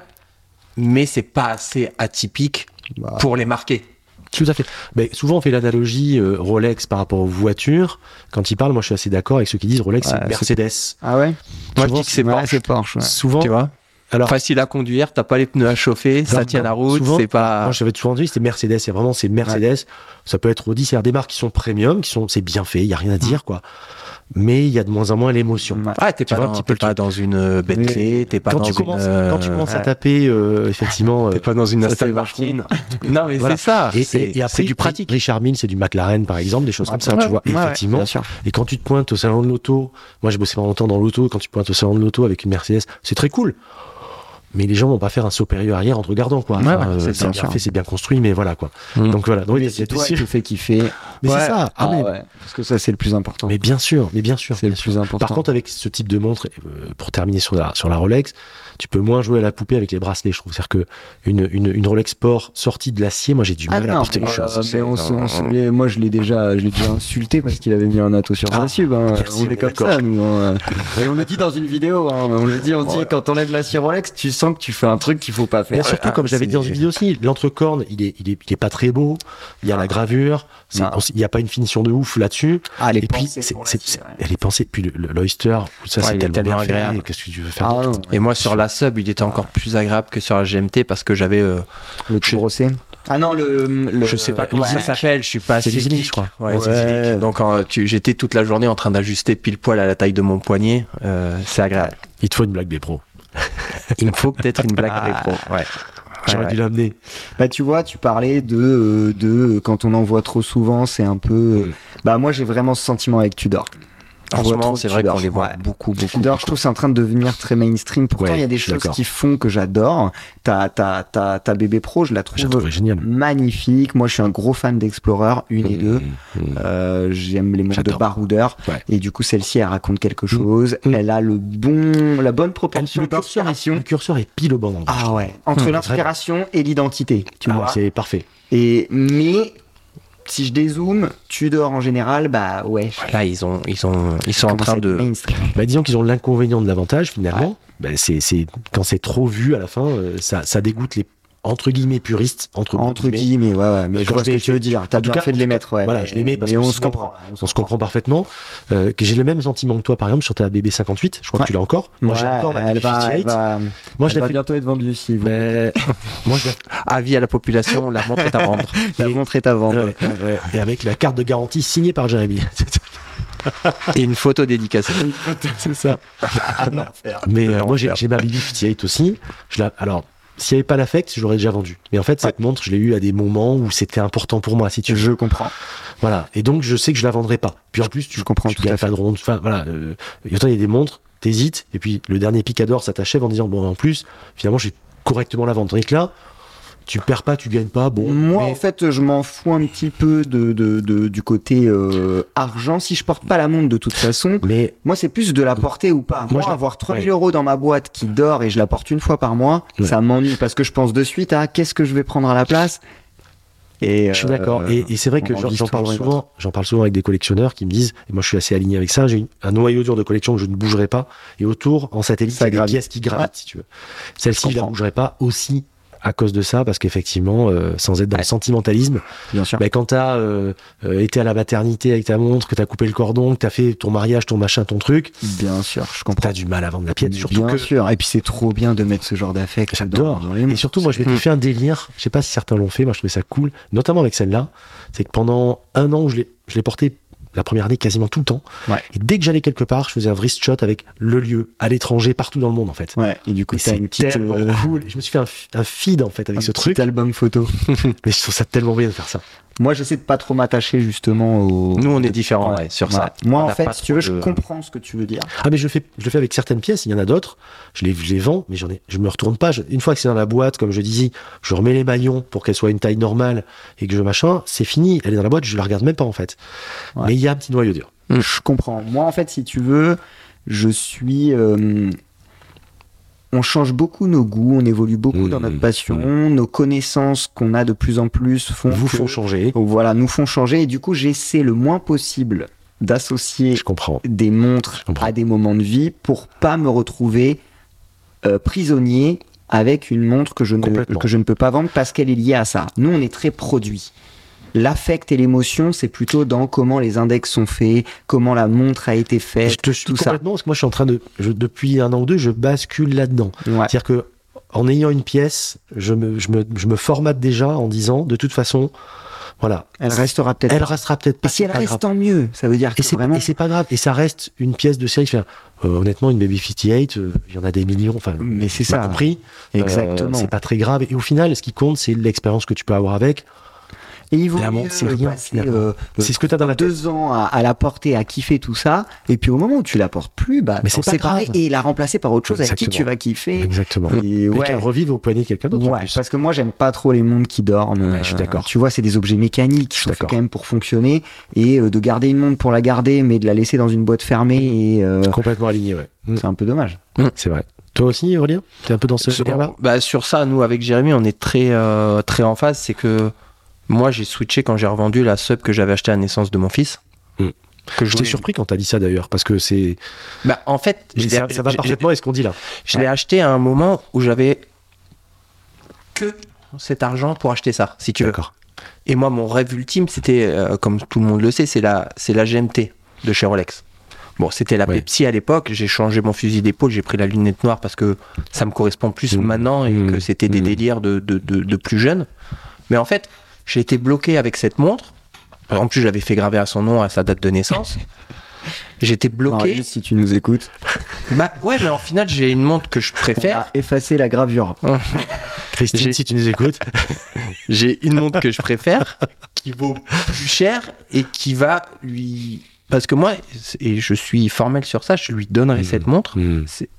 mais c'est pas assez atypique Bah. pour les marquer. Tout à fait. Mais souvent, on fait l'analogie euh, Rolex par rapport aux voitures. Quand ils parlent, moi, je suis assez d'accord avec ceux qui disent Rolex, Ouais, c'est Mercedes. Ah ouais Moi, je Souvent, dis que c'est Ouais, Porsche, c'est Porsche. ouais. Souvent, tu vois. alors, Facile à conduire, t'as pas les pneus à chauffer, ça Non, tient la route, souvent- c'est pas. moi, j'avais souvent dit, c'était Mercedes. Et vraiment, c'est Mercedes. Ça peut être Audi. C'est des marques qui sont premium, qui sont, c'est bien fait. Il y a rien à dire, quoi. Mais il y a de moins en moins l'émotion. Ouais. Ah, t'es Tu pas, vois un dans- petit peu t'es pas dans une euh, Bentley, t'es pas Quand dans tu, une, commences, euh, quand tu commences à ouais. taper, euh, effectivement. euh, T'es pas dans une Ça, Aston c'est Martin. non, mais Voilà. c'est ça. et, c'est et- et après, c'est du pratique. Richard Mille, c'est du McLaren, par exemple, des choses comme ça, Ouais, tu vois. ouais, ouais, effectivement, bien sûr. Et quand tu te pointes au salon de l'auto, moi j'ai bossé pendant longtemps dans l'auto, quand tu te pointes au salon de l'auto avec une Mercedes, c'est très cool. mais les gens vont pas faire un saut périlleux arrière en te regardant quoi. Ouais, Enfin, ouais, euh, c'est c'est bien ça. fait, c'est bien construit, mais voilà quoi. Mm. Donc voilà. Donc, Oui, mais il y a c'est des toi qui cirques- te fais kiffer. mais Ouais. c'est ça. Ah, Ah mais, ouais. Parce que ça, c'est le plus important. mais bien sûr, mais bien sûr. c'est le bien sûr. plus important. Par contre, avec ce type de montre, euh, pour terminer sur la, sur la Rolex, tu peux moins jouer à la poupée avec les bracelets, je trouve. C'est-à-dire que une, une, une Rolex Sport sortie de l'acier, moi j'ai du Ah mal à non, porter les mais, choses. euh, mais on se- on se- mais moi je l'ai déjà, je l'ai déjà insulté parce qu'il avait mis un ato sur Ah, sa sub. hein. merci, On on est est comme d'accord. ça, *laughs* nous. hein. Et on le dit dans une vidéo. hein. On le dit, on dit quand t'enlèves la scie Rolex, tu sens que tu fais un truc qu'il faut pas Mais faire. surtout, ah, comme j'avais dit dans c'est- une vidéo aussi, l'entrecorne, il est, il, est, il est pas très beau. Il y a la gravure. c'est- Non. on s- Il n'y a pas une finition de ouf là-dessus. Ah, les Et puis, pensées c'est- pour la c'est- scie, c'est- ouais. elle est pensée. Puis le- le- l'Oyster, ça Ouais, c'est il est tellement tellement bien fait, agréable. Qu'est-ce que tu veux faire Ah d'autre non, Et moi sur la sub, il était encore plus agréable que sur la GMT parce que j'avais, euh, le tout brossé. Ah non, le, le- je sais pas ouais. comment ça s'appelle, je suis pas C'est assez l'Isley, geek. je crois. Ouais, Ouais. c'est l'Isley. Donc euh, tu- j'étais toute la journée en train d'ajuster pile poil à la taille de mon poignet. euh, c'est agréable. Il te faut une blague des pros. Il me faut peut-être une blague rétro. Ouais. J'aurais dû l'amener. Bah tu vois, tu parlais de euh, de euh, quand on en voit trop souvent, c'est un peu. euh, Bah moi j'ai vraiment ce sentiment avec Tudor. Mm. En ce On voit moment, trop c'est de vrai Tudor. qu'on les voit Ouais. beaucoup, beaucoup. Tudor, je trouve c'est en train de devenir très mainstream. Pourtant, il Ouais, y a des je suis choses d'accord. qui font que j'adore. Ta ta ta ta bébé pro, je la J'ai trouve trouvé génial. magnifique. Moi, je suis un gros fan d'Explorer, une et deux. Mm. Euh, J'aime les montres de J'adore. baroudeur. Ouais. Et du coup, celle-ci, elle raconte quelque chose. Mm. Elle a le bon, la bonne proportion Le curseur, est, le d'inspiration. curseur est pile au bon endroit. Ah ouais. Entre Mm. l'inspiration et l'identité, tu Ah, vois. c'est parfait. Et mais si je dézoome, Tudor en général, bah ouais. Là, ils ont, ils ont, ils sont en commence à train être de. mainstream. Bah, disons qu'ils ont l'inconvénient de l'avantage finalement. Bah, c'est, c'est quand c'est trop vu à la fin, euh, ça, ça dégoûte les entre guillemets puristes entre, Entre guillemets, ouais, ouais. Mais Mais je quand vois je ce que les- tu veux dire. T'as en tout bien cas, fait de les mettre, ouais. voilà, je les mets parce mais que on se sinon, comprend. On se comprend parfaitement. Euh, que j'ai le même sentiment que toi, par exemple, sur ta BB 58. Je crois Ouais. que tu l'as encore. Moi, j'ai Ouais, encore ma elle va, 58. elle va, Moi, je elle l'ai va fait. bientôt être vendue si vous. Mais- Moi, je l'ai *laughs* Avis à la population, la montre est à vendre. La et- montre est à vendre. Ouais, ouais. Et avec la carte de garantie signée par Jérémy. *laughs* Et une photo dédicacée. C'est ça. Ah, Mais euh, moi, j'ai j'ai ma BB 58 aussi. Je la... Alors, s'il n'y avait pas l'affect, je l'aurais déjà vendue. Mais en fait, cette montre, je l'ai eue à des moments où c'était important pour moi, si tu veux. Je comprends. Voilà. Et donc, je sais que je la vendrai pas. Puis en plus, tu, je comprends tu tout gagnes à fait. pas de ronde. Enfin, voilà. euh, et autant il y a des montres, t'hésites, et puis le dernier picador, ça t'achève en disant, bon, en plus, finalement, j'ai correctement la vente. Tandis que là, tu perds pas, tu gagnes pas, bon. Moi, mais- en fait, je m'en fous un petit peu de, de, de- du côté euh, argent. Si je porte pas la montre de toute façon, mais moi, c'est plus de la porter ou pas. Moi, Moi, je la- avoir 3000 ouais. euros dans ma boîte qui dort et je la porte une fois par mois, Ouais. ça m'ennuie parce que je pense de suite à qu'est-ce que je vais prendre à la place. Et, Je suis euh, d'accord. Et, et c'est vrai que on j'en vit j'en parle toujours les souvent. J'en parle souvent avec des collectionneurs qui me disent. Et moi, je suis assez aligné avec ça. J'ai une- un noyau dur de collection que je ne bougerai pas. Et autour, en satellite, il y Ça a des gravite. pièces qui gravitent, Ouais. si tu veux. Celle-ci, Je je la comprends. bougerai pas aussi à cause de ça, parce qu'effectivement, euh, sans être dans le sentimentalisme, bien sûr. bah, quand t'as euh, euh, été à la maternité avec ta montre, que t'as coupé le cordon, que t'as fait ton mariage, ton machin, ton truc, Bien sûr, je comprends. t'as du mal à vendre la pièce. Mais Surtout bien que sûr. Et puis c'est trop bien de mettre ce genre d'affect. J'adore. dans- dans les Et montres. surtout, moi, je m'étais Mm. fait un délire. Je sais pas si certains l'ont fait. Moi, je trouvais ça cool, notamment avec celle-là. C'est que pendant un an, je l'ai, je l'ai porté la première année quasiment tout le temps. Ouais. Et dès que j'allais quelque part, je faisais un wrist shot avec le lieu, à l'étranger, partout dans le monde, en fait. Ouais. Et du coup, Et t'as c'est une petite, tellement euh, cool. Et Je me suis fait un, f- un feed, en fait, avec un ce petit truc. album photo. Mais je trouve ça tellement bien de faire ça. Moi, j'essaie de pas trop m'attacher justement au. Nous, on est différents Ouais. ouais, sur Voilà. ça. Moi, On en n'a fait, pas si tu veux, trop je de- comprends ce que tu veux dire. Ah, mais je le fais, je le fais avec certaines pièces. Il y en a d'autres. Je les, je les vends, mais j'en ai, je me retourne pas. Je- une fois que c'est dans la boîte, comme je disais, je remets les maillons pour qu'elle soit une taille normale et que je machin. C'est fini. Elle est dans la boîte. Je la regarde même pas, en fait. Ouais. Mais il y a un petit noyau dur. Je comprends. Moi, en fait, si tu veux, je suis. euh, on change beaucoup nos goûts, on évolue beaucoup Mmh, dans notre passion, nos connaissances qu'on a de plus en plus font vous que- font changer. voilà, nous font changer. Et du coup, j'essaie le moins possible d'associer Je comprends. des montres Je comprends. à des moments de vie pour pas me retrouver euh, prisonnier avec une montre que je, ne, Complètement. que je ne peux pas vendre parce qu'elle est liée à ça. Nous, on est très produit. L'affect et l'émotion, c'est plutôt dans comment les index sont faits, comment la montre a été Et je faite, te suis tout ça. complètement parce que moi je suis en train de, je- depuis un an ou deux, je bascule là-dedans. Ouais. C'est-à-dire que en ayant une pièce, je me, je me, je me formate déjà en disant, de toute façon, voilà, Elle restera peut-être. elle restera peut-être Et pas. si elle pas reste, grave. tant mieux. Ça veut dire Et que c'est vraiment. et c'est pas grave. Et ça reste une pièce de série. Enfin, euh, honnêtement, une Baby 58, euh, il y en a des millions. Enfin, Mais c'est tu m'as ça. compris. Euh, Exactement. c'est pas très grave. Et au final, ce qui compte, c'est l'expérience que tu peux avoir avec. Et il vaut Clairement, mieux c'est rien, passer finalement. euh, C'est ce que t'as dans la tête. deux ans à, à la porter, à kiffer tout ça, et puis au moment où tu la portes plus, bah, Mais t'en c'est pas séparer grave. et la remplacer par autre chose avec qui tu Exactement. vas kiffer. Exactement. Et Et qu'elle ouais, revive au poignet de quelqu'un d'autre. en Ouais, plus. parce que moi j'aime pas trop les mondes qui dorment. Ouais, je suis Euh, d'accord. Tu vois, c'est des objets mécaniques qui suis sont faits d'accord. quand même pour fonctionner et euh, de garder une montre pour la garder, mais de la laisser dans une boîte fermée, et euh, Complètement aligné, ouais. Mm. c'est un peu dommage. C'est vrai. Toi aussi, Aurélien T'es un peu dans ce sur, là bah, sur ça, nous avec Jérémy, on est très euh, très en phase. C'est que moi, j'ai switché quand j'ai revendu la sub que j'avais achetée à la naissance de mon fils. Hmm. Que je J'étais voulais- surpris quand t'as dit ça d'ailleurs, parce que c'est. Bah, en fait, je l'ai- Ça, ça va je- parfaitement avec ce qu'on dit là. Je l'ai acheté à un moment où j'avais que cet argent pour acheter ça, si tu veux. D'accord. Et moi, mon rêve ultime, c'était, euh, comme tout le monde le sait, c'est la, c'est la GMT de chez Rolex. Bon, c'était la Ouais. Pepsi à l'époque. J'ai changé mon fusil d'épaule, j'ai pris la lunette noire parce que ça me correspond plus Mmh. maintenant et Mmh. que c'était des Mmh. délires de, de, de- de plus jeune. Mais en fait, j'ai été bloqué avec cette montre. En plus, je l'avais fait graver à son nom, à sa date de naissance. J'étais bloqué. Marius, si tu nous écoutes, Bah ouais, mais en final, j'ai une montre que je on préfère. a effacé la gravure. Christine, J'ai- si tu nous écoutes, J'ai une montre que je préfère, qui vaut plus cher et qui va lui. Parce que moi, et je suis formel sur ça, je lui donnerai Mhm. cette montre. C'est-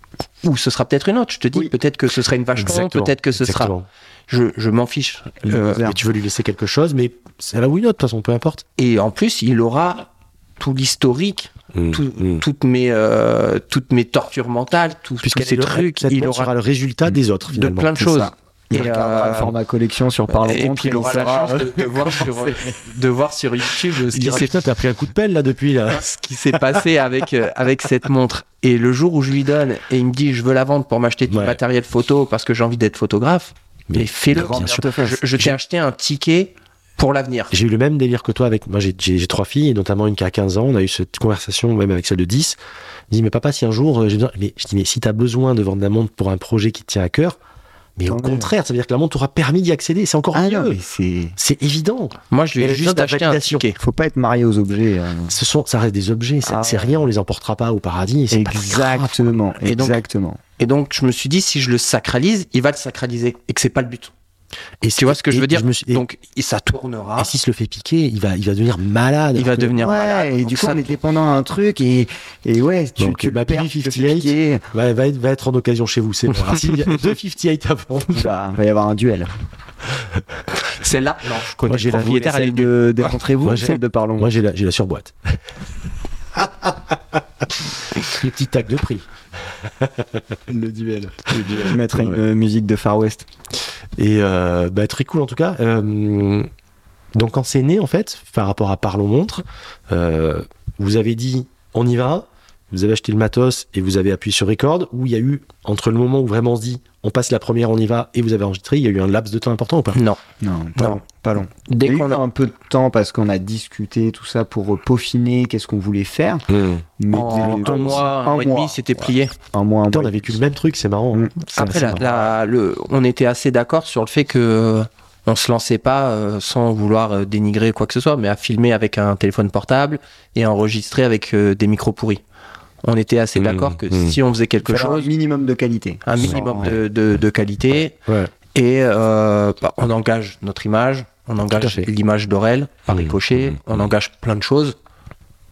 Ou ce sera peut-être une autre. Je te dis, Oui. peut-être que ce sera une vache Exactement. peut-être que ce sera. Exactement. Hmm. Je, je m'en fiche. Euh, Et tu veux lui laisser quelque chose, mais c'est là ou une autre, de toute façon, peu importe. et en plus, il aura tout l'historique, tout- Hmm. toutes, mes, euh, toutes mes tortures mentales, tout- tous Puisqu'elle ces est le- trucs. cette Il montre aura sera le résultat des autres, de finalement. plein de C'est choses. ça. Il Et, regardera euh, le format collection sur par et puis il aura la chance euh, de, de *laughs* voir sur, de voir sur YouTube ce euh, Il qui dira, s'est putain, t'as pris un coup de pelle, là, depuis, *laughs* là. ce qui s'est passé avec, euh, avec cette montre. Et le jour où je lui donne et il me dit je veux la vendre pour m'acheter du Ouais. matériel photo parce que j'ai envie d'être photographe, Mais mais fais-le. grand, bien sûr. Je, je t'ai acheté un ticket pour l'avenir. J'ai eu le même délire que toi avec moi. J'ai- J'ai j'ai trois filles, et notamment une qui a 15 ans. On a eu cette conversation même avec celle de 10. Elle dit mais papa, si un jour euh, j'ai besoin, mais je dis mais si t'as besoin de vendre la montre pour un projet qui te tient à cœur, mais au Tant mieux. contraire, ça veut dire que la montre t'aura permis d'y accéder. C'est encore Ah non, mieux. mais c'est. C'est évident. Moi, je lui Et ai le jour juste de la acheté un validation. ticket. Faut pas être marié aux objets. euh. Ce sont, ça reste des objets. C'est Ah. c'est rien. On les emportera pas au paradis. et c'est pas grave. Exactement, Et donc- exactement. Et donc, je me suis dit si je le sacralise, il va le sacraliser et que c'est pas le but. Et Tu vois ce que je et veux dire me suis- et, Donc, et ça tournera. et s'il se le fait piquer, il va, il va devenir malade. Il va devenir ouais, malade. et Donc du coup, ça- on est dépendant à un truc, et, et ouais, tu, Donc, tu ma le perds, Baby tu te fais 58. piquer. va, va être, va être en occasion chez vous. C'est bon. Alors, *laughs* s'il y a 258 à vendre, Bah, va y avoir un duel. celle-là, non, je connais Moi, j'ai le la- propriétaire. elle est Celle nulle. de démontrez-vous, Moi, j'ai- celle de parlons. moi j'ai la, j'ai la surboîte. *laughs* Les petits tacs de prix. le duel. Je mettrai une euh, musique de Far West. Et euh, bah, très cool en tout cas. Euh, donc quand c'est né en fait, par rapport à Parlons Montre, euh, vous avez dit on y va, vous avez acheté le matos et vous avez appuyé sur record, où il y a eu entre le moment où vraiment on se dit on passe la première, on y va et vous avez enregistré, il y a eu un laps de temps important ou pas Non. Non, pas Non. long. Pas long. Dès Il y a eu qu'on a- un peu de temps parce qu'on a discuté tout ça pour euh, peaufiner qu'est-ce qu'on voulait faire. Mmh. Mais en dès le- un mois, un mois et demi, c'était plié. Un mois, un Putain, mois. on a vécu le même truc, c'est marrant. Mm. C'est Mmh. Après, assez la- marrant. la- le, on était assez d'accord sur le fait que euh, on se lançait pas euh, sans vouloir euh, dénigrer quoi que ce soit, mais à filmer avec un téléphone portable et à enregistrer avec euh, des micros pourris. On était assez Mmh, d'accord que mmh. si on faisait Il quelque fallait chose, Un minimum de qualité. un minimum de, de- de qualité Ouais. et euh, bah, on engage notre image, on engage fait. l'image d'Aurel par Mmh, ricochet, mmh, on engage plein de choses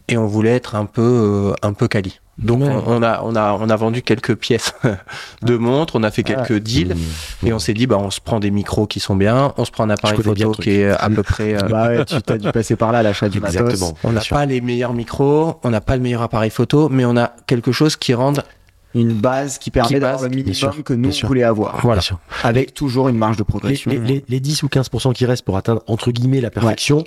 et on voulait être un peu euh, un peu quali. Donc Ouais. on, on a on a on a vendu quelques pièces *laughs* de montres, on a fait quelques deals Mmh. et on s'est dit bah on se prend des micros qui sont bien, on se prend un appareil connais bien photo le truc. qui est à peu près *laughs* euh, Bah ouais, tu t'as dû passer par là, l'achat du matos. Exactement. on n'a bien sûr. pas les meilleurs micros, on n'a pas le meilleur appareil photo, mais on a quelque chose qui rende Une base qui permet Qui d'avoir base, le minimum sûr, que nous bien sûr. on voulait avoir. Bien voilà. sûr. Avec toujours une marge de Les, progression. les- les- les 10 ou 15% qui restent pour atteindre entre guillemets la perfection,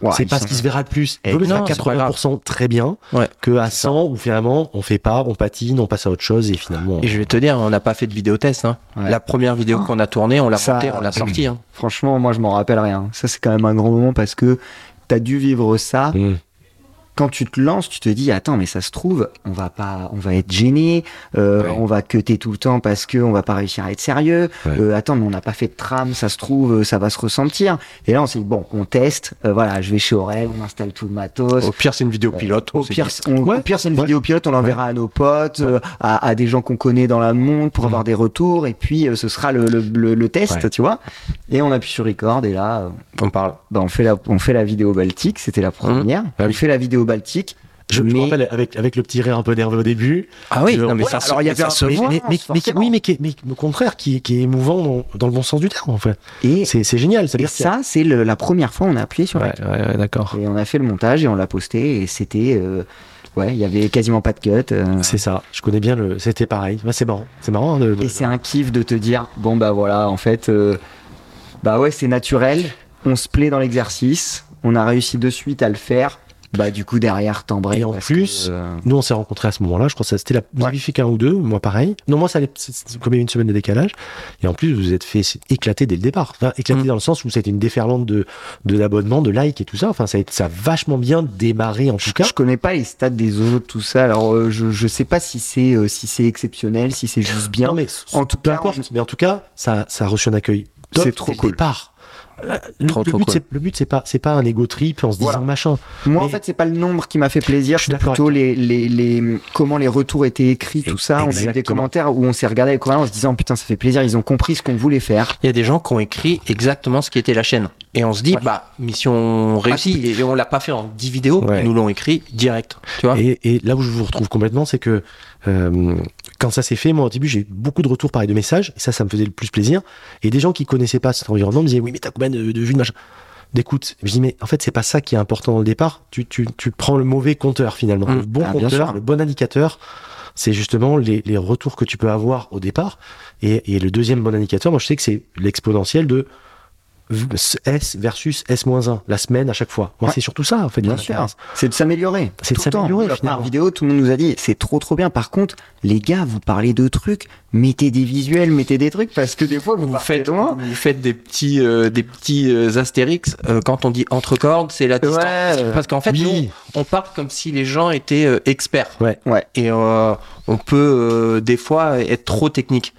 Ouais, c'est ils pas sont- ce qui se verra le plus. Et Vaut mieux non, être à c'est pas grave. 80% très bien Ouais. que à 100 où finalement on fait pas, on patine, on passe à autre chose et finalement. Et je vais te dire, on n'a pas fait de vidéo test. Hein. Ouais. La première Oh. vidéo qu'on a tournée, on l'a Ça- montée, on l'a sortie. hein. Franchement, moi, je m'en rappelle rien. Ça, c'est quand même un grand moment parce que t'as dû vivre ça. quand tu te lances, tu te dis attends mais ça se trouve on va pas, on va être gêné, euh, Ouais. on va queuter tout le temps parce que on va pas réussir à être sérieux. Ouais. Euh, attends mais on n'a pas fait de trame, ça se trouve euh, ça va se ressentir. Et là on s'est dit bon on teste, euh, voilà je vais chez Aurel, on installe tout le matos. Au pire, c'est une vidéo pilote. Au c'est- pire, on- au Ouais. pire, c'est une Ouais. Mmh. vidéo pilote, on l'enverra à nos potes, euh, à, à des gens qu'on connaît dans le monde pour avoir des retours, et puis euh, ce sera le, le, le- le test, Ouais. tu vois. Et on appuie sur record, et là, euh, on parle. bah, on, fait la, on fait la vidéo Baltique, c'était la première. Ah On oui. fait la vidéo Baltique. Je, je me Mais- rappelle avec, avec le petit rire un peu nerveux au début. Ah oui, Je- non, mais Ouais, ça, alors, il y mais avait ça un- se mais, voit. mais, mais- mais- forcément. oui, mais, qui est- mais au contraire, qui, qui est émouvant dans, dans le bon sens du terme, en fait. Et, C'est c'est génial. et C'est-à-dire qu'il y a- ça, c'est le- la première fois on a appuyé sur Ouais, la ouais, ouais, d'accord. Et on a fait le montage, et on l'a posté, et c'était. euh, ouais, il y avait quasiment pas de cut. euh, C'est ça. Je connais bien le. C'était pareil. Ouais, c'est marrant. C'est marrant. hein, de- de- Et c'est un kiff de te dire, bon bah voilà, en fait, euh, bah ouais, c'est naturel, on se plaît dans l'exercice, on a réussi de suite à le faire, bah du coup derrière, t'embrayes. Et en parce plus, que, euh, Nous, on s'est rencontrés à ce moment-là. Je crois que ça- c'était la. Vous Ouais. avez fait qu'un ou deux. Moi, pareil. Non, moi, ça allait. c'est- c'est Comme il y a une semaine de décalage. Et en plus, vous vous êtes fait éclater dès le départ. Enfin, éclater Mm. dans le sens où c'était une déferlante de de d'abonnements, de likes et tout ça. Enfin, ça a, ça a vachement bien démarré en tout cas. je connais pas les stats des autres, tout ça, alors euh, je, je sais pas si c'est euh, si c'est exceptionnel, si c'est juste bien. Non, mais en tout peu cas, on- importe. Mais en tout cas, ça, ça a reçu un accueil. top C'est trop dès le cool. Départ. Euh, Le, Trop, le trop but, cool. c'est le but, c'est pas, c'est pas un ego trip en se disant Voilà. machin. moi en mais- fait, c'est pas le nombre qui m'a fait plaisir, Je suis c'est d'accord plutôt les, les, les- comment les retours étaient écrits, tout ça. On a eu des Exactement. commentaires où on s'est regardé avec Corinne en se disant putain, ça fait plaisir, ils ont compris ce qu'on voulait faire. Il y a des gens qui ont écrit exactement ce qui était la chaîne. Et on se dit, bah, mission réussie. Et on l'a pas fait en 10 vidéos, Ouais. ils nous l'ont écrit direct. Tu vois Et, et là où je vous retrouve complètement, c'est que euh, quand ça s'est fait, moi au début j'ai eu beaucoup de retours par de messages, et ça, ça me faisait le plus plaisir. Et des gens qui connaissaient pas cet environnement me disaient oui mais t'as combien de, de vues de machin d'écoute. Je dis mais en fait c'est pas ça qui est important dans le départ. Tu, tu, tu prends le mauvais compteur finalement, Mm. le bon Ah, bien compteur, sûr. le bon indicateur. C'est justement les, les retours que tu peux avoir au départ. Et, et le deuxième bon indicateur, moi je sais que c'est l'exponentiel de v- S versus S-1, la semaine à chaque fois. Moi Ouais. c'est surtout ça en fait. Bien qui sûr. m'intéresse. C'est de s'améliorer. C'est de Tout le temps. s'améliorer, La première finalement. vidéo, tout le monde nous a dit, c'est trop trop bien. Par contre, les gars, vous parlez de trucs, mettez des visuels, mettez des trucs, parce que des fois, vous, vous partez faites, Bah, loin. vous faites des petits, euh, des petits euh, astérix. Euh, quand on dit entre cordes, c'est la distance. Ouais. Parce qu'en fait, Oui. nous, on parle comme si les gens étaient euh, experts. Ouais. Ouais. Et euh, on peut euh, des fois être trop technique.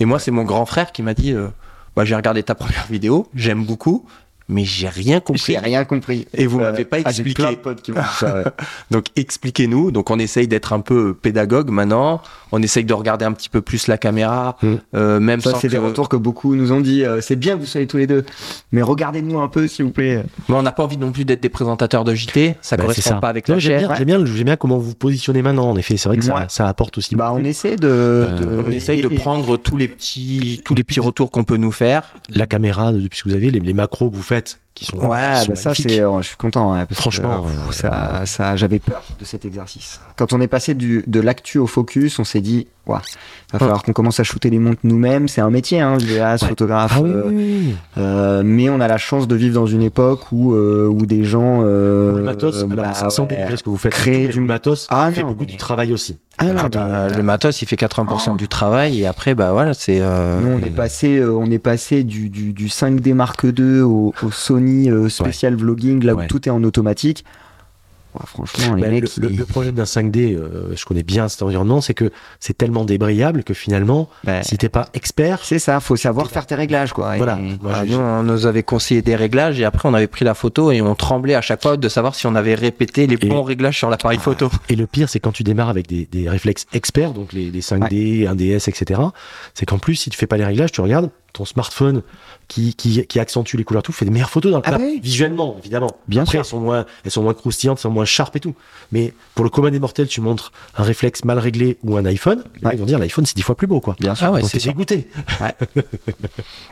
Et moi, c'est mon grand frère qui m'a dit, euh, bah, j'ai regardé ta première vidéo, j'aime beaucoup, mais j'ai rien compris. J'ai rien compris. Et vous Euh, m'avez pas ah, j'ai expliqué. plein de potes qui m'ont dit ça, ouais. Donc expliquez-nous. Donc on essaye d'être un peu euh, pédagogue maintenant. On essaye de regarder un petit peu plus la caméra, Mm. euh, même Ça, sans c'est que- des retours que beaucoup nous ont dit. euh, c'est bien que vous soyez tous les deux, mais regardez-nous un peu, s'il vous plaît. Mais on n'a pas envie non plus d'être des présentateurs de JT. Ça Bah, c'est correspond ça. pas avec Non, la j'aime chaîne. bien, j'aime bien, le- j'aime bien comment vous vous positionnez maintenant. En effet, c'est vrai que ça, Ouais. ça apporte aussi. Bah, on beaucoup. essaie de. Euh, On essaye de et- et- prendre tous les petits, tous les petits retours qu'on peut nous faire. La caméra, depuis que vous avez les, les macros que vous faites, qui sont, qui Ouais, sont bah ça magnifiques. c'est, euh, je suis content. ouais, parce que, Franchement, euh, ça, ça, j'avais peur de cet exercice. Quand on est passé du, de l'actu au focus, on s'est dit, ouais, va falloir qu'on commence à shooter les montres nous-mêmes. C'est un métier, hein, vidéaste, Ouais. photographe. Ah oui, euh, oui, oui. euh, mais on a la chance de vivre dans une époque où, euh, où des gens euh, le matos, euh, alors, bah, sans ouais. dénigrer ce que vous faites, Créer mais du- le matos Ah, fait non, beaucoup mais- du travail aussi. Ah, non, Ah bah, le matos, il fait 80% du travail et après, bah voilà, c'est. euh, Nous, on est passé, euh, on est passé du, du, du 5D Mark II au, au Sony euh, spécial vlogging, là où Ouais. tout est en automatique. Ouais, franchement, les Bah, le, mecs, le- ils- le problème d'un 5D, euh, je connais bien cet environnement, c'est que c'est tellement débrayable que finalement, bah, si t'es pas expert, c'est ça, faut savoir faire tes réglages, quoi. Et- voilà. et- Moi, ah, je- nous, on nous avait conseillé des réglages et après, on avait pris la photo et on tremblait à chaque fois de savoir si on avait répété les Et- bons réglages sur l'appareil photo. Et le pire, c'est quand tu démarres avec des, des réflexes experts, donc les, les 5D, 1DS, etc. C'est qu'en plus, si tu fais pas les réglages, tu regardes ton smartphone qui, qui, qui accentue les couleurs, tout fait des meilleures photos dans le Ah enfin, oui. visuellement, évidemment. Bien Après, sûr. elles sont moins, elles sont moins croustillantes, elles sont moins sharp et tout. Mais pour le commun des mortels, tu montres un réflexe mal réglé ou un iPhone, les Ouais. mecs vont dire l'iPhone c'est dix fois plus beau quoi. Bien Ah sûr. donc t'es dégoûté.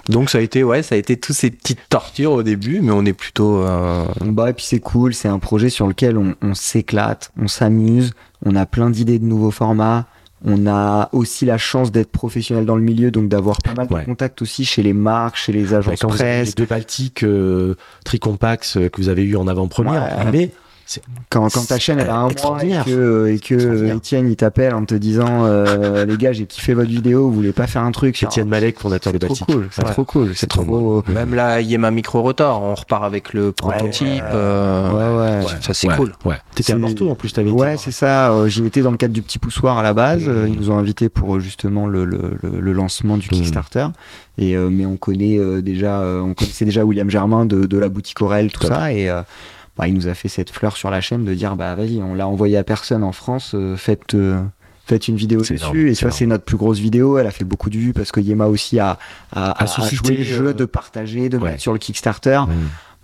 Donc ça a été, ouais, ça a été toutes ces petites tortures au début, mais on est plutôt. euh, Bah, et puis c'est cool, c'est un projet sur lequel on, on s'éclate, on s'amuse, on a plein d'idées de nouveaux formats. On a aussi la chance d'être professionnel dans le milieu, donc d'avoir pas mal Ouais. de contacts aussi chez les marques, chez les agences Bah, Quand vous avez les presse. deux Baltiques euh, Tricompax euh, que vous avez eu en avant-première, Ouais. mais Quand, quand ta chaîne elle a un mois et Euh, extraordinaire. que, euh, et que Extraordinaire. Étienne il t'appelle en te disant euh, *laughs* les gars j'ai kiffé votre vidéo vous voulez pas faire un truc sur- Étienne Malek, fondateur de c'est trop Baltic. cool c'est Ouais. trop cool c'est trop trop beau Même là, Yema Micro Rotor, on repart avec le prototype. euh, ouais ouais Ça, c'est Ouais, cool. Ouais. T'étais à C'est- Porto en plus, t'avais été. Ouais, c'est ça. euh, J'y étais dans le cadre du petit poussoir à la base. euh, Ils nous ont invités pour euh, justement le, le- le- le lancement du Mhm. Kickstarter. Et euh, mais on connaît euh, déjà, euh, on connaissait déjà William Germain de, de la boutique Aurel, tout Top. ça. Et euh, bah, il nous a fait cette fleur sur la chaîne de dire bah vas-y, on l'a envoyé à personne en France. euh, faites euh, Faites une vidéo C'est dessus énorme, et c'est ça c'est notre plus grosse vidéo. Elle a fait beaucoup de vues parce que Yema aussi a, A a, a- a suscité, joué le jeu euh, de partager, de ouais. mettre sur le Kickstarter. Mmh.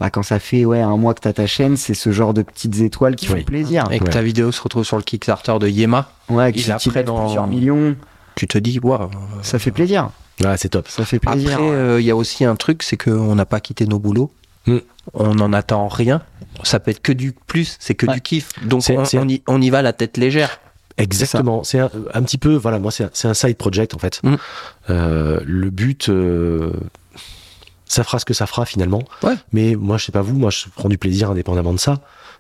Bah, quand ça fait ouais un mois que t'as ta chaîne, c'est ce genre de petites étoiles qui Oui. font plaisir. Et que Ouais. ta vidéo se retrouve sur le Kickstarter de Yema, Ouais, Il qui, a qui pris lève dans- plusieurs millions, tu te dis, waouh. Euh, ça fait plaisir. Ouais, c'est top. Ça fait Après, plaisir. euh, il y a aussi un truc, c'est qu'on n'a pas quitté nos boulots. Mm. On n'en attend rien. Ça peut être que du plus, c'est que Ouais. du kiff. Donc C'est- on, c'est- on y, on y va la tête légère. Exactement. C'est un, un petit peu, voilà, moi, c'est un, c'est un side project en fait. Mm. Euh, le but, euh, ça fera ce que ça fera finalement. Ouais. Mais moi, je sais pas vous, moi, je prends du plaisir indépendamment de ça.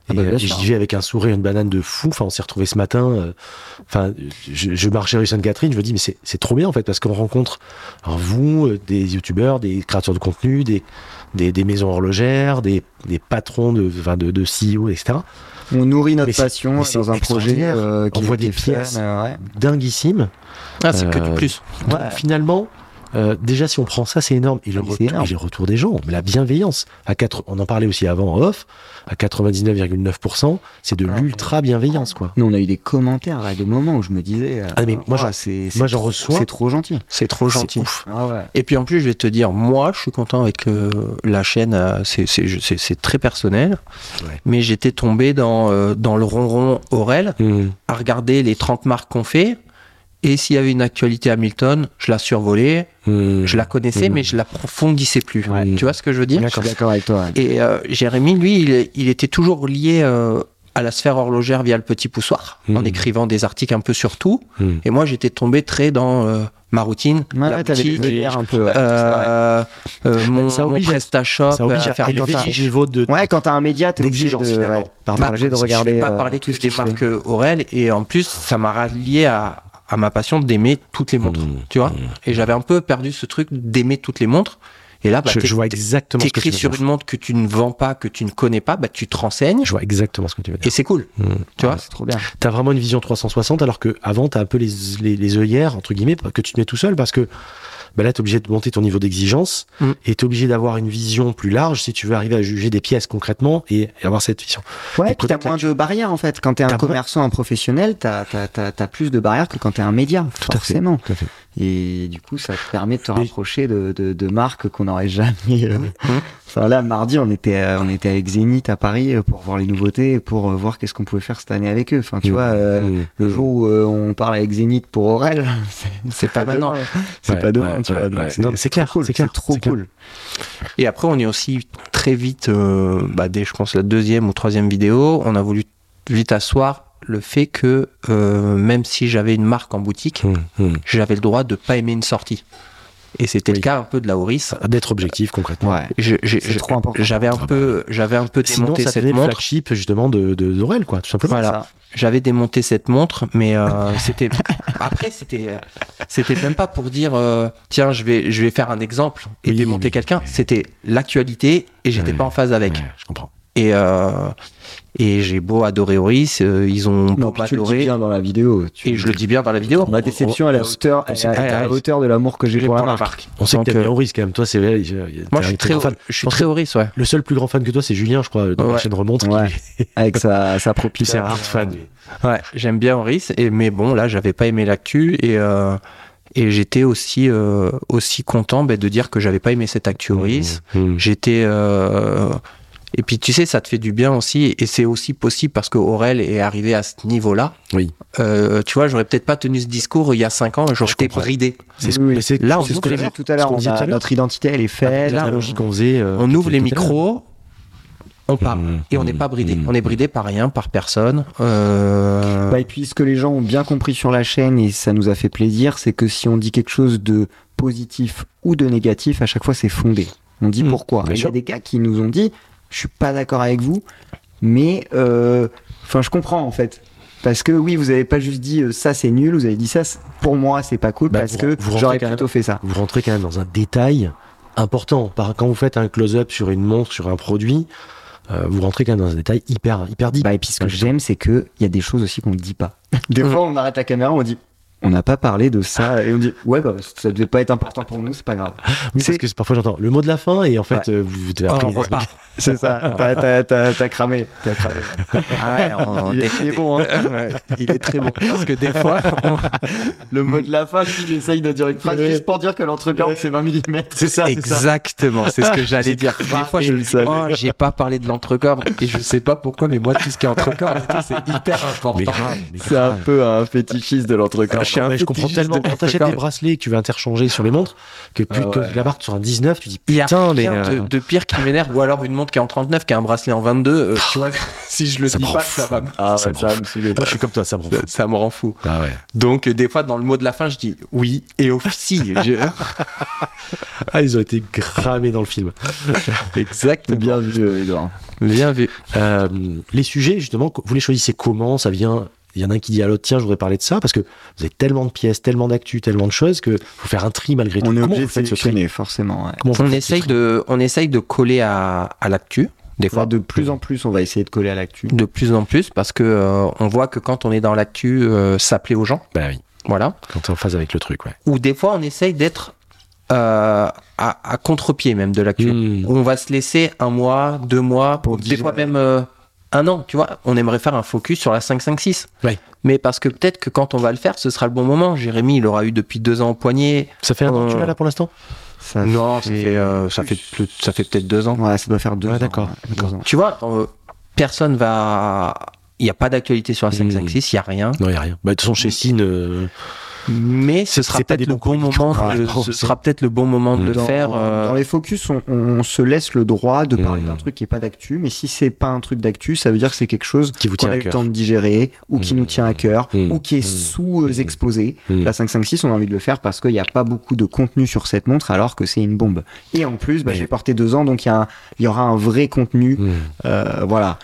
Ah Et, bah, bien euh, sûr. j'y vais avec un sourire, une banane de fou. Enfin, on s'est retrouvé ce matin. euh, Enfin, je, je marchais rue Sainte-Catherine. Je me dis, mais c'est c'est trop bien en fait, parce qu'on rencontre alors, vous, euh, des youtubeurs, des créateurs de contenu, des, des, des maisons horlogères, des, des patrons de, enfin, de, E de CEO, etc. on nourrit mais notre c'est- mais passion c'est dans un projet extraordinaire. euh, qui On voit fait des fans, pièces. euh, ouais. Dinguissime. Ah, c'est que du Euh, plus. Donc, finalement, euh, déjà si on prend ça, c'est énorme. Et le, Ah, mais retour, c'est énorme. et le retour des gens, mais la bienveillance. À quatre, on en parlait aussi avant en off, à 99,9%, c'est de Ah. l'ultra bienveillance, quoi. Nous, on a eu des commentaires à des moments où je me disais. euh, Ah, mais moi, ouah, j'en- c'est- c'est moi, j'en trop- reçois. C'est trop gentil. C'est trop C'est gentil. ouf. Ah ouais. Et puis en plus, je vais te dire, moi, je suis content avec euh, la chaîne. euh, c'est- c'est je- c'est- c'est très personnel. Ouais. Mais j'étais tombé dans, euh, dans le ronron Aurel Mmh, à regarder les 30 marques qu'on fait. Et s'il y avait une actualité Hamilton, je la survolais, je la connaissais, Mhm. mais je l'approfondissais plus. Ouais. Tu vois ce que je veux dire Je suis d'accord avec toi. ouais. Et euh, Jérémy, lui, il, il était toujours lié euh, à la sphère horlogère via le petit poussoir, Mhm. en écrivant des articles un peu sur tout. Mhm. Et moi, j'étais tombé très dans euh, ma routine, Ouais, la ouais, t'avais des boutique, délires un peu. ouais. euh, euh, mon, Ça mon oblige à- PrestaShop, euh, Ça oblige à à faire faire des élever fiches. le niveau de euh, Ouais, quand t'as un média, t'es obligé de, d'exigence, finalement. ouais, t'es Bah, obligé de je regarder. vais pas euh, parler tout que ce qu'il des fait. marques euh, Aurel et en plus ça m'a rallié à, à ma passion d'aimer toutes les montres Mmh. tu vois Mmh. et j'avais un peu perdu ce truc d'aimer toutes les montres et là bah, je, t'é- je vois exactement ce que tu t'écris veux sur dire. une montre que tu ne vends pas que tu ne connais pas bah tu te renseignes Je vois exactement ce que tu veux et dire. c'est cool Mmh. tu vois Ouais, C'est trop bien. T'as vraiment une vision 360, alors que avant t'as un peu les, les, les œillères entre guillemets que tu te mets tout seul, parce que bah là t'es obligé de monter ton niveau d'exigence Mm. et t'es obligé d'avoir une vision plus large si tu veux arriver à juger des pièces concrètement et, et avoir cette vision. Ouais, Et puis t'as peut-être moins de barrières en fait. Quand t'es un T'as moins- commerçant, un professionnel, t'as as, plus de barrières que quand t'es un média, à fait, forcément. tout à fait. Et du coup, ça te permet de te Mais- rapprocher de, de, de marques qu'on n'aurait jamais. euh, Mhm. Enfin là, mardi, on était euh, on était avec Zénith à Paris euh, pour voir les nouveautés, et pour euh, voir qu'est-ce qu'on pouvait faire cette année avec eux. Enfin, tu Mm. vois, euh, le jour où euh, on parle avec Zénith pour Aurel, *laughs* c'est- c'est pas maintenant, *laughs* c'est Ouais, pas demain, ouais, tu ouais, vois. donc ouais. c'est- Non, mais c'est clair, cool, c'est clair, trop c'est clair. cool. et après on est aussi très vite euh, bah, dès je pense la deuxième ou troisième vidéo on a voulu vite asseoir le fait que euh, même si j'avais une marque en boutique Mm. Mm. j'avais le droit de pas aimer une sortie et c'était Oui. le cas un peu de la Horis D'être objectif concrètement. Ouais. Je- j'ai- C'est je- trop important. J'avais un Ah peu, j'avais un peu Sinon démonté ça cette devenait le montre. flagship justement de de- d'Aurel quoi, tout simplement. Voilà, j'avais démonté cette montre, mais euh, c'était *laughs* après c'était, c'était même pas pour dire euh, tiens je vais, je vais faire un exemple et Oui, démonter oui, quelqu'un. oui. C'était l'actualité et j'étais Ouais. pas en phase avec. Ouais, je comprends. Et euh, et j'ai beau adorer Horis, euh, ils ont Non, beau puis tu le dis m'adorer, bien dans la vidéo. tu- et je le dis bien dans la vidéo. Oh, Ma déception, elle est à la hauteur, on elle est s'est- à- elle est à la hauteur de l'amour que j'ai J'ai pour la pour la marque. marque. On sait Donc, que t'as mis euh, en risque quand même. Toi c'est vrai. je- je- Moi t'es je un suis très, fan. je suis très Horis, ouais. Le seul plus grand fan que toi c'est Julien je crois. Dans la Ouais. chaîne remonte. qui- Ouais. Avec sa, sa Puis c'est propulsion. un hard fan. Ouais, j'aime bien Horis, et mais bon, là, j'avais pas aimé l'actu et euh, et j'étais aussi euh, aussi content ben, de dire que j'avais pas aimé cette actu Horis. Mm. J'étais euh, et puis tu sais, ça te fait du bien aussi, et c'est aussi possible parce que Aurel est arrivé à ce niveau-là. Oui. Euh, tu vois, j'aurais peut-être pas tenu ce discours il y a cinq ans, j'aurais Je été comprends. bridé. C'est ce, Oui, oui. mais c'est- Là, on c'est ce ouvre que les j'avais- micros. tout à l'heure, qu'on on disait tout à a- l'heure. Ah, notre identité, elle est faite. la Là, logique qu'on faisait. euh, On tout ouvre à les l'heure. micros, on parle Mmh, et on n'est mmh, pas bridé. mmh. On est bridé par rien, par personne. Euh... Bah, et puis, ce que les gens ont bien compris sur la chaîne, et ça nous a fait plaisir, c'est que si on dit quelque chose de positif ou de négatif, à chaque fois, c'est fondé. On dit Mmh, pourquoi. Hmm, bien Et Il y sûr. a des gars qui nous ont dit, je suis pas d'accord avec vous, mais euh, enfin je comprends en fait. Parce que oui, vous avez pas juste dit euh, ça c'est nul, vous avez dit ça c'est- pour moi c'est pas cool Bah, parce vous- que vous rentrez j'aurais quand même- plutôt fait ça. Vous rentrez quand même dans un détail important. Par, quand vous faites un close-up sur une montre, sur un produit, euh, vous rentrez quand même dans un détail hyper, hyper deep. Bah, et puis ce que Ouais. j'aime c'est que il y a des choses aussi qu'on ne dit pas. *laughs* Des Mm. fois on arrête la caméra, on dit on n'a pas parlé de *laughs* ça et on dit ouais bah, ça devait pas être important pour nous, c'est pas grave. oui, parce c'est- que c'est- parfois j'entends le mot de la fin et en fait, Ouais. euh, vous vous avez appris Oh, les- repas. C'est ça, *laughs* t'as, t'as- t'as- t'as cramé. t'as cramé. *laughs* Il, est, il est *laughs* bon, hein. il Ah est très bon. Parce que des fois, *laughs* Le mot de la fin, il essaye de dire une phrase Ouais. juste pour dire que l'entrecœur c'est 20 mm. C'est ça, Exactement, c'est ce que j'allais dire. Des fois, je me dis, oh, j'ai pas parlé de l'entrecorps et je sais pas pourquoi, mais moi, tout ce qui est entrecor, c'est hyper important. Mais grave, mais C'est un peu un fétichiste de l'entrecœur. Alors, ouais, je comprends tellement. Quand t'achètes des bracelets que tu veux interchanger sur les montres, que plus Ah que ouais. la barre sur un 19, tu dis Il y a putain, mais. rien de, euh, de pire qui m'énerve, ou alors une montre qui est en 39, qui a un bracelet en 22. euh, tu vois, si je le Ça dis me rend pas, fou. ça, va me- Ah, Ça ouais, me ça me saoulait. Moi, je suis comme toi, ça me rend fou. ça- ça me rend fou. Ah ouais. Donc, euh, des fois, dans le mot de la fin, je dis oui et au si. je- Ah, ils ont été cramés dans le film. Exact. Bien vu, euh, Edouard. Bien vu. Euh, les sujets, justement, co- vous les choisissez comment Ça vient. Il y en a un qui dit à l'autre, tiens, je voudrais parler de ça, parce que vous avez tellement de pièces, tellement d'actu, tellement de choses que faut faire un tri malgré tout. On est Comment obligé vous de faites ce tri sélectionner, forcément. ouais. Comment vous On faites ce essaye, tri de, on essaye de coller à, à l'actu, des fois. Enfin, de plus en plus, on va essayer de coller à l'actu. de plus en plus parce que euh, on voit que quand on est dans l'actu, euh, ça plaît aux gens, Bah oui, voilà. quand t'es en phase avec le truc, ouais. Ou des fois, on essaye d'être euh, à, à contre-pied même de l'actu. Mmh. On va se laisser un mois, deux mois, Pour des digérer. fois même euh, un an, tu vois. On aimerait faire un focus sur la 5-5-6. Ouais. Mais parce que peut-être que quand on va le faire, ce sera le bon moment. Jérémy, il aura eu depuis deux ans au poignet. Ça fait un an que tu Euh, l'as là pour l'instant Ça non, ça fait, euh, ça fait, plus. plus- ça fait peut-être deux ans. Ouais, ça doit faire deux Ouais, ans, d'accord, ouais, d'accord. deux ans. Tu vois, euh, personne va... Il n'y a pas d'actualité sur la Mmh. 5-5-6, il n'y a rien. Non, il a rien. Bah, de toute façon, chez Hmm. Sine, euh, mais ce C'est- sera c'est pas peut-être des le bons bon moment communicants. de- Ouais, je ce pense. sera peut-être le bon moment de le Dans- faire euh, Dans les focus, on, on se laisse le droit de parler Mm. d'un truc qui est pas d'actu, mais si c'est pas un truc d'actu, ça veut dire que c'est quelque chose qui vous qu'on tient a à eu le cœur. temps de digérer, ou qui Mm. nous tient à cœur, Mm. ou qui est Mm. sous-exposé. Mm. La 556, on a envie de le faire parce qu'il n'y a pas beaucoup de contenu sur cette montre, alors que c'est une bombe. Et en plus, bah, Mais- j'ai porté deux ans, donc il y, a un- il y aura un vrai contenu. Mmh. euh, voilà.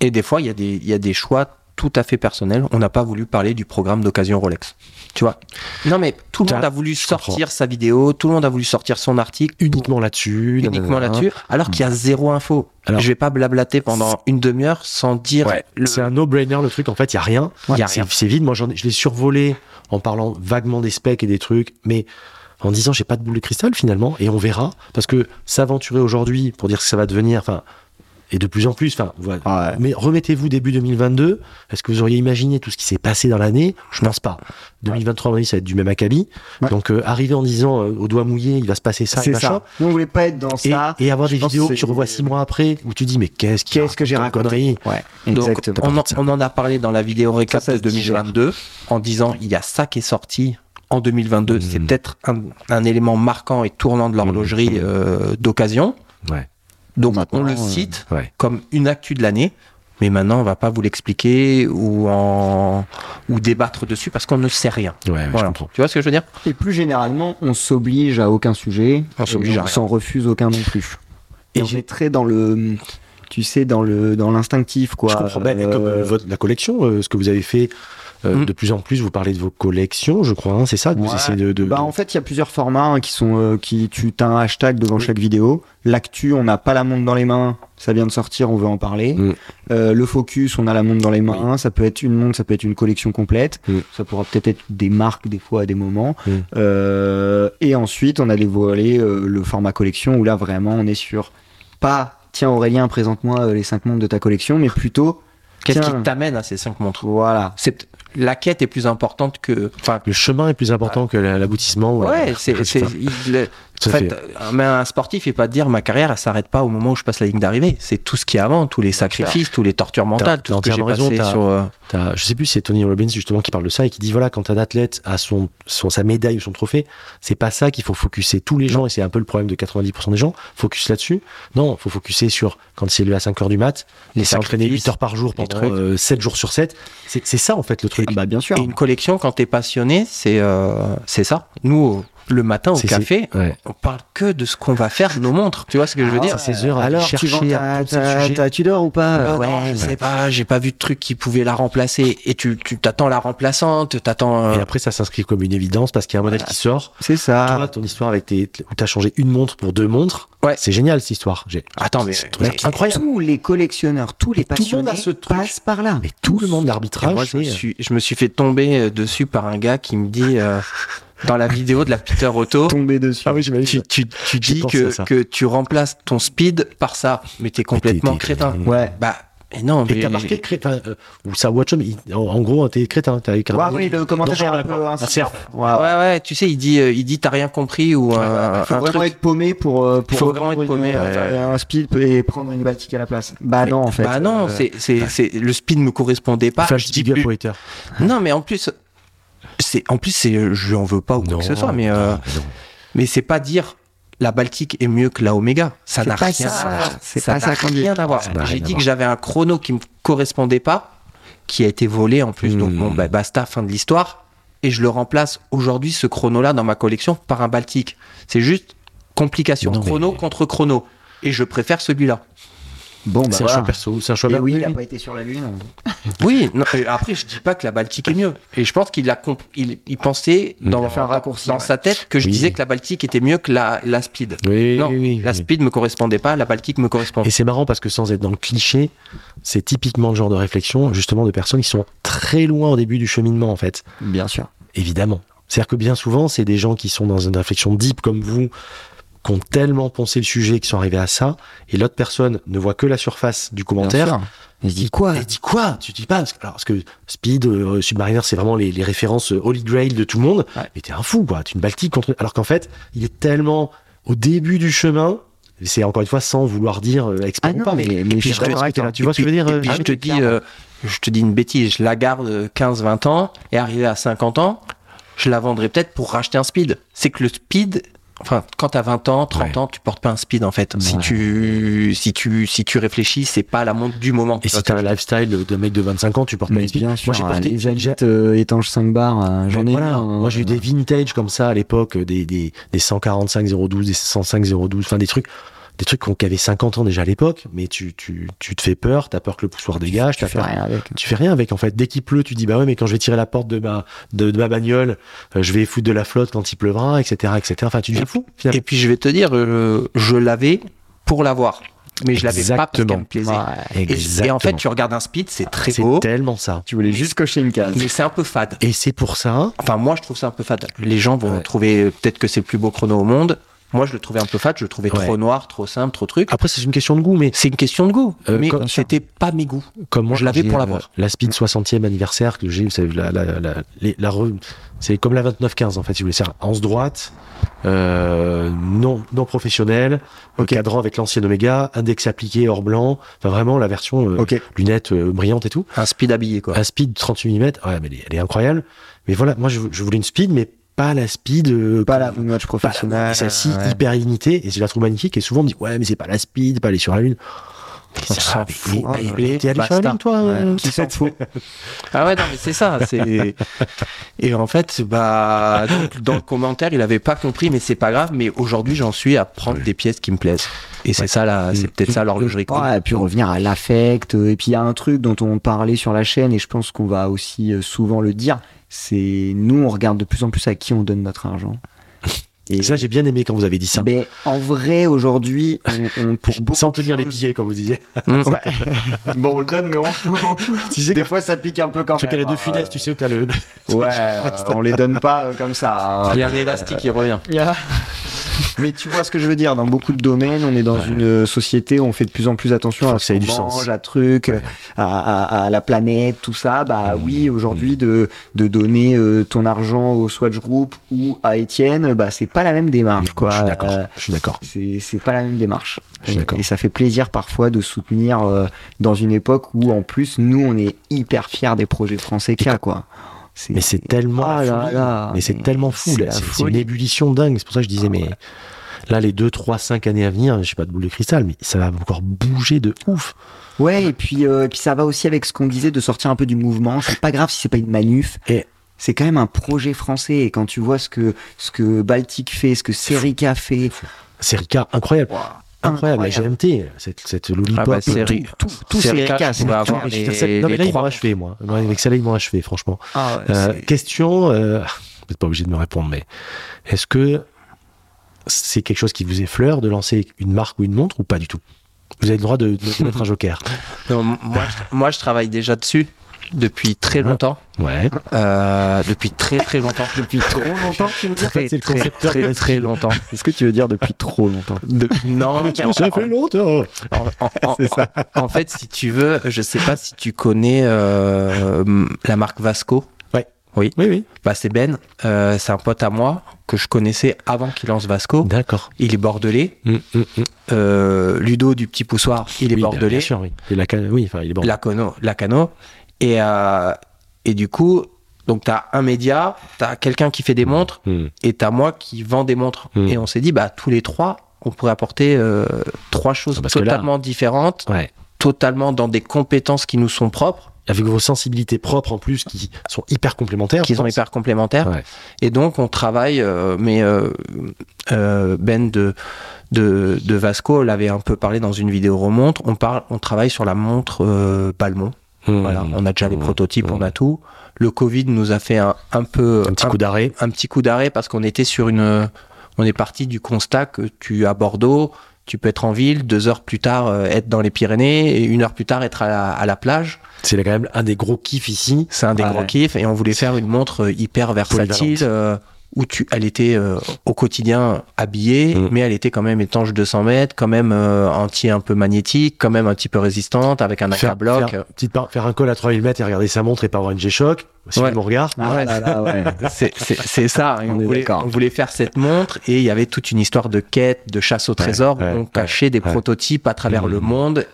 et des fois il y a des il y a des choix tout à fait personnels on n'a pas voulu parler du programme d'occasion Rolex tu vois non mais tout le T'as- monde a voulu sortir comprends. sa vidéo tout le monde a voulu sortir son article Uniquement là-dessus. nanana. uniquement là-dessus alors qu'il y a zéro info euh, hmm. Alors- je vais pas blablater pendant une demi-heure sans dire Ouais, le- C'est un no-brainer le truc. En fait, il y a rien. Ouais. Y a C'est- rien. C'est vide. Moi, j'en ai- je l'ai survolé en parlant vaguement des specs et des trucs, mais en disant j'ai pas de boule de cristal finalement. Et on verra parce que s'aventurer aujourd'hui pour dire que ça va devenir, enfin, et de plus en plus, enfin, voilà. Ouais. Mais remettez-vous début 2022. Est-ce que vous auriez imaginé tout ce qui s'est passé dans l'année Je pense pas. 2023, à mon avis, ça va être du même acabit. Ouais. Donc, euh, arriver en disant euh, au doigt mouillé, il va se passer ça, et C'est machin. ça. Nous, on voulait pas être dans Et, ça. et avoir des je pense vidéos que que tu c'est- revois six mois après où tu dis mais qu'est-ce qu'il Qu'est-ce que j'ai raconte comme raconté connerie Ouais, Donc, exactement. on, en, on en a parlé dans la vidéo récap Ça, ça de se digère. 2022 en disant il y a ça qui est sorti en 2022. C'est Mhm. peut-être un, un élément marquant et tournant de l'horlogerie euh, d'occasion. Ouais. Donc Maintenant, on le euh, cite ouais. comme une actu de l'année. Mais maintenant, on va pas vous l'expliquer ou en ou débattre dessus parce qu'on ne sait rien. Ouais, ouais, je Voilà. comprends. Tu vois ce que je veux dire Et plus généralement, on s'oblige à aucun sujet. On et s'oblige à On rien. s'en refuse aucun non plus. Et, Et on j'ai- est très dans le, tu sais, dans le, dans l'instinctif, quoi. Je comprends bien, mais Euh, comme euh, votre- la collection, euh, ce que vous avez fait euh, Mm. de plus en plus, vous parlez de vos collections, je crois, hein, c'est ça que vous Ouais. essayez de. de- Bah en fait il y a plusieurs formats hein, qui sont euh, qui tu t'as un hashtag devant chaque vidéo. L'actu on n'a pas la montre dans les mains, ça vient de sortir, on veut en parler. Mm. Euh, le focus on a la montre dans les mains, ça peut être une montre, ça peut être une collection complète, Mm. ça pourra peut-être être des marques des fois à des moments. Mm. Euh, et ensuite on a dévoilé euh, le format collection où là vraiment on est sur pas tiens Aurélien présente-moi euh, les cinq montres de ta collection, mais plutôt Qu'est-ce Tiens. qui t'amène à ces cinq montres voilà. C'est peut- la quête est plus importante que. Enfin, le chemin est plus important que la- l'aboutissement. voilà. ouais, c'est c'est- Tout il- à En fait, fait. un- mais un sportif, il peut pas dire ma carrière, elle s'arrête pas au moment où je passe la ligne d'arrivée. C'est tout ce qui est avant, tous les sacrifices, tous les tortures mentales, tout t'as ce que j'ai entièrement raison, passé t'as- sur. euh, T'as- je sais plus si c'est Tony Robbins justement qui parle de ça et qui dit voilà quand un athlète a son, son sa médaille ou son trophée c'est pas ça qu'il faut focuser tous les gens et c'est un peu le problème de 90% des gens focus là-dessus non faut focuser sur quand c'est levé à 5 heures du mat Les s'est entraîné sacrifices, 8 heures par jour les pendant trucs. euh, 7 jours sur 7 c'est c'est ça en fait le truc Ah bah bien sûr. Et une collection, quand t'es passionné, c'est euh, c'est ça. Nous, le matin au C'est- café, c'est- ouais. on parle que de ce qu'on va faire de nos montres. Tu vois ce que je veux Ah, dire C'est ces heures à Alors, tu, vends chercher à ta, pousser le ta- sujet. ta Tudor ou pas Ah Euh, bah, non, je sais pas, j'ai pas vu de truc qui pouvait la remplacer. Et tu tu t'attends la remplaçante, t'attends. euh, Et après, ça s'inscrit comme une évidence parce qu'il y a un modèle qui sort. C'est Toi, ça. ton histoire avec tes, où t'as changé une montre pour deux montres. Ah. Ouais. C'est génial, cette histoire. J'ai- Attends, mais, C'est un truc mais- incroyable. Tous les collectionneurs, tous les Tout le monde passionnés a ce truc. passent par là. Mais tout le monde, Et moi, l'arbitrage, je me, c'est. euh, suis, je me suis fait tomber euh, dessus par un gars qui me dit euh, dans la vidéo de la Peter Auto. Tomber Ah dessus. Ah oui, j'imagine. Tu, tu, tu J'ai dis pensé à que, ça. que tu remplaces ton speed par ça, mais t'es complètement t'es- t'es- crétin. Ouais. Bah, et non, Et mais- t'as marqué crétin, euh, ou ça watch en, en gros, hein, t'es crétin, t'as eu Ouais, oui, le commentaire Dans- est un peu hein, Ah, certes. incerf. Ouais, ouais, tu sais, il dit, euh, il dit t'as rien compris ou Euh, un, faut un vraiment truc. être paumé pour, euh, pour faut vraiment être reprendre une- paumé, ouais. euh, un speed et prendre une batique à la place. Bah non, en fait. Bah non, Euh, c'est, c'est, c'est, le speed me correspondait pas. Flash Je dis big up Bah, plus- au hater. Non, mais en plus, c'est, en plus, c'est, je lui en veux pas ou quoi que ce soit, mais, non, euh, non. mais c'est pas dire la Baltique est mieux que la Oméga. Ça C'est n'a pas rien ça. à voir. C'est Ça pas n'a ça qu'on dit. rien à voir. Ça n'a rien J'ai à dit que voir. j'avais un chrono qui me correspondait pas, qui a été volé en plus. Donc Hmm. bon, bah, basta, fin de l'histoire. Et je le remplace aujourd'hui, ce chrono-là, dans ma collection, par un Baltique. C'est juste complication. Non, mais- chrono contre chrono. Et je préfère celui-là. Bon, bah c'est un voilà. choix perso, c'est un choix Et perso. oui, il a pas été sur la lune. Oui, *laughs* non, et après, je dis pas que la Baltique est mieux. Et je pense qu'il a comp- il, il pensait dans, Il a fait un raccourci, dans ouais. sa tête que je Oui. disais que la Baltique était mieux que la, la Speed. Oui, non, oui, oui, la oui. Speed me correspondait pas, la Baltique me correspond. Mhm. Et c'est marrant parce que sans être dans le cliché, c'est typiquement le genre de réflexion justement de personnes qui sont très loin au début du cheminement en fait, Bien sûr. évidemment. C'est-à-dire que bien souvent, c'est des gens qui sont dans une réflexion deep comme vous, qui ont tellement pensé le sujet, qui sont arrivés à ça, et l'autre personne ne voit que la surface du commentaire. Il se dit quoi Et dit quoi Tu dis pas parce que, alors, parce que Speed, euh, Submariner, c'est vraiment les, les références euh, Holy Grail de tout le monde. Ouais. Mais t'es un fou, quoi. T'es une Baltique contre. Alors qu'en fait, il est tellement au début du chemin. et C'est encore une fois sans vouloir dire euh, expert Ah ou non, pas, mais, mais, puis je je suis te- d'accord avec toi. tu vois ce que je veux dire Et puis je te dis, euh, je te dis une bêtise, je la garde euh, 15-20 ans et arrivé à 50 ans, je la vendrai peut-être pour racheter un speed. C'est que le speed, enfin, quand t'as 20 ans, 30 Ouais. ans, tu portes pas un speed en fait. Si Ouais. tu, si tu, si tu réfléchis, c'est pas la montre du moment. Et si t'as un lifestyle de mec de 25 ans, tu portes pas Mais les bien Moi sûr, j'ai hein, porté. les j'ai- Janet euh, étanche 5 bars, euh, j'en ai voilà, un, moi j'ai eu des vintage comme ça à l'époque, euh, des, des, des 145 012, des 105 012, enfin des trucs, des trucs qu'on- qui avaient 50 ans déjà à l'époque, mais tu, tu, tu te fais peur, t'as peur que le poussoir dégage, Tu t'as fais peur rien avec. Tu fais rien avec en fait. Dès qu'il pleut, tu dis bah ouais, mais quand je vais tirer la porte de ma de, de ma bagnole, euh, je vais foutre de la flotte quand il pleuvra, etc., etc. Enfin, tu deviens fou. Et Finalement. puis je vais te dire, euh, je l'avais pour l'avoir, mais je l'avais pas parce qu'elle me Exactement. plaisait. Ouais. Et- Et, en fait, tu regardes un speed, c'est très beau, c'est tellement ça. Tu voulais juste cocher une case. mais c'est un peu fade. Et c'est pour ça. Enfin, moi, je trouve ça un peu fade. Les gens vont Ouais. trouver euh, peut-être que c'est le plus beau chrono au monde. Moi, je le trouvais un peu fade. Je le trouvais Ouais. trop noir, trop simple, trop truc. Après, c'est une question de goût, mais C'est une question de goût. Euh, mais comme- c'était pas mes goûts. comme moi, Je l'avais j'ai, pour euh, l'avoir. La Speed 60e anniversaire que j'ai, c'est la, la, la- les- la re- c'est comme la 2915 en fait, si vous voulez, c'est en droite, euh, non non professionnel, Ok. le cadran avec l'ancien Omega, index appliqué hors blanc, enfin vraiment la version euh, Ok. lunettes euh, brillantes et tout. Un speed habillé, quoi. Un speed 38 mm, ouais, mais elle est, elle est incroyable. Mais voilà, moi je, vou- je voulais une speed, mais pas la speed. euh, Pas la comme- match pas la- professionnelle. Celle-ci, ouais. hyper limitée, et je la trouve magnifique. Et souvent on me dit, ouais, mais c'est pas la speed, pas aller sur la lune. On s'en fout. mais- Ouais, mais ouais. T'es allé sur la Basta. lune, toi euh Ah, Ouais. Qui s'en fout Ah ouais, non, mais c'est ça. C'est... Et en fait, bah, donc, dans le commentaire, il avait pas compris, mais c'est pas grave. Mais aujourd'hui, j'en suis à prendre des pièces qui me plaisent. Et c'est ça, là, c'est peut-être ça l'horlogerie. cool. Ouais, et puis revenir à l'affect. euh, Et puis il y a un truc dont on parlait sur la chaîne, et je pense qu'on va aussi euh, souvent le dire, c'est nous, on regarde de plus en plus à qui on donne notre *laughs* argent. Et ça, j'ai bien aimé quand vous avez dit ça. Mais en vrai, aujourd'hui, on, on- *laughs* pour beaucoup... Sans tenir les billets, comme vous *laughs* disiez. Mm. Bon, on le donne, mais on... tu sais, *laughs* Des fois, ça pique un peu quand tu as les deux funèbres, funèbres tu sais où t'as le. Ouais, *laughs* euh, on les donne pas euh, comme ça. hein. Il y a un élastique qui revient. *laughs* Mais tu vois ce que je veux dire, dans beaucoup de domaines, on est dans une euh, société où on fait de plus en plus attention Faut à que ça ait ce du qu'on sens. mange, à truc, à, à- à la planète, tout ça. Bah Mm. oui, aujourd'hui, de, de donner euh, ton argent au Swatch Group ou à Étienne, bah c'est pas la même démarche, quoi. Je suis d'accord. Euh, Je suis d'accord. c'est c'est pas la même démarche. Je suis d'accord. Et ça fait plaisir parfois de soutenir euh, dans une époque où en plus nous on est hyper fiers des projets français qu'il y a quoi. C'est- Mais c'est tellement. la Ah là folie. là. Mais c'est tellement fou. C'est là. la C'est c'est folie. Ah, une ébullition dingue. C'est pour ça que je disais, mais là, les 2, 3, 5 années à venir, je sais pas de boule de cristal, mais ça va encore bouger de ouf. Ouais, et puis, euh, et puis ça va aussi avec ce qu'on disait de sortir un peu du mouvement. C'est pas grave si c'est pas une manuf. Et- c'est quand même un projet français. Et quand tu vois ce que, ce que Baltic fait, ce que Serica fait, C'est Ricard, incroyable. ouah, Incroyable, la GMT, cette, cette lollipop. Ah bah, c'est ri- tout, tout c'est Serica, Ricard, c'est on va Ricard. avoir les, Ça- non, mais les là, ils m'ont trois. achevé, moi. Non, Avec celle-là, ils m'ont achevé, franchement. Ah ouais, Euh, c'est- question, euh, vous n'êtes pas obligé de me répondre, mais est-ce que c'est quelque chose qui vous effleure de lancer une marque ou une montre ou pas du tout Vous avez le droit de, de- de mettre un *laughs* joker. Non, moi, je, moi, je travaille déjà dessus depuis très longtemps. Ouais. Euh, depuis très *laughs* très longtemps. depuis trop longtemps, tu veux dire Très c'est très le concepteur de la très très longtemps. *laughs* Est-ce que tu veux dire depuis trop longtemps De- Non, mais en- Ça fait longtemps. en, en- en- C'est ça. en fait, si tu veux, je sais pas si tu connais euh, la marque Vasco. Oui, oui. Bah, c'est Ben, Euh, c'est un pote à moi que je connaissais avant qu'il lance Vasco. D'accord. Oh. Il est bordelais. Mm, mm, mm. Euh, Ludo du Petit Poussoir, il est Oui, bah, bordelais. Bien sûr, oui. Et la canne- oui, enfin, il est bordelais. Lacano, Lacano. Et, euh, et du coup, donc t'as un média, t'as quelqu'un qui fait des montres Hmm. et t'as moi qui vend des montres. Mm. Et on s'est dit, bah tous les trois, on pourrait apporter euh, trois choses Ah, parce que là- totalement différentes, Ouais. totalement dans des compétences qui nous sont propres, Avec vos sensibilités propres en plus qui sont hyper complémentaires. qui je sont pense. hyper complémentaires. Ouais. Et donc on travaille, euh, mais euh, euh, Ben de, de, de Vasco l'avait un peu parlé dans une vidéo remontre, on, parle, on travaille sur la montre euh, Balmont. Hmm. Voilà, on a déjà les Mmh. prototypes, on Mmh. a tout. Le Covid nous a fait un, un peu Un petit coup d'arrêt. un petit coup d'arrêt parce qu'on était sur une, euh, on est parti du constat que tu es à Bordeaux, tu peux être en ville, deux heures plus tard euh, être dans les Pyrénées et une heure plus tard être à la, à la plage. C'est quand même un des gros kiffs ici. C'est un des Ah gros ouais. kiffs et on voulait faire une montre euh, hyper versatile Polyvalente. euh, où tu, elle était euh, au quotidien habillée, Mmh. mais elle était quand même étanche 200 mètres, quand même euh, anti un peu magnétique, quand même un petit peu résistante avec un Faire, bloc. faire, petite par- faire un col à 3000 mètres et regarder sa montre et pas avoir une G-Shock. Si Ouais. tu me regardes. Ah Ouais. là là, ouais. C'est- C'est c'est ça. hein. On On, est voulait, d'accord. on voulait faire cette montre et il y avait toute une histoire de quête, de chasse au trésor. ouais, on ouais, cachait des ouais. prototypes à travers Mhm. le monde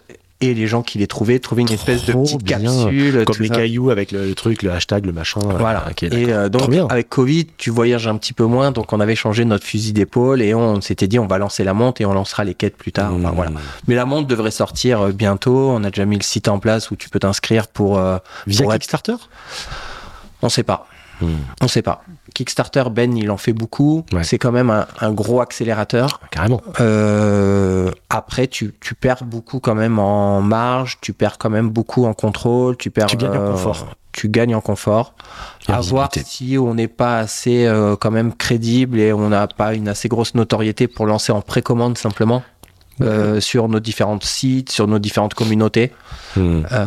et les gens qui les trouvaient trouvaient une espèce de Trop petite bien. capsule. Comme tout les ça. cailloux avec le, le truc, le hashtag, le machin. euh, Voilà. ok, d'accord. et euh, donc Trop bien. avec Covid, tu voyages un petit peu moins, donc on avait changé notre fusil d'épaule et on s'était dit on va lancer la montre et on lancera les quêtes plus tard. Enfin, Mmh. voilà. Mais la montre devrait sortir euh, bientôt. On a déjà mis le site en place où tu peux t'inscrire pour. euh, Via Pour être- Kickstarter On sait pas. On sait pas. Kickstarter, Ben, il en fait beaucoup. Mmh. Ouais. C'est quand même un, un gros accélérateur. Ah, Carrément. Euh, après, tu, tu perds beaucoup quand même en marge, tu perds quand même beaucoup en contrôle, tu perds. Tu gagnes en euh, confort. Tu gagnes en confort. Et en à voir visibilité. si on n'est pas assez euh, quand même crédible et on n'a pas une assez grosse notoriété pour lancer en précommande simplement. euh, sur nos différents sites, sur nos différentes communautés. Mmh. Euh,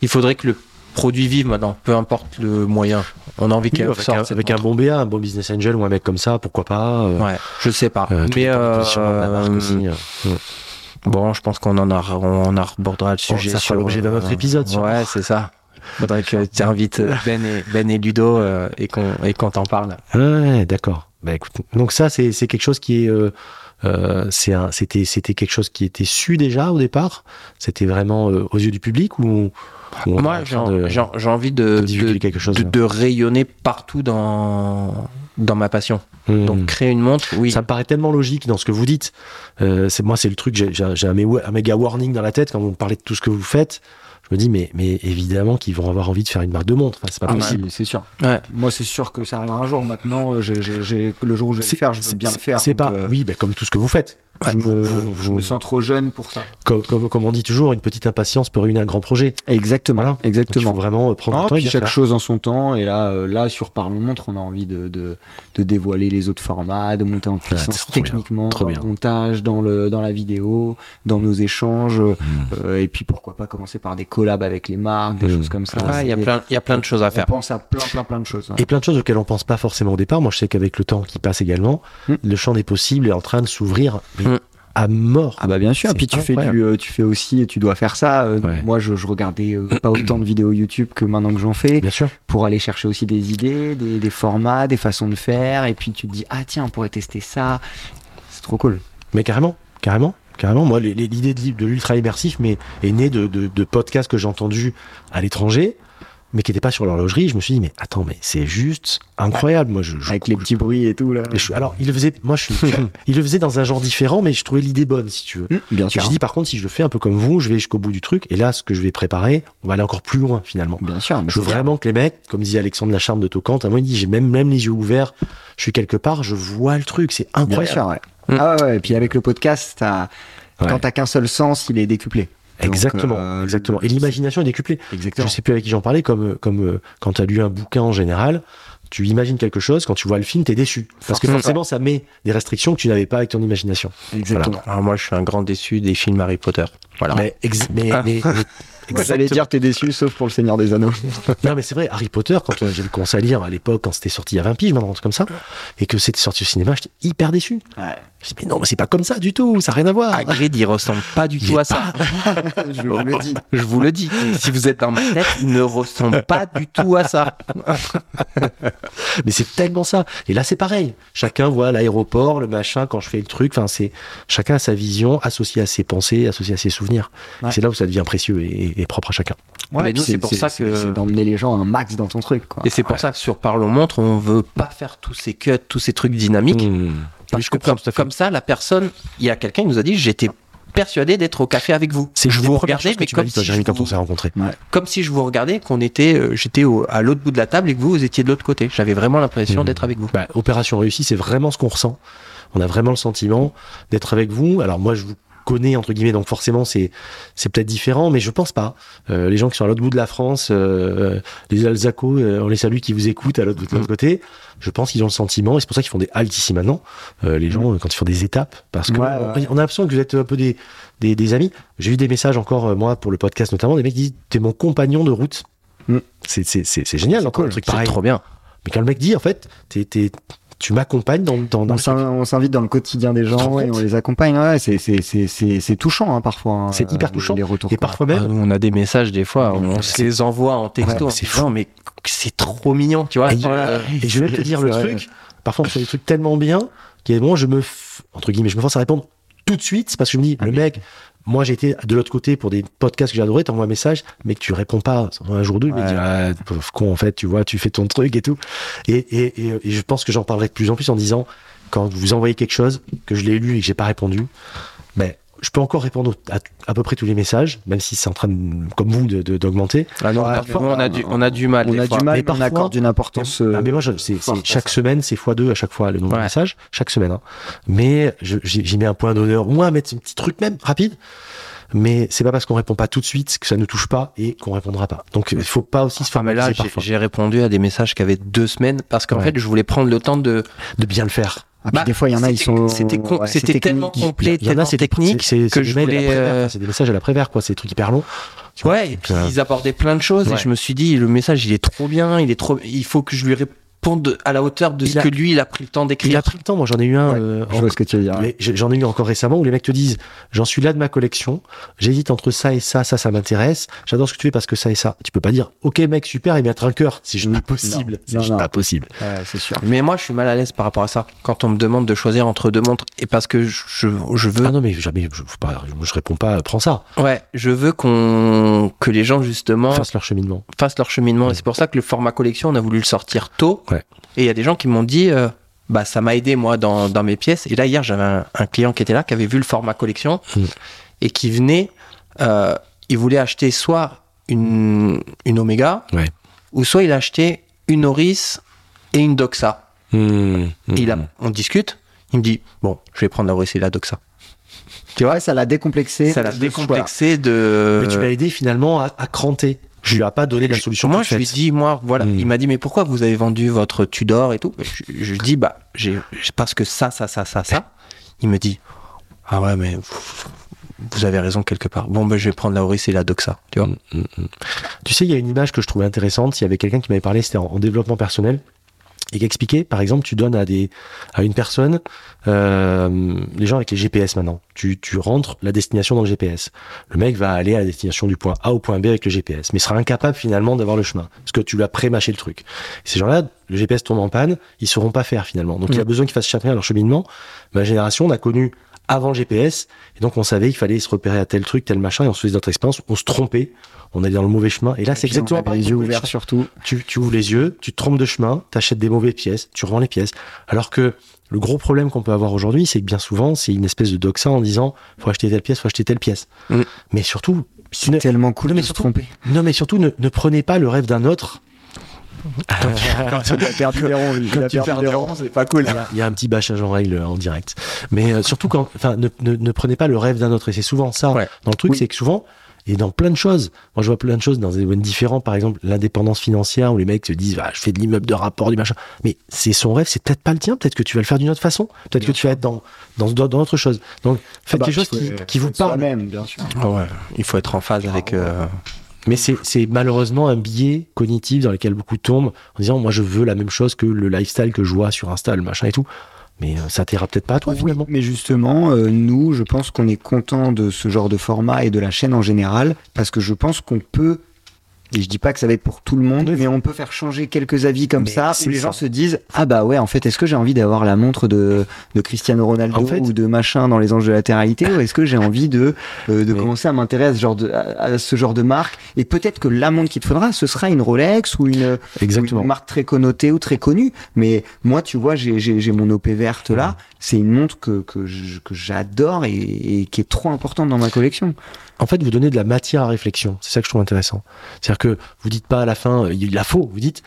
Il faudrait que le produit vive maintenant, peu importe le moyen. On a envie Oui, qu'elle avec sorte. un, cette avec un montre. bon BA, un bon business angel ou un mec comme ça, pourquoi pas euh, Ouais, je sais pas. euh, tout Mais dépend du euh, positionnement de la marque euh, aussi, euh. Bon, je pense qu'on en a, on en abordera le sujet. ça fera sur l'objet d'un autre euh, épisode, sûrement. Ouais, c'est ça. Faudrait que tu invites Ben et, ben et Ludo euh, et qu'on et qu'on t'en parle. Ouais, d'accord. Bah, écoute, donc ça, c'est c'est quelque chose qui est, euh, euh, c'est un- c'était c'était quelque chose qui était su déjà au départ. C'était vraiment euh, aux yeux du public ou, ou on est Moi, en j'ai train de- j'ai- j'ai envie de, de divulguer Euh, de- quelque chose. hein. de- de rayonner partout dans dans ma passion. Hmm. Donc créer une montre, oui. Ça me paraît tellement logique dans ce que vous dites. Euh, c'est moi, c'est le truc. j'ai- J'ai j'ai un, mé- un méga warning dans la tête quand vous me parlez de tout ce que vous faites. Je me dis, mais, mais évidemment qu'ils vont avoir envie de faire une marque de montre. Enfin, c'est pas Ah, possible. mais c'est sûr. Ouais. Moi, c'est sûr que ça arrivera un jour. Maintenant, euh, j'ai- j'ai- j'ai- le jour où je vais le faire, je veux bien le faire. C'est donc, pas. euh, Oui, bah, comme tout ce que vous faites. je, me, je je- me sens trop jeune pour ça. Comme, comme- comme on dit toujours, une petite impatience peut ruiner un grand projet. Exactement. Voilà. Donc, il faut vraiment euh, prendre le Ah, temps. et puis bien chaque faire. chose en son temps. Et là, euh, là sur Parlons Montre, on a envie de, de, de dévoiler les autres formats, de monter en puissance trop bien, techniquement, trop dans bien. le montage, dans, le, dans la vidéo, dans nos échanges. euh, et puis pourquoi pas commencer par des collabs avec les marques, des Mm. choses comme ça. Ah, Il y a Et plein, il y a plein de choses à On faire. pense à plein, plein, plein de choses. hein. ouais. Et plein de choses auxquelles on pense pas forcément au départ. Moi, je sais qu'avec le temps qui passe également, Mm. le champ des possibles est en train de s'ouvrir mais Hmm. Mm. à mort. Ah bah bien sûr, C'est puis tu fais, incroyable. du, euh, tu fais aussi, et tu dois faire ça. Euh, Ouais. Moi je, je regardais euh, pas autant de vidéos YouTube que maintenant que j'en fais, Bien sûr. pour aller chercher aussi des idées, des, des formats, des façons de faire, et puis tu te dis, ah tiens, on pourrait tester ça. C'est trop cool. Mais carrément, carrément, carrément. Moi, les- les- l'idée de, l'ultra immersif mais, est née de, de- de podcasts que j'ai entendus à l'étranger, mais qui n'était pas sur l'horlogerie. Je me suis dit, mais attends, mais c'est juste incroyable. Moi, je, je- Avec les petits bruits et tout, là. je- alors, il le faisait, moi, *laughs* je, suis- il le faisait dans un genre différent, mais je trouvais l'idée bonne, si tu veux. Hum, bien Je me sûr. suis dit, par contre, si je le fais un peu comme vous, je vais jusqu'au bout du truc. Et là, ce que je vais préparer, on va aller encore plus loin, finalement. Bien sûr. mais Je veux c'est- vraiment que les mecs, comme disait Alexandre Lacharme de Tocante, à moi, il dit, j'ai même, même les yeux ouverts, je suis quelque part, je vois le truc, c'est Bien incroyable. sûr, ouais. Mm. Ah ouais, ouais, et puis avec le podcast, t'as- Ouais. quand t'as qu'un seul sens, il est décuplé. Donc, Exactement, euh, exactement. Et l'imagination est décuplée. Exactement. Je sais plus avec qui j'en parlais, comme, comme euh, quand tu as lu un bouquin en général, tu imagines quelque chose, quand tu vois le film, tu es déçu. Parce que Forcément. forcément, ça met des restrictions que tu n'avais pas avec ton imagination. Exactement. Ah, Alors moi, je suis un grand déçu des films Harry Potter. Voilà. Mais, ex- mais, Ah. mais- mais- Ouais, J'allais dire t'es déçu, sauf pour le Seigneur des Anneaux. non, mais c'est vrai, Harry Potter, quand euh, j'ai commencé à lire à l'époque, quand c'était sorti il y a 20 piges, maintenant, un truc comme ça, et que c'était sorti au cinéma, j'étais hyper déçu. Je dis, mais non, mais c'est pas comme ça du tout, ça n'a rien à voir. Hagrid, il ressemble pas du Il tout est à ça. Je vous le dis. *laughs* Je vous le dis. Si vous êtes dans ma tête, il ne ressemble pas du tout à ça. Mais c'est tellement ça. Et là, c'est pareil. Chacun voit l'aéroport, le machin, quand je fais le truc. Enfin, c'est chacun a sa vision associée à ses pensées, associée à ses souvenirs. Ouais. Et C'est là où ça devient précieux et, et- et propre à chacun. Ouais, Mais nous, c'est pour ça que- c'est d'emmener les gens un max dans ton truc, quoi. Et c'est pour ça que sur Parlons Montre, on veut pas faire tous ces cuts, tous ces trucs dynamiques. Oui, Parce je que comprends comme, comme ça, la personne, il y a quelqu'un qui nous a dit, j'étais persuadé d'être au café avec vous. C'est je une vous des premières regardais, choses que mais tu m'as comme dit, toi, si, je Jérémy, quand on vous, s'est rencontrés. comme si je vous regardais, qu'on était, euh, j'étais au- à l'autre bout de la table et que vous, vous étiez de l'autre côté. J'avais vraiment l'impression Mmh. d'être avec vous. Bah, opération réussie, c'est vraiment ce qu'on ressent. On a vraiment le sentiment d'être avec vous. Alors moi, je vous connais entre guillemets, donc forcément, c'est c'est peut-être différent, mais je pense pas. Euh, les gens qui sont à l'autre bout de la France, euh, les Alsacos, euh, on les salue, qui vous écoutent à l'autre de l'autre côté. Je pense qu'ils ont le sentiment, et c'est pour ça qu'ils font des haltes ici maintenant. euh, les gens euh, quand ils font des étapes, parce que Ouais, on- ouais. on a l'impression que vous êtes un peu des des, des amis. J'ai eu des messages encore euh, moi pour le podcast notamment, des mecs qui disent t'es mon compagnon de route. Mm. C'est c'est- c'est c'est génial encore un truc C'est pareil. Ah, trop bien. Mais quand le mec dit, en fait, t'es- t'es- tu m'accompagnes dans, dans, dans On le truc. s'in- on s'invite dans le quotidien des te rends gens et compte on les accompagne. Ouais, c'est- c'est- c'est c'est- c'est touchant hein, parfois. hein, C'est hyper euh, touchant. Les retours. Et quoi. parfois Ah, même, nous, on a des messages des fois, on se les envoie en texto. Ouais, en c'est disant, mais c'est trop mignon, tu vois. Et- Euh, et je vais te dire le C'est vrai. truc, parfois on fait des trucs tellement bien qu'il y a des moments où je me, f- entre guillemets, je me force à répondre tout de suite c'est parce que je me Ah dis, le mec, moi j'ai été de l'autre côté pour des podcasts que j'ai adoré, t'envoies un message, mais que tu réponds pas un jour ou deux, mais Ouais. Euh, tu dis, ah, pauvre con, en fait, tu vois, tu fais ton truc et tout. Et, et, et, et je pense que j'en parlerai de plus en plus en disant, quand vous envoyez quelque chose, que je l'ai lu et que j'ai pas répondu, ben, je peux encore répondre au- à, à peu près tous les messages, même si c'est en train, de, comme vous, d'augmenter. De, d'augmenter. Ah non, Ouais, parfois, parfois, on, a du, on a du mal. on des a fois. du mal, Mais mais on parfois- accorde une importance. euh, Ah, mais moi, je- c'est- c'est- force, chaque ça. semaine, c'est x2 à chaque fois le nombre de Ouais. messages, chaque semaine. hein. Mais je- j'y j'y mets un point d'honneur, au moins à mettre un petit truc même rapide. Mais c'est pas parce qu'on répond pas tout de suite que ça ne touche pas et qu'on répondra pas. Donc il faut pas aussi se Enfin, Ah, mais formaliser là, j'ai- parfois j'ai répondu à des messages qui avaient deux semaines parce qu'en Ouais. fait, je voulais prendre le temps de. de bien le faire. ah, puis Bah, des fois, il y en a, ils c'était- sont. C'était con- ouais, c'est c'était tellement technique. complet, Il y en a, tellement c'est des- technique. c'est- c'est- c'est que des je mails à la voulais, Prévert, euh, quoi. C'est des messages à la prévère, quoi. C'est des trucs hyper longs. Ouais, et puis Putain. ils abordaient plein de choses euh, Ouais. et je me suis dit, le message, il est trop bien, il est trop. Il faut que je lui réponde à la hauteur de Il ce a- que lui, il a pris le temps Il d'écrire. a pris le temps. Moi, j'en ai eu un. Ouais, euh, Je vois ce que tu veux dire. Mais j'ai- J'en ai eu encore récemment où les mecs te disent J'en suis là de ma collection, j'hésite entre ça et ça, ça, ça m'intéresse, j'adore ce que tu fais parce que ça et ça. Tu peux pas dire Ok, mec, super, et mettre un cœur, c'est juste Non, pas possible. non, C'est non, juste non. pas possible. Ouais, C'est sûr. Mais moi, je suis mal à l'aise par rapport à ça. Quand on me demande de choisir entre deux montres, et parce que je, je- je veux, Ah non, mais jamais, je, faut pas- je réponds pas, euh, prends ça, ouais, je veux qu'on que les gens justement fasse leur cheminement. fassent leur cheminement. Ouais. Et c'est pour ça que le format collection, on a voulu le sortir tôt. Ouais. Et il y a des gens qui m'ont dit, euh, bah ça m'a aidé moi dans, dans mes pièces. Et là hier, j'avais un, un client qui était là, qui avait vu le format collection Mm. et qui venait, euh, il voulait acheter soit une une Omega, Ouais. ou soit il achetait une Oris et une Doxa. Mmh, Et il a- Mm-hmm. on discute. Il me dit, bon, je vais prendre la Oris et la Doxa. Tu vois, ça l'a décomplexé. ça l'a de ce décomplexé de. Mais tu l'as aidé finalement à, à cranter. Je lui ai pas donné la solution. Moi, toute euh, je lui faite. dis, moi, voilà. Mm. Il m'a dit, mais pourquoi vous avez vendu votre Tudor et tout je, je lui dis, bah, j'ai, j'ai- parce que ça, ça, ça, ça, ça. Il me dit, ah ouais, mais vous, vous avez raison quelque part. Bon, ben, je vais prendre la Oris et la Doxa, tu vois. Tu sais, il y a une image que je trouvais intéressante. Il y avait quelqu'un qui m'avait parlé, c'était en, en développement personnel, et qui expliquait, par exemple, tu donnes à, des, à une personne, euh, les gens avec les GPS maintenant, tu, tu rentres la destination dans le GPS. Le mec va aller à la destination du point A au point B avec le GPS, mais sera incapable finalement d'avoir le chemin, parce que tu lui as pré-mâché le truc. Ces gens-là, le Mm. GPS tombe en panne, ils sauront pas faire finalement. Donc il y a besoin qu'ils fassent chacun leur cheminement. Ma génération, on a connu avant le GPS. Et donc, on savait qu'il fallait se repérer à tel truc, tel machin, et on se faisait notre expérience, on se trompait, on allait dans le mauvais chemin. Et là, c'est Puis on exactement avait pareil. les yeux ouverts surtout. Tu, tu ouvres les yeux, tu te trompes de chemin, t'achètes des mauvaises pièces, tu revends les pièces. Alors que le gros problème qu'on peut avoir aujourd'hui, c'est que bien souvent, c'est une espèce de doxa en disant, faut acheter telle pièce, faut acheter telle pièce. Mm. Mais surtout, C'est ne- tellement cool Non, mais de se surtout- tromper. non, mais surtout, ne, ne prenez pas le rêve d'un autre. Quand- Il a perdu des ronds, lui. Il a perdu des ronds, c'est pas Ah, cool. Voilà, il y a un petit bâchage en règle euh, en direct. Mais euh, surtout, quand, enfin, ne, ne, ne prenez pas le rêve d'un autre. Et c'est souvent ça. Ouais. Dans le truc, Oui. c'est que souvent, et dans plein de choses, moi je vois plein de choses dans des domaines différents, par exemple l'indépendance financière, où les mecs se disent, Ah, je fais de l'immeuble de rapport, du machin. Mais c'est son rêve, c'est peut-être pas le tien, peut-être que tu vas le faire d'une autre façon, peut-être que tu vas être dans, dans, dans, dans autre chose. Donc faites Ah bah, des choses faut- qui, faut qui vous être parlent. soi-même, bien sûr. Ah ouais, il faut être en phase avec. euh, Mais c'est c'est malheureusement un biais cognitif dans lequel beaucoup tombent en disant moi je veux la même chose que le lifestyle que je vois sur Insta, le machin et tout. Mais euh, ça t'ira peut-être pas à toi Oui, finalement. mais justement, euh, nous, je pense qu'on est content de ce genre de format et de la chaîne en général, parce que je pense qu'on peut, et je dis pas que ça va être pour tout le monde, mais on peut faire changer quelques avis comme Mais ça, c'est où les ça. gens se disent Ah bah ouais, en fait, est-ce que j'ai envie d'avoir la montre de, de Cristiano Ronaldo En fait- ou de machin dans les anges de la Terre-Réalité, ou est-ce que j'ai envie de, euh, de Mais- commencer à m'intéresser à, ce genre de- à- à ce genre de marque Et peut-être que la montre qu'il te faudra, ce sera une Rolex ou une, ou Une marque très connotée ou très connue. Mais moi, tu vois, j'ai- j'ai j'ai mon OP verte là. C'est une montre que, que je- que j'adore et, et qui est trop importante dans ma collection. En fait, vous donnez de la matière à réflexion. C'est ça que je trouve intéressant. C'est-à-dire que vous dites pas à la fin, euh, il la faut. Vous dites,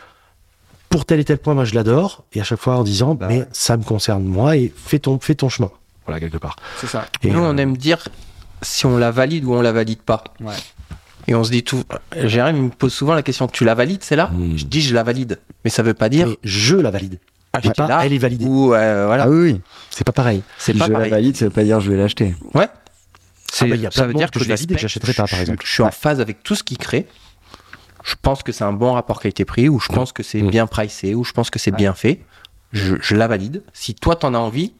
pour tel et tel point, moi je l'adore. Et à chaque fois en disant, Bah mais ouais. ça me concerne moi et fais ton, fais ton chemin. Voilà, quelque part. C'est ça. Et, nous, euh, on aime dire si on la valide ou on la valide pas. Ouais. Et on se dit tout. Jérémy me pose souvent la question tu la valides celle-là Mm. Je dis je la valide. Mais ça veut pas dire mais je la valide. ah, pas, j'étais là elle est validée. Ou euh, voilà. Ah oui, oui. C'est pas pareil. c'est je pas la pareil. valide, ça veut pas dire je vais l'acheter. Ouais. C'est- Ah bah, il y a ça plein veut de dire montres que que, je valide et que respecte, j'achèterai pas, par je- exemple. Je suis en phase avec tout ce qu'il crée. Je pense que c'est un bon rapport qualité-prix, ou je pense que c'est Mm. bien pricé, ou je pense que c'est bien fait. Je, je la valide. Si toi, t'en as envie,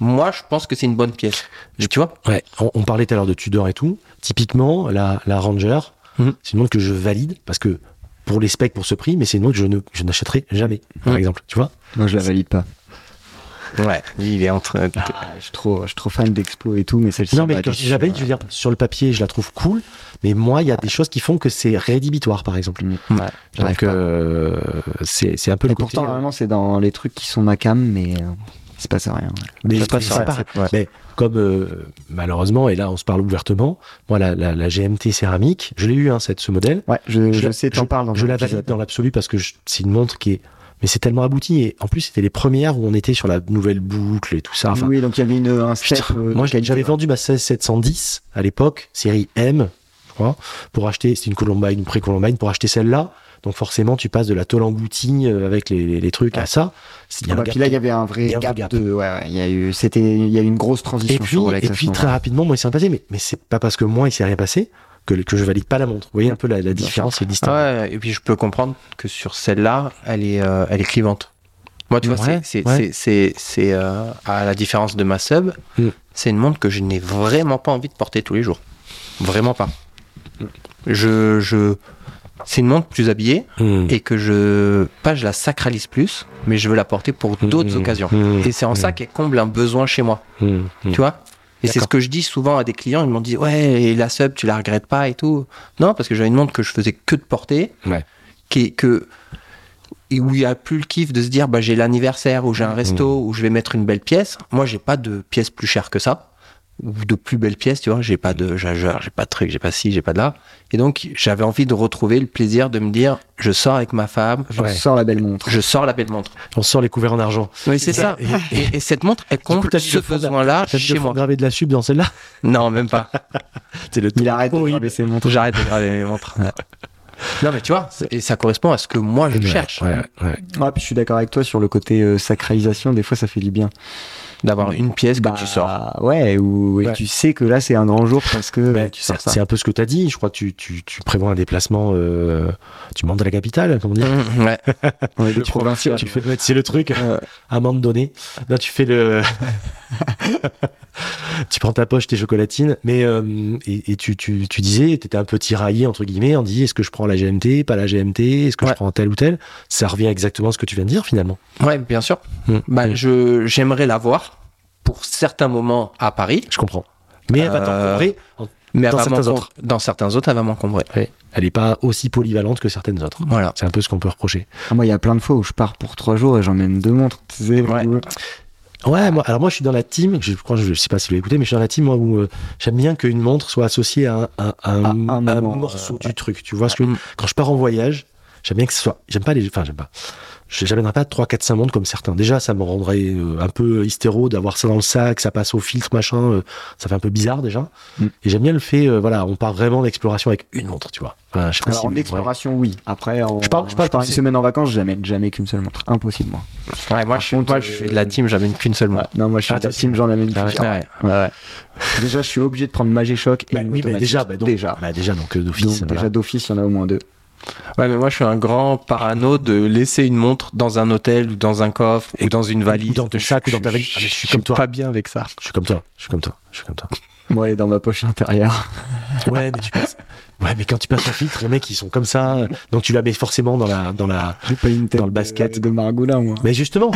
moi, je pense que c'est une bonne pièce. Mais tu vois Ouais, on, on parlait tout à l'heure de Tudor et tout. Typiquement, la, la Ranger, Mhm. c'est une montre que je valide parce que pour les specs, pour ce prix, mais c'est une montre que je ne- je n'achèterai jamais, par Mhm. exemple. Tu vois Moi, je la valide pas. Ouais, il est entre. Ah, je, suis trop, je suis trop fan d'Explo et tout, mais celle-ci. Non, bah, mais quand je tu- la valide, je veux dire, sur le papier, je la trouve cool, mais moi, il y a des choses qui font que c'est rédhibitoire, par exemple. Ouais. j'arrive Donc, euh, c'est c'est un peu Et le côté. pourtant, hein, normalement, c'est dans les trucs qui sont ma cam, mais euh, il se passe rien. Mais Ça c'est passe sur la pas- tête, ouais. Mais comme euh, malheureusement, et là on se parle ouvertement, moi la, la- la GMT céramique, je l'ai eu hein, cette, ce modèle. Ouais, je, Je je la- sais, t'en parles dans je un la épisode. valide dans l'absolu parce que je- c'est une montre qui est. Mais c'est tellement abouti. Et en plus, c'était les premières où on était sur la nouvelle boucle et tout ça. Enfin, oui, donc il y avait une, un step. putain, euh, moi, qualité. j'avais vendu ma 16710 à l'époque, série M, je crois, pour acheter. C'était une Columbine, une pré-Columbine, pour acheter celle-là. Donc forcément, tu passes de la tôle engloutie euh, avec les, les- les trucs à ça. C'est- il y a Ah un bah, gap puis là, il qui- y avait un vrai il y a un vrai gap, gap. de. Ouais, ouais, il y a eu, c'était, il y a eu une grosse transition Et puis, sur Rolex. et à ce puis moment-là. très rapidement, moi, il s'est rien passé. Mais, mais c'est pas parce que moi, il s'est rien passé que, le- que je valide pas la montre. Vous voyez un peu la, la différence et le distinction. Ah ouais, et puis je peux comprendre que sur celle-là, elle est, euh, elle est clivante. Moi, tu vois, Ouais, c'est, c'est, ouais. c'est, c'est, c'est, euh, à la différence de ma sub, Mm. c'est une montre que je n'ai vraiment pas envie de porter tous les jours. Vraiment pas. Je, je, c'est une montre plus habillée Hmm. et que je, pas je la sacralise plus, mais je veux la porter pour d'autres Hmm. occasions. Hmm. Et c'est en ça qu'elle comble un besoin chez moi. Hmm. Hmm. Tu vois Et c'est D'accord. ce que je dis souvent à des clients, ils m'ont dit ouais, et la sub, tu la regrettes pas et tout. Non, parce que j'avais une montre que je faisais que de porter, Ouais. qui est- que et où il n'y a plus le kiff de se dire bah j'ai l'anniversaire ou j'ai Mm. un resto ou je vais mettre une belle pièce. Moi, j'ai pas de pièce plus chère que ça ou de plus belle pièce, tu vois, j'ai pas Mm. de jageur, j'ai pas de truc, j'ai pas ci, j'ai pas de là. Et donc, j'avais envie de retrouver le plaisir de me dire je sors avec ma femme, Je Ouais. sors la belle montre. je sors la belle montre. On sort les couverts en argent. Oui, c'est ça. Et, et cette montre, elle coup, t'as comble mis ce le fond de la- besoin-là T'as Ah, chez moi. gravé de la sub dans celle-là Non, même pas. C'est le Il arrête Horrible. de graver ses montres. J'arrête de graver mes montres. Non, mais tu vois, c'est- et ça correspond à ce que moi je cherche. Ouais, puis je suis d'accord avec toi sur le côté euh, sacralisation. Des fois, ça fait du bien. Bah, D'avoir une pièce que tu sors. Ouais, ou et Ouais. tu sais que là, c'est un grand jour parce que Ouais, tu sors c'est ça. c'est un peu ce que tu as dit. Je crois que tu, tu, tu prévois un déplacement. euh, tu montes à la capitale, comment dire Mmh, *laughs* ouais. On est des Le provinciaux. Tu fais- C'est le truc, Euh, *laughs* à un moment donné. Non, tu fais le. *laughs* tu prends ta poche, tes chocolatines. Mais, euh, et, et tu, tu, tu disais, tu étais un peu tiraillé, entre guillemets. On dit, est-ce que je prends la GMT, pas la GMT Est-ce que je Ouais. prends tel ou tel Ça revient exactement à ce que tu viens de dire, finalement. Mmh. Ouais, bien sûr. Mm. Bah, je, j'aimerais l'avoir pour certains moments à Paris, Je comprends. Mais elle va Euh, t'encombrer. mais elle Dans va certains m'encom- autres. dans certains autres, elle va m'encombrer. Elle n'est pas aussi polyvalente que certaines autres. Voilà. C'est un peu ce qu'on peut reprocher. Ah, moi, il y a plein de fois où je pars pour trois jours et j'emmène deux montres. tu sais, Ouais. pour- Ah, Ouais, moi, alors moi je suis dans la team, je crois, je sais pas si vous l'écoutez, mais je suis dans la team moi, où euh, j'aime bien qu'une montre soit associée à un, à- à un- À un à un moment, morceau euh, du truc. Tu vois, ce que, quand je pars en voyage, j'aime bien que ce soit. J'aime pas les. Enfin, j'aime pas. je- J'amènerai pas 3, 4, 5 montres comme certains. Déjà, ça me rendrait euh, un peu hystéro d'avoir ça dans le sac, ça passe au filtre, machin. euh, ça fait un peu bizarre déjà. Mm. Et j'aime bien le fait, euh, voilà, on part vraiment d'exploration avec une montre, tu vois. Enfin, je sais pas Alors, si- Bah en exploration, oui. Après, en- Je pars- je pars- une semaine en vacances, j'amène jamais qu'une seule montre. Impossible, moi. Ouais, moi, Par je, suis- contre, moi, je suis de euh, la team, j'amène qu'une seule main. Non, moi, je suis Ah, de la t'es- team, j'en amène Ouais. qu'une. Ouais, ouais. Déjà, je suis obligé de prendre Magéchoc et Ouais. une oui, mais automatique. déjà, bah, donc, déjà. bah, déjà, donc euh, Donc, d'office. voilà. déjà d'office, il y en a au moins deux. Ouais, mais moi, je suis un grand parano de laisser une montre dans un hôtel ou dans un coffre ou dans une valise. ou dans ton sac ou dans ta valise. Ah, mais je suis comme toi. pas bien avec ça. Je suis comme toi, je suis comme toi, je suis comme toi. Moi, elle est dans ma poche intérieure. Ouais, mais tu passes. Ouais, mais quand tu passes en filtre, les mecs, ils sont comme ça. Donc tu la mets forcément dans la, dans la. J'ai pas une tête Dans le basket. de, de Margoulin, moi. Mais *laughs* justement.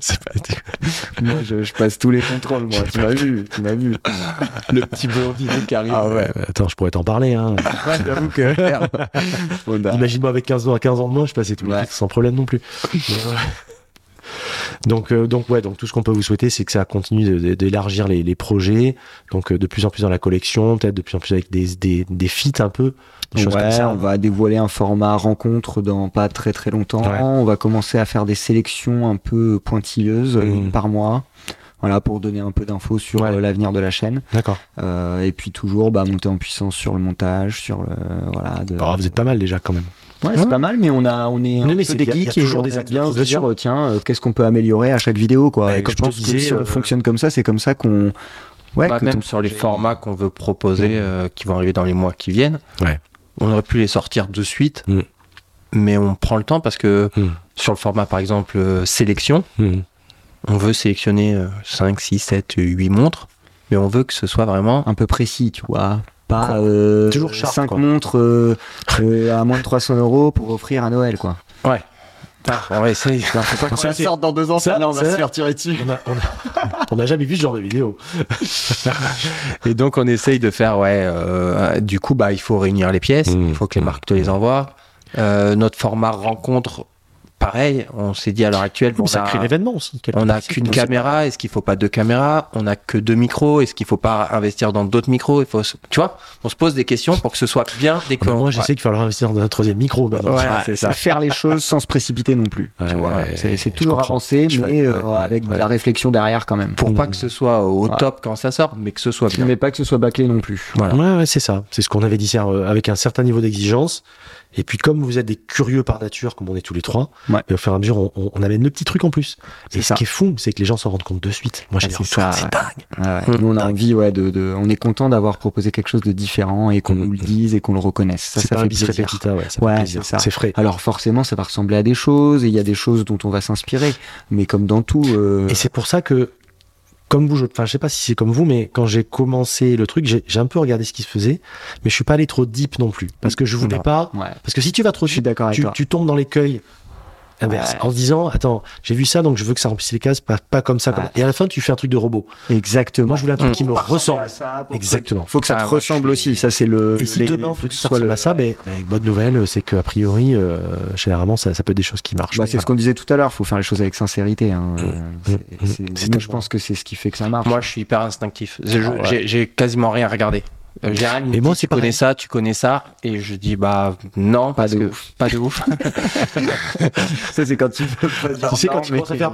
C'est pas- moi, je, je passe tous les contrôles, moi. tu m'as vu, tu m'as vu. Le petit blondinet qui arrive. Ah ouais. Attends, je pourrais t'en parler. Hein. j'avoue que. Honda. Imagine-moi avec 15 ans à 15 ans de moins, je passais tout le Ouais. filtre sans problème *laughs* non plus. Mais ouais. Donc, euh, donc ouais, donc tout ce qu'on peut vous souhaiter, c'est que ça continue de- de- d'élargir les, les projets, donc euh, de plus en plus dans la collection, peut-être de plus en plus avec des des, des feats un peu, des choses Ouais, comme ça. on va dévoiler un format rencontre dans pas très très longtemps. Ouais. On va commencer à faire des sélections un peu pointilleuses euh, Mm. par mois. Voilà, pour donner un peu d'infos sur Ouais. euh, l'avenir de la chaîne. D'accord. Euh, et puis toujours bah, monter en puissance sur le montage, sur le. Voilà, de- Alors, Ah, vous êtes pas mal déjà quand même. Ouais, c'est pas mal, mais on, a, on est un Non, mais peu c'est des bien, il y a geeks et toujours on des aime axes bien de se dire, progression. euh, tiens, euh, qu'est-ce qu'on peut améliorer à chaque vidéo, quoi. Bah, et comme je je te pense que disais, si on euh, fonctionne comme ça, c'est comme ça qu'on. Ouais, que Bah, même ton- sur les formats qu'on veut proposer, euh, qui vont arriver dans les mois qui viennent, Ouais. on aurait pu les sortir de suite, Mm. mais on prend le temps parce que Mm. sur le format, par exemple, euh, sélection, Hmm. on veut sélectionner euh, 5, 6, 7, 8 montres, mais on veut que ce soit vraiment. un peu précis, tu vois. Pas euh, Toujours sharp, 5 quoi. montres euh, euh, à moins de 300 euros pour offrir à Noël, quoi. on *laughs* va essayer. faut pas qu'on Ça, la c'est- sorte dans deux ans, ça, celle-là, on va ça- se faire tirer dessus. On a, on a- *laughs* on a jamais vu ce genre de vidéo. Et donc on essaye de faire, ouais, euh, du coup, bah, il faut réunir les pièces, Mmh. il faut que les Mmh. marques te les envoient. Euh, notre format rencontre, pareil, on s'est dit à l'heure actuelle, bah, on ça crée a, l'événement aussi. quelque on a part. qu'une Donc, caméra, est-ce qu'il faut pas deux caméras On a que deux micros, est-ce qu'il faut pas investir dans d'autres micros Il faut, se- Tu vois, on se pose des questions pour que ce soit bien Ah bah, décoré. moi, j'essaie de faire leur investir dans un troisième micro. maintenant. Ouais, c'est ça. Faire les choses sans se précipiter non plus. Ouais, tu vois. ouais, c'est c'est je toujours comprends. avancé, Je- mais euh, ouais, avec ouais. de la réflexion derrière quand même. Pour pas que ce soit au Ouais. top quand ça sort, mais que ce soit bien. Mais pas que ce soit bâclé non plus. Voilà. Ouais, ouais, c'est ça. C'est ce qu'on avait dit, c'est, euh, avec un certain niveau d'exigence. Et puis, comme vous êtes des curieux par nature, comme on est tous les trois, Ouais. et au fur et à mesure, on, on- on amène le petit truc en plus. C'est Et ça. ce qui est fou, c'est que les gens s'en rendent compte de suite. Moi, j'ai Ouais, des c'est retours, ça, c'est ouais. Ah dingue. Ouais, Mm. Nous, on a envie, ouais, de, de- on est content d'avoir proposé quelque chose de différent et qu'on Mm. nous le dise et qu'on le reconnaisse. Ça, c'est ça pas fait un bis plaisir. repetita, ouais, ça fait Ouais, plaisir. c'est ça. C'est frais. Alors forcément, ça va ressembler à des choses et il y a des choses dont on va s'inspirer. Mais comme dans tout, euh, Et c'est pour ça que, comme vous, je, enfin, je sais pas si c'est comme vous, mais quand j'ai commencé le truc, j'ai j'ai un peu regardé ce qui se faisait, mais je suis pas allé trop deep non plus. Parce que je voulais Non. pas. ouais, Parce que si tu vas trop je suis deep, Ah, d'accord avec tu, toi. tu tombes dans l'écueil inverse Ouais. en se disant attends j'ai vu ça donc je veux que ça remplisse les cases pas, pas comme ça comme- Ouais. et à la fin tu fais un truc de robot Exactement. moi je voulais un truc Mm. qui me ressemble exactement Faut que ça Ah, te moi, ressemble je suis- aussi. Ça, c'est le. et si les- demain faut faut que que ce ça soit ressemble le- à ça mais mais une bonne nouvelle c'est qu'a priori euh, généralement ça, ça peut être des choses qui marchent Bah, c'est ce qu'on disait tout à l'heure, faut faire les choses avec sincérité. hein. Euh, c'est- Mm. c'est- C'est moi, tellement- je pense que c'est ce qui fait que ça marche. Moi, je suis hyper instinctif. Je- je- Ah ouais. J'ai j'ai quasiment rien regardé. Euh, J'ai rien. Et moi, c'est tu connais pareil. ça, tu connais ça, et je dis bah non, Pas parce de que- pas de ouf. ça, c'est quand tu veux pas dire tu sais non, quand tu mais- commences à faire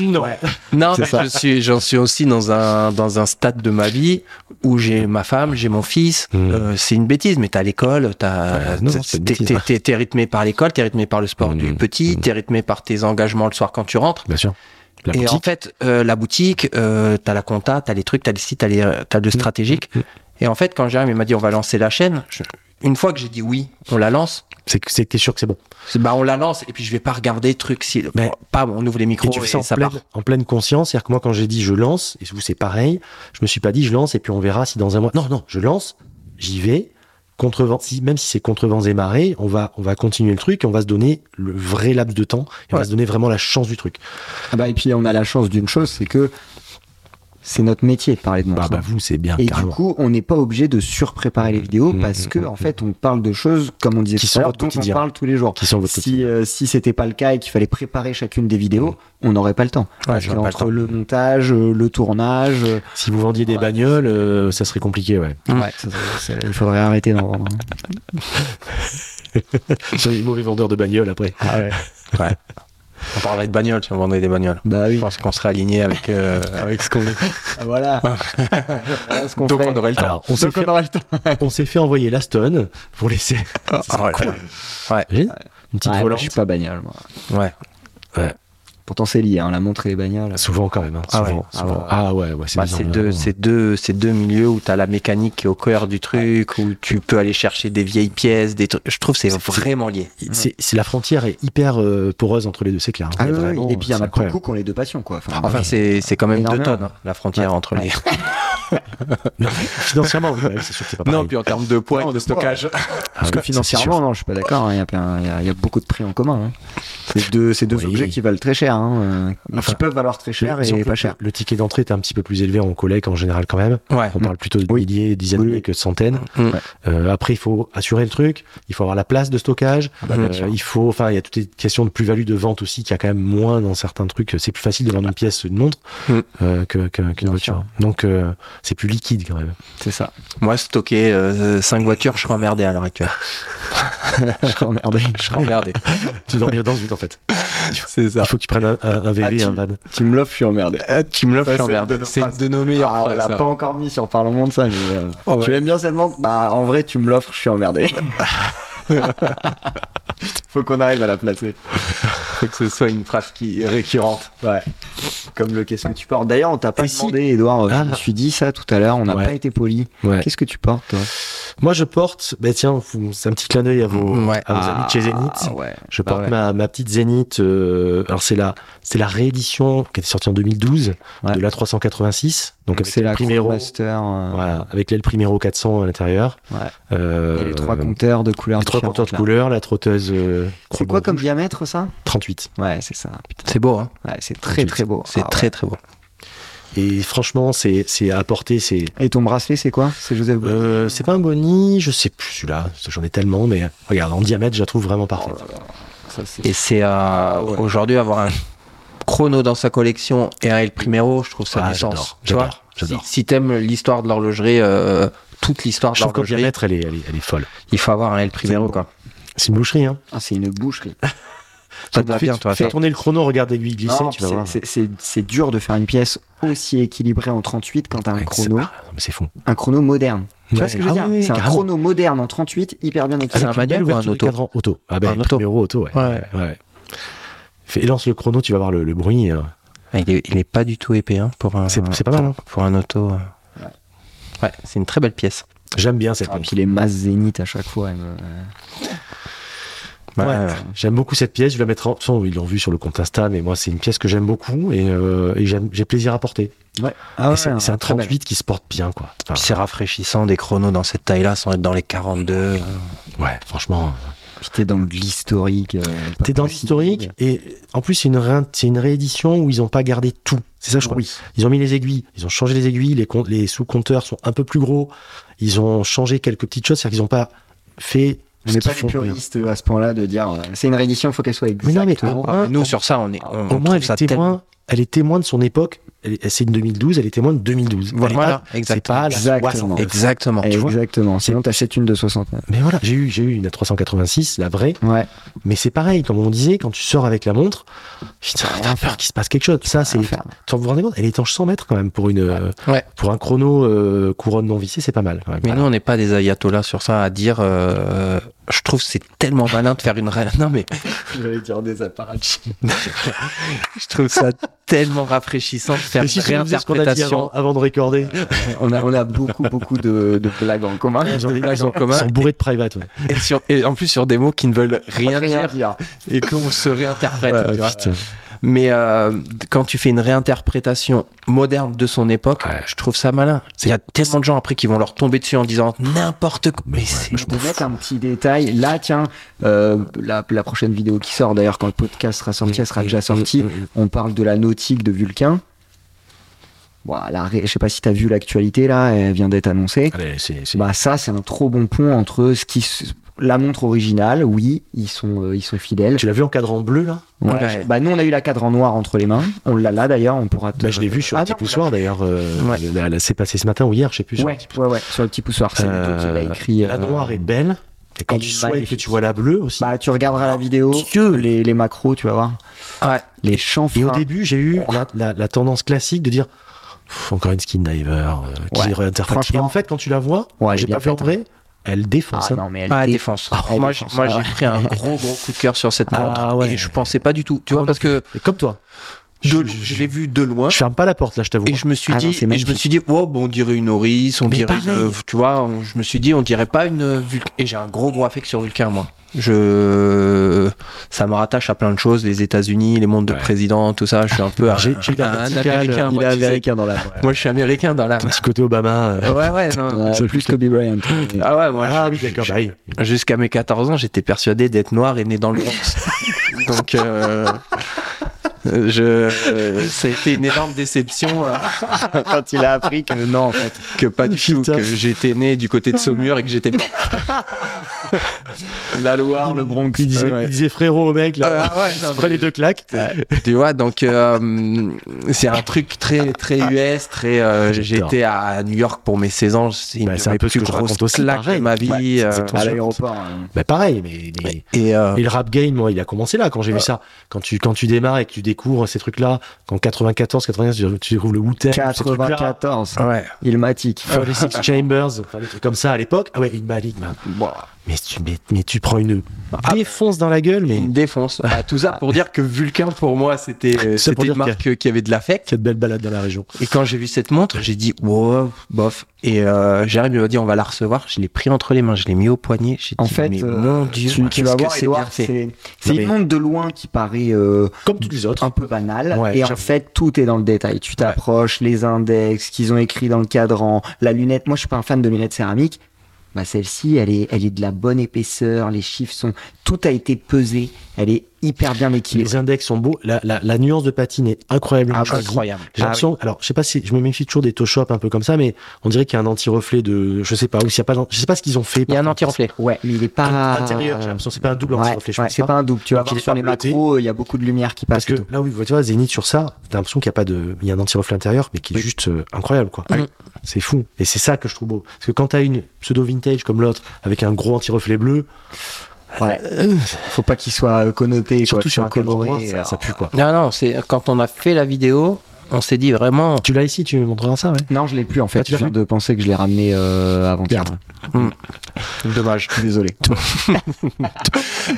non non, C'est mais ça. je suis, j'en suis aussi dans un dans un stade de ma vie où j'ai ma femme, j'ai mon fils. Mm. Euh, c'est une bêtise, mais t'es à l'école, t'as- Ouais, non, c'est t'es- une t'es bêtise, t'es- ouais. t'es- t'es rythmé par l'école, t'es rythmé par le sport Mm. du petit, t'es rythmé par tes engagements le soir quand tu rentres. bien sûr la et en boutique fait, euh, la boutique, euh, t'as la compta, t'as les trucs, t'as les sites, t'as, les, euh, t'as le stratégique. Mm. Et en fait, quand Jérémy il m'a dit on va lancer la chaîne, je- une fois que j'ai dit oui, on la lance, c'est que c'est que t'es sûr que c'est bon c'est, bah on la lance et puis je vais pas regarder truc si Mais- pam, on ouvre les micros et et, tu fais ça en ça pleine, part. en pleine conscience c'est-à-dire que moi quand j'ai dit je lance et vous c'est pareil je me suis pas dit je lance et puis on verra si dans un mois non non je lance j'y vais contre vent- si, même si c'est contre vents et marées, on va, on va continuer le truc, et on va se donner le vrai laps de temps, et on va Ouais. se donner vraiment la chance du truc. Ah bah, et puis on a la chance d'une chose, c'est que c'est notre métier de parler de Bah, montre. bah, vous, c'est bien, et du carrément. coup, on n'est pas obligé de surpréparer les vidéos Mmh, parce que, mmh, en fait, on parle de choses, comme on disait Qui tout sont à l'heure, votre dont on quotidien. parle tous les jours. qui sont votre Si, euh, si c'était pas le cas et qu'il fallait préparer chacune des vidéos, on n'aurait pas le temps. parce j'aurais pas le qu'entre temps. le, montage, euh, le tournage, euh, Si vous vendiez des Ouais. bagnoles, euh, ça serait compliqué, ouais. Mmh. ouais, ça- ça- ça- il faudrait arrêter d'en vendre. hein. Vous seriez mauvais vendeur de bagnoles après. On parlerait de bagnoles si on vendait des bagnoles. Bah Je oui, pense qu'on serait aligné avec, euh, avec ce *laughs* qu'on est. voilà. Voilà ce qu'on Donc fait. on aurait le temps. Alors, on s'est Donc, fait, on aurait le temps. on s'est fait envoyer l'Aston pour laisser *laughs* Ah ouais. Imagine une petite Ouais, moi, volante. je suis pas bagnole, moi. Ouais. Pourtant, c'est lié, hein, la montre et les bagnoles. Souvent quand même. hein, Ah souvent, ouais. souvent. Ah ouais. Ah ouais, ouais, c'est Bah, bizarre, c'est mais deux, vraiment. c'est deux, c'est deux milieux où t'as la mécanique qui est au cœur du truc, où tu peux aller chercher des vieilles pièces, des trucs. Je trouve que c'est vraiment lié. C'est- c'est- la frontière est hyper euh, poreuse entre les deux, c'est clair. hein. Ah oui, oui, Vraiment, et puis il y en c'est a incroyable. beaucoup qui ont les deux passions, quoi. Enfin, Enfin, c'est c'est quand même deux Ah Énormément. tonnes, hein, la frontière entre *laughs* les. Non, financièrement, oui, c'est sûr que c'est pas pareil. Non, puis en termes de poids, Non, de de poids. stockage. Ah Parce que oui, ça, c'est sûr. financièrement, non, je suis pas d'accord. hein, Il y a plein- il y, a- il y a beaucoup de prix en commun. hein. C'est deux, c'est deux Oui. objets qui valent très cher, hein, euh, Enfin, qui peuvent valoir très cher Mais disons et que pas le- cher. Le ticket d'entrée est un petit peu plus élevé en collègue en général quand même. Ouais. On parle plutôt de Oui. milliers, dizaines de Oui, milliers oui. que de centaines. Mm. Euh, après, il faut assurer le truc. Il faut avoir la place de stockage. bah, bien Euh, sûr. il faut, enfin, il y a toutes les questions de plus-value de vente aussi, qu'il y a quand même moins dans certains trucs. C'est plus facile de vendre une pièce, une montre, Mm. euh, que- que- qu'une voiture. Donc, euh, c'est plus liquide quand même. C'est ça. Moi, stocker 5 voitures, je serais emmerdé à l'heure actuelle. *laughs* *laughs* je serais emmerdé. Je serais emmerdé. tu dormiras dans une en fait. *laughs* c'est ça. Il faut que tu prennes un, un, un VV, Ah, tu- un van. Tu me l'offres, je suis emmerdé. Ah, tu me l'offres, je Ça, suis c'est emmerdé. de nos C'est phrases. de nos meilleures Ah, on phrases, l'a ça. pas encore mis sur Parlement de ça, mais euh, Oh, ouais. je l'aime bien tellement que, bah, en vrai, tu me l'offres, je suis *laughs* emmerdé. Faut qu'on arrive à la placer. Faut que ce soit une phrase qui est récurrente. Ouais. Comme le question que tu portes. D'ailleurs, on t'a pas Et si- demandé, Edouard. Ah. Je me suis dit ça tout à l'heure. On n'a Ouais. pas été poli. Ouais. Qu'est-ce que tu portes, toi Moi, je porte, ben tiens, vous- c'est un petit clin d'œil à vos, Ouais. à vos amis de chez Zenith. Mm. Ah, ouais. Je porte Ah ouais. ma, ma petite Zenith. euh, alors c'est la c'est la réédition qui était sortie en 2012 Ouais. de la 386. Donc Donc avec c'est l'aile la Primero. Master. Voilà, avec l'aile Primero 400 à l'intérieur. Ouais. Euh, les trois compteurs de couleurs. les trois différentes, compteurs de là. couleurs, la trotteuse. euh, C'est quoi Chrono comme rouge, diamètre ça 38. Ouais, c'est ça. Putain. C'est beau, hein. Ouais, c'est très très beau. C'est Ah, très, très beau. Et franchement, c'est c'est à porter. C'est ouais. Et ton bracelet, c'est quoi C'est Joseph Blanc. euh, c'est pas un boni, je sais plus celui-là. J'en ai tellement, mais regarde en diamètre, je la trouve vraiment parfaite. Oh, Ça, c'est- Et c'est euh, ouais. aujourd'hui avoir un chrono dans sa collection et un El Primero, je trouve ça Ah, a du j'adore, sens. Tu vois j'adore, j'adore. Si, si t'aimes l'histoire de l'horlogerie, euh, toute l'histoire de je trouve qu'en l'horlogerie, diamètre, elle est, elle est elle est folle. il faut avoir un El Primero C'est quoi. C'est une boucherie, hein. Ah, c'est une boucherie. Ça te va bien, toi. Fais ça. tourner le chrono, regarde l'aiguille glisser, Non, tu vas c'est- voir. c'est- C'est c'est dur de faire une pièce aussi équilibrée en 38 quand t'as un Ouais, chrono, c'est- ah, mais c'est fou. un chrono moderne. Tu vois ce que je veux Ah dire oui, oui, C'est un carrément. Ah, chrono moderne en 38, hyper bien C'est un équilibré. manuel ou un Ouverture du auto cadran auto. Ah ben, Un auto. numéro auto, ouais. Ouais, ouais. Ouais. Fais- lance le chrono, tu vas voir le, le bruit. euh. Ah, Il est, il est pas du tout épais hein, pour un. C'est- c'est pas mal, pour- hein. Pour un auto. euh. Ouais, c'est une très belle pièce. J'aime bien cette Ah, montre. puis les masses zénith à chaque fois. elles me- Ouais, Ouais. Ah, ouais. J'aime beaucoup cette pièce. Je vais la mettre en. de toute façon, ils l'ont vu sur le compte Insta, mais moi, c'est une pièce que j'aime beaucoup et, euh, et j'aime- j'ai plaisir à porter. Ah euh. Et c'est ouais, c'est un très belle. 38 qui se porte bien, quoi. Enfin, Puis C'est rafraîchissant des chronos dans cette taille-là sans être dans les 42. euh. ouais, franchement. euh, Puis T'es dans de l'historique. euh, pas T'es dans possible. l'historique et en plus, c'est une, réin- c'est une réédition où ils ont pas gardé tout. C'est ça, je crois. Oui. Ils ont mis les aiguilles, ils ont changé les aiguilles, les, com- les sous-compteurs sont un peu plus gros. Ils ont changé quelques petites choses, c'est-à-dire qu'ils n'ont pas fait. On ce n'est qu'ils pas les font. puristes à ce point-là de dire euh, c'est une réédition, il faut qu'elle soit exacte. Mais non, mais Oh, au moins- Nous, sur ça, on est. On, au on moins, trouve elle ça est, témoin, elle est témoin de son époque. Elle est- C'est une 2012, elle est témoin de 2012. Elle est Voilà, pas- C'est exactement. pas la Exactement. 60. Exactement. ah, tu vois. Exactement. Sinon, t'achètes une de 69. Mais voilà, j'ai eu, j'ai eu une à 386, la vraie. Ouais. Mais c'est pareil, comme on disait, quand tu sors avec la montre, Ah, putain, t'as peur qu'il se passe quelque chose. Ça, c'est. Enfin, Tu vous rendez compte Elle étanche 100 mètres quand même pour une, euh, Ouais. pour un chrono euh, couronne non vissée, c'est pas mal. Quand même. Mais nous, on n'est pas des ayatollahs sur ça à dire. euh, je trouve que c'est tellement malin de faire une. ré- *laughs* Non, mais J'allais dire des apparatchiks. je trouve ça tellement rafraîchissant de faire Et une si tu nous dis ce qu'on a dit avant, réinterprétation. avant de *laughs* recorder, On a, on a beaucoup, beaucoup de, de blagues en commun. ils ont, Blagues en commun. ils sont bourrés de private. ouais. Et, sur- et en plus sur des mots qui ne veulent rien, Rien dire dire. et qu'on se réinterprète. tu vois. Mais euh, quand tu fais une réinterprétation moderne de son époque, je trouve ça malin. Il y a tellement de gens après qui vont leur tomber dessus en disant n'importe quoi. Mais c'est. Je peux mettre un petit détail. Là, tiens, euh, la, la prochaine vidéo qui sort, d'ailleurs, quand le podcast sera sorti, elle sera Ah, déjà Mm, sortie. On parle de la nautique de Vulcain. Bon, la ré- je sais pas si t'as vu l'actualité là, elle vient d'être annoncée. Allez, c'est- c'est- Bah ça, c'est un trop bon pont entre ce qui s- la montre originale. Oui, ils sont euh, ils sont fidèles. Tu l'as vu en cadran bleu là Ouais, Ouais. je- Bah nous, on a eu la cadre en noir entre les mains. On l'a là d'ailleurs. On pourra. te- Bah, Je l'ai vu sur Ah un petit non, poussoir d'ailleurs. euh, Ouais. là, là, C'est passé ce matin ou hier, je sais plus. sur un Ouais, petit poussoir. ouais, ouais, sur le petit poussoir. C'est Euh, Nato qui l'a écrit. La euh, noire est belle. Et quand elle tu est souhaites que magnifique. tu vois la bleue aussi. Bah, tu regarderas la vidéo, Dieu. les, les macros, tu vas voir. Ouais. Les chanfreins. Et Hein. au début, j'ai eu la, la- la tendance classique de dire Pff, encore une skin diver euh, qui Ouais. réinterprète. Franchement. Et en fait, quand tu la vois, Ouais, elle est j'ai bien pas fait en faite, vrai, elle Ah, défonce. hein. non, mais elle hein. Ah, est- défense. Ah, moi, défense, j'ai- moi, ah j'ai ouais. pris un gros, gros coup de cœur sur cette Ah montre. ouais. Et je pensais pas du tout. Tu vois, parce que Et comme toi. de- je, je- je l'ai vu de loin. je ferme pas la porte là, je t'avoue. Et je me suis Ah non, dit, c'est et je me magnifique. suis dit, wow, bon, on dirait une Oris, on Mais dirait, pareil. euh, tu vois, on- je me suis dit, on dirait pas une Vulcain. Et j'ai un gros gros affect sur Vulcain, moi. Je, ça me rattache à plein de choses, les États-Unis, les mondes de Ouais. Ah, présidents, tout ça. Je suis un peu un, J'ai- j'ai eu la un verticale, américain. Il est Moi, tu sais. américain dans la. *laughs* Moi, je suis américain dans la. Un petit côté Obama. euh. Ouais, ouais. non. Ouais, C'est plus Kobe Bryant. Ah ouais, moi. Ah je- oui, d'accord. je- bah oui. Jusqu'à mes 14 ans, j'étais persuadé d'être noir et né dans le Bronx. Donc, euh, euh, je, euh, ça a été une énorme déception euh, Quand il a appris que non, en fait. que pas du tout, Putain. que j'étais né du côté de Saumur et que j'étais blanc. La Loire, le Bronx. Il disait, ouais. il disait frérot au mec là. Ah *laughs* ouais, non, *laughs* Après les deux claques. tu vois, donc euh, c'est un truc très très US, très. euh, J'adore. J'étais à New York pour mes 16 ans, c'est une Bah, de c'est un mes peu ce plus que je grosses raconte aussi, claques de pareil. ma vie. Ouais, c'est- euh, c'est- À l'aéroport. hein. Bah pareil, mais. mais- et euh, Et le rap game, moi, il a commencé là quand j'ai vu ça. Quand tu, quand tu démarres et que tu découvres ces trucs-là, qu'en 94, 95, tu- tu découvres le Wu-Tang, ces trucs-là, 94. ouais. Il matique. 36 Chambers, enfin, des trucs comme ça à l'époque. Ah ouais, il m'a dit, bah, Bon, mais tu, mais, mais tu prends une défonce dans la gueule, mais Une défonce. Bah, tout ça pour dire que Vulcain, pour moi, c'était euh, Ça pour c'était une dire marque euh, qui avait de l'affect. cette belle balade dans la région. Et quand j'ai vu cette montre, j'ai dit, wow, bof. Et euh, j'arrive, il m'a dit, on va la recevoir. Je l'ai pris entre les mains, je l'ai mis au poignet. J'ai En dit, fait, mais euh, mon Dieu, tu, tu qu'est-ce vas que voir, c'est bien Edouard, fait. c'est c'est mais- une montre de loin qui paraît euh, Comme toutes les autres. un peu banale. Ouais, et en j'avoue. fait, tout est dans le détail. Tu t'approches, les index, ce qu'ils ont écrit dans le cadran, la lunette. Moi, je suis pas un fan de lunettes céramiques. Bah, celle-ci, elle est, elle est de la bonne épaisseur. Les chiffres sont, tout a été pesé. Elle est hyper bien équilibrée. Les index sont beaux. La, la, la nuance de patine est incroyable. Ah, Incroyable. J'ai l'impression, alors je sais pas si je me méfie toujours des toe shops un peu comme ça, mais on dirait qu'il y a un anti-reflet de, je sais pas, ou s'il y a pas, d'an- je sais pas ce qu'ils ont fait. Il y a un anti-reflet. Ouais, mais il est À pas. l'intérieur, j'ai l'impression que c'est pas un double Ah. Ouais, anti-reflet. je ouais, pense c'est pas. pas un double. Tu vas Donc, il voir est sur pas les bleuté. macros, il y a beaucoup de lumière qui Parce passe. que et tout. là, oui, tu vois, Zénith sur ça, t'as l'impression qu'il y a pas de, il y a un anti-reflet intérieur, mais qui est juste euh, incroyable, quoi. Oui. C'est fou. Et c'est ça que je trouve beau. Parce que quand t'as une pseudo vintage comme l'autre, avec un gros anti-reflet bleu, euh, Ouais. Faut pas qu'il soit euh, connoté, surtout quoi, sur un qu'il soit cadran noir, coloré. euh, ça, ça pue, quoi. Non, non, c'est quand on a fait la vidéo, on s'est dit vraiment, Tu l'as ici, tu me montreras ça, ouais. *laughs* Non, je l'ai plus en fait. Ah, tu l'as je viens plus de penser que je l'ai ramené euh, avant-hier. Mm. Merde. dommage. Désolé.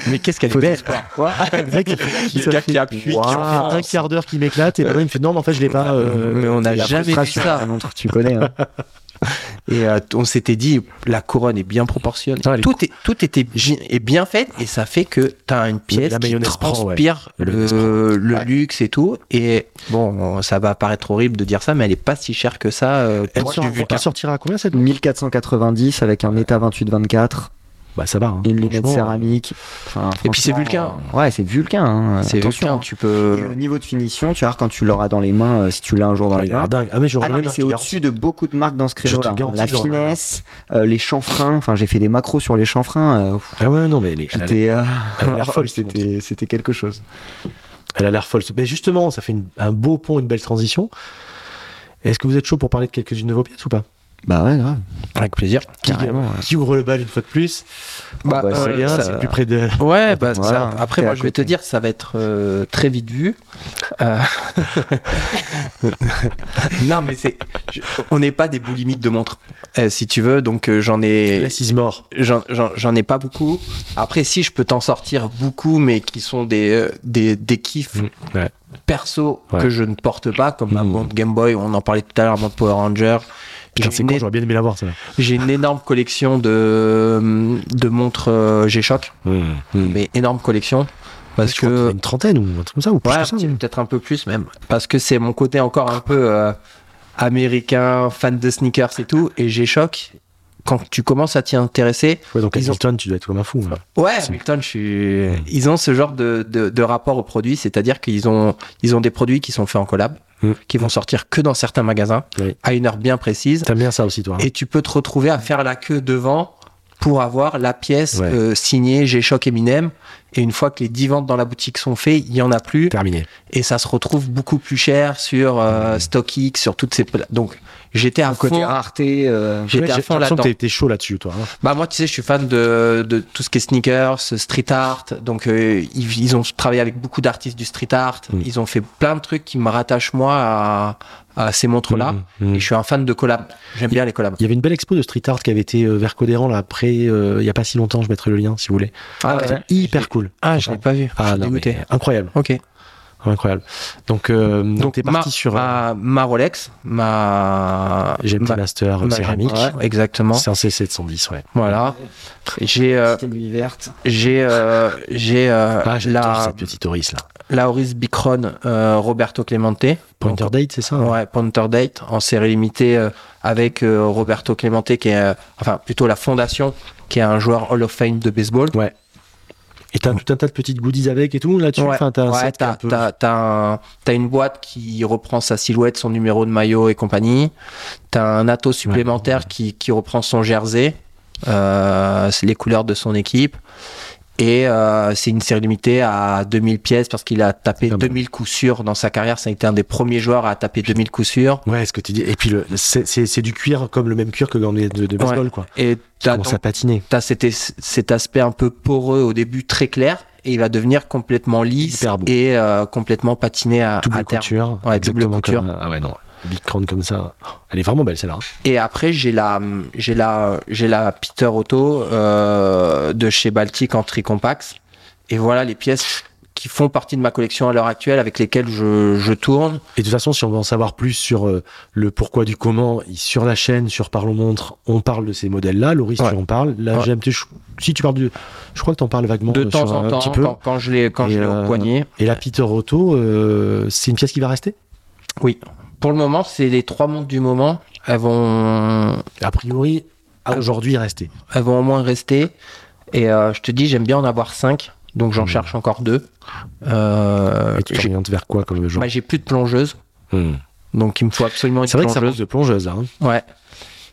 Mais qu'est-ce qu'elle est Faut belle. Le Le gars qui appuie, qui enfonce. un quart d'heure qui m'éclate, et maintenant il me fait non, mais en fait, je l'ai pas. euh, Mais on n'a la jamais vu frustration. ça. La montre, tu connais. hein. Et euh, t- on s'était dit, la couronne est bien proportionnée. Ah, elle est tout, est, tout était bi- est bien fait et ça fait que tu as une pièce La qui mayonnaise prend, transpire ouais. La le, mayonnaise le luxe et tout. Et bon, ça va paraître horrible de dire ça, mais elle est pas si chère que ça. euh, Elle, pour sort- du Vulcain. elle sortira à combien cette 1490 avec un état 28-24, Bah ça va. Hein. une lunette Franchement, céramique. Enfin, Et puis c'est franchement, Vulcain. euh, Ouais, c'est Vulcain. hein. C'est Attention. Vulcain, tu peux. Et le niveau de finition, tu vois, quand tu l'auras dans les mains, euh, si tu l'as un jour dans euh, les il a mains. l'air dingue. Ah mais je Ah non, remets mais ma c'est cigare. au-dessus de beaucoup de marques dans ce te créneau-là. hein, garantis, La j'aurais- finesse, euh, les chanfreins. Enfin, j'ai fait des macros sur les chanfreins. euh, pff, Ah ouais non mais elle, est- elle a l'air- J'étais. euh, elle a l'air *laughs* folle. cette montre. C'était c'était quelque chose. Elle a l'air folle. Mais justement, ça fait une- un beau pont, une belle transition. Est-ce que vous êtes chaud pour parler de quelques-unes de vos pièces ou pas Bah ouais, grave. Avec plaisir. qui, Carrément, ouais. qui ouvre le bal une fois de plus Bah, bah, euh, Aurélien, ça- c'est plus près de. Ouais, bah, ça- Voilà, après, t'es moi, à je vais te côté. dire, ça va être euh, très vite vu. Euh, *laughs* non, mais c'est. je- On n'est pas des boulimites de montres, Euh, si tu veux. Donc, euh, j'en ai. L'assise mort. J'en- J'en j'en ai pas beaucoup. Après, si je peux t'en sortir beaucoup, mais qui sont des, euh, des, des kiffs Mm, ouais. perso Ouais. que je ne porte pas, comme ma Mm. montre Game Boy, on en parlait tout à l'heure, ma montre Power Ranger. Putain, J'ai c'est une con, é- j'aurais bien aimé l'avoir ça. J'ai une énorme collection de, de montres euh, G-Shock, mais énorme collection. Hmm. Parce Je crois qu'il y en a que une trentaine ou un truc comme ça, ou plus Ouais, que ça. peut- même. peut-être un peu plus même. Parce que c'est mon côté encore un peu euh, américain, fan de sneakers et tout, et j'ai choc. Quand tu commences à t'y intéresser, Ouais, donc Ils ont- Hamilton, tu dois être comme un fou. hein. ouais, C'est- Hamilton, je suis... ils ont ce genre de, de- de rapport aux produits, c'est-à-dire qu'ils ont, ils ont des produits qui sont faits en collab, Mm. qui vont sortir que dans certains magasins, Oui. à une heure bien précise, T'aimes bien ça aussi, toi. hein. et tu peux te retrouver à faire la queue devant pour avoir la pièce Ouais. euh, signée G-Shock Eminem, et une fois que les 10 ventes dans la boutique sont faites, il y en a plus, Terminé. et ça se retrouve beaucoup plus cher sur Mmh. euh, StockX, sur toutes ces pla- donc j'étais à Côté fond. rareté, euh, J'étais à fond l'impression que là-dedans. t'es- t'es chaud là-dessus, toi. hein. Bah moi, tu sais, je suis fan de, de tout ce qui est sneakers, street art. Donc euh, ils, ils ont travaillé avec beaucoup d'artistes du street art. Mm. Ils ont fait plein de trucs qui me rattachent moi à, à ces montres-là. Mm, mm. Et je suis un fan de collab. J'aime bien les collabs. Il y avait une belle expo de street art qui avait été euh, vers Codéran, là, après, euh, il y a pas si longtemps, je mettrai le lien si vous voulez. Ah, C'était hyper cool. Ah, Je l'ai pas vu. je Ah, suis non, dégoûté. mais incroyable, Ok. incroyable. Donc, euh, donc Donc t'es parti ma, sur euh, ma, ma Rolex, ma GMT ma- Master euh, ma- céramique. ouais, exactement. C'est un C710, ouais. Voilà. Et J'ai euh, c'était lui verte. J'ai euh, j'ai euh, Ah, j'adore la cette petite Oris, là. la Oris Bicron euh, Roberto Clemente. Pointer Donc, Date, c'est ça hein Ouais, Pointer Date en série limitée euh, avec euh, Roberto Clemente qui est euh, enfin plutôt la fondation qui est un joueur Hall of Fame de baseball. Et t'as tout un tas de petites goodies avec et tout là-dessus. Ouais, enfin, t'as un ouais, set qui est un t'as peu- t'as- t'as un- t'as une boîte qui reprend sa silhouette, son numéro de maillot et compagnie. T'as un ato supplémentaire qui, qui reprend son jersey, euh, c'est les couleurs de son équipe. Et euh, c'est une série limitée à 2000 pièces parce qu'il a tapé pas mal. 2000 coups sûrs dans sa carrière. Ça a été un des premiers joueurs à taper 2000 coups sûrs. Ouais, ce que tu dis. Et puis, le- c'est- c'est c'est du cuir comme le même cuir que dans les de, de baseball, quoi. Et Tu t'as commences à patiner. t'as cet, es- cet aspect un peu poreux au début très clair et il va devenir complètement lisse Hyper beau. et euh, complètement patiné à, Double Ah, à terme. couture. Ouais, double exactement couture. comme- ah ouais, non. Big crown comme ça. Elle est vraiment belle, celle-là. hein. Et après, j'ai la, j'ai la, j'ai la Peter Auto euh, de chez Baltic en tricompax. Et voilà les pièces qui font partie de ma collection à l'heure actuelle, avec lesquelles je, je tourne. Et de toute façon, si on veut en savoir plus sur euh, le pourquoi du comment, il- sur la chaîne, sur Parlons Montre, on parle de ces modèles-là. Loris, Ouais. tu en parles. La Ouais. GMT, je- si tu parles de. Je crois que tu en parles vaguement De euh, temps sur en un temps, petit peu. quand, quand je l'ai, quand Et, je l'ai euh, au poignet. Et la Peter Auto, euh, c'est une pièce qui va rester Pour le moment, c'est les trois montres du moment. Elles vont, A priori, à aujourd'hui, rester. elles vont au moins rester. Et euh, je te dis, j'aime bien en avoir cinq. Donc j'en Mm. cherche encore deux. Euh, Et tu j'ai, t'orientes vers quoi comme genre bah, j'ai plus de plongeuse. Hmm. Donc il me faut absolument une C'est vrai que ça plongeuse. passe de plongeuse, là. hein. Ouais.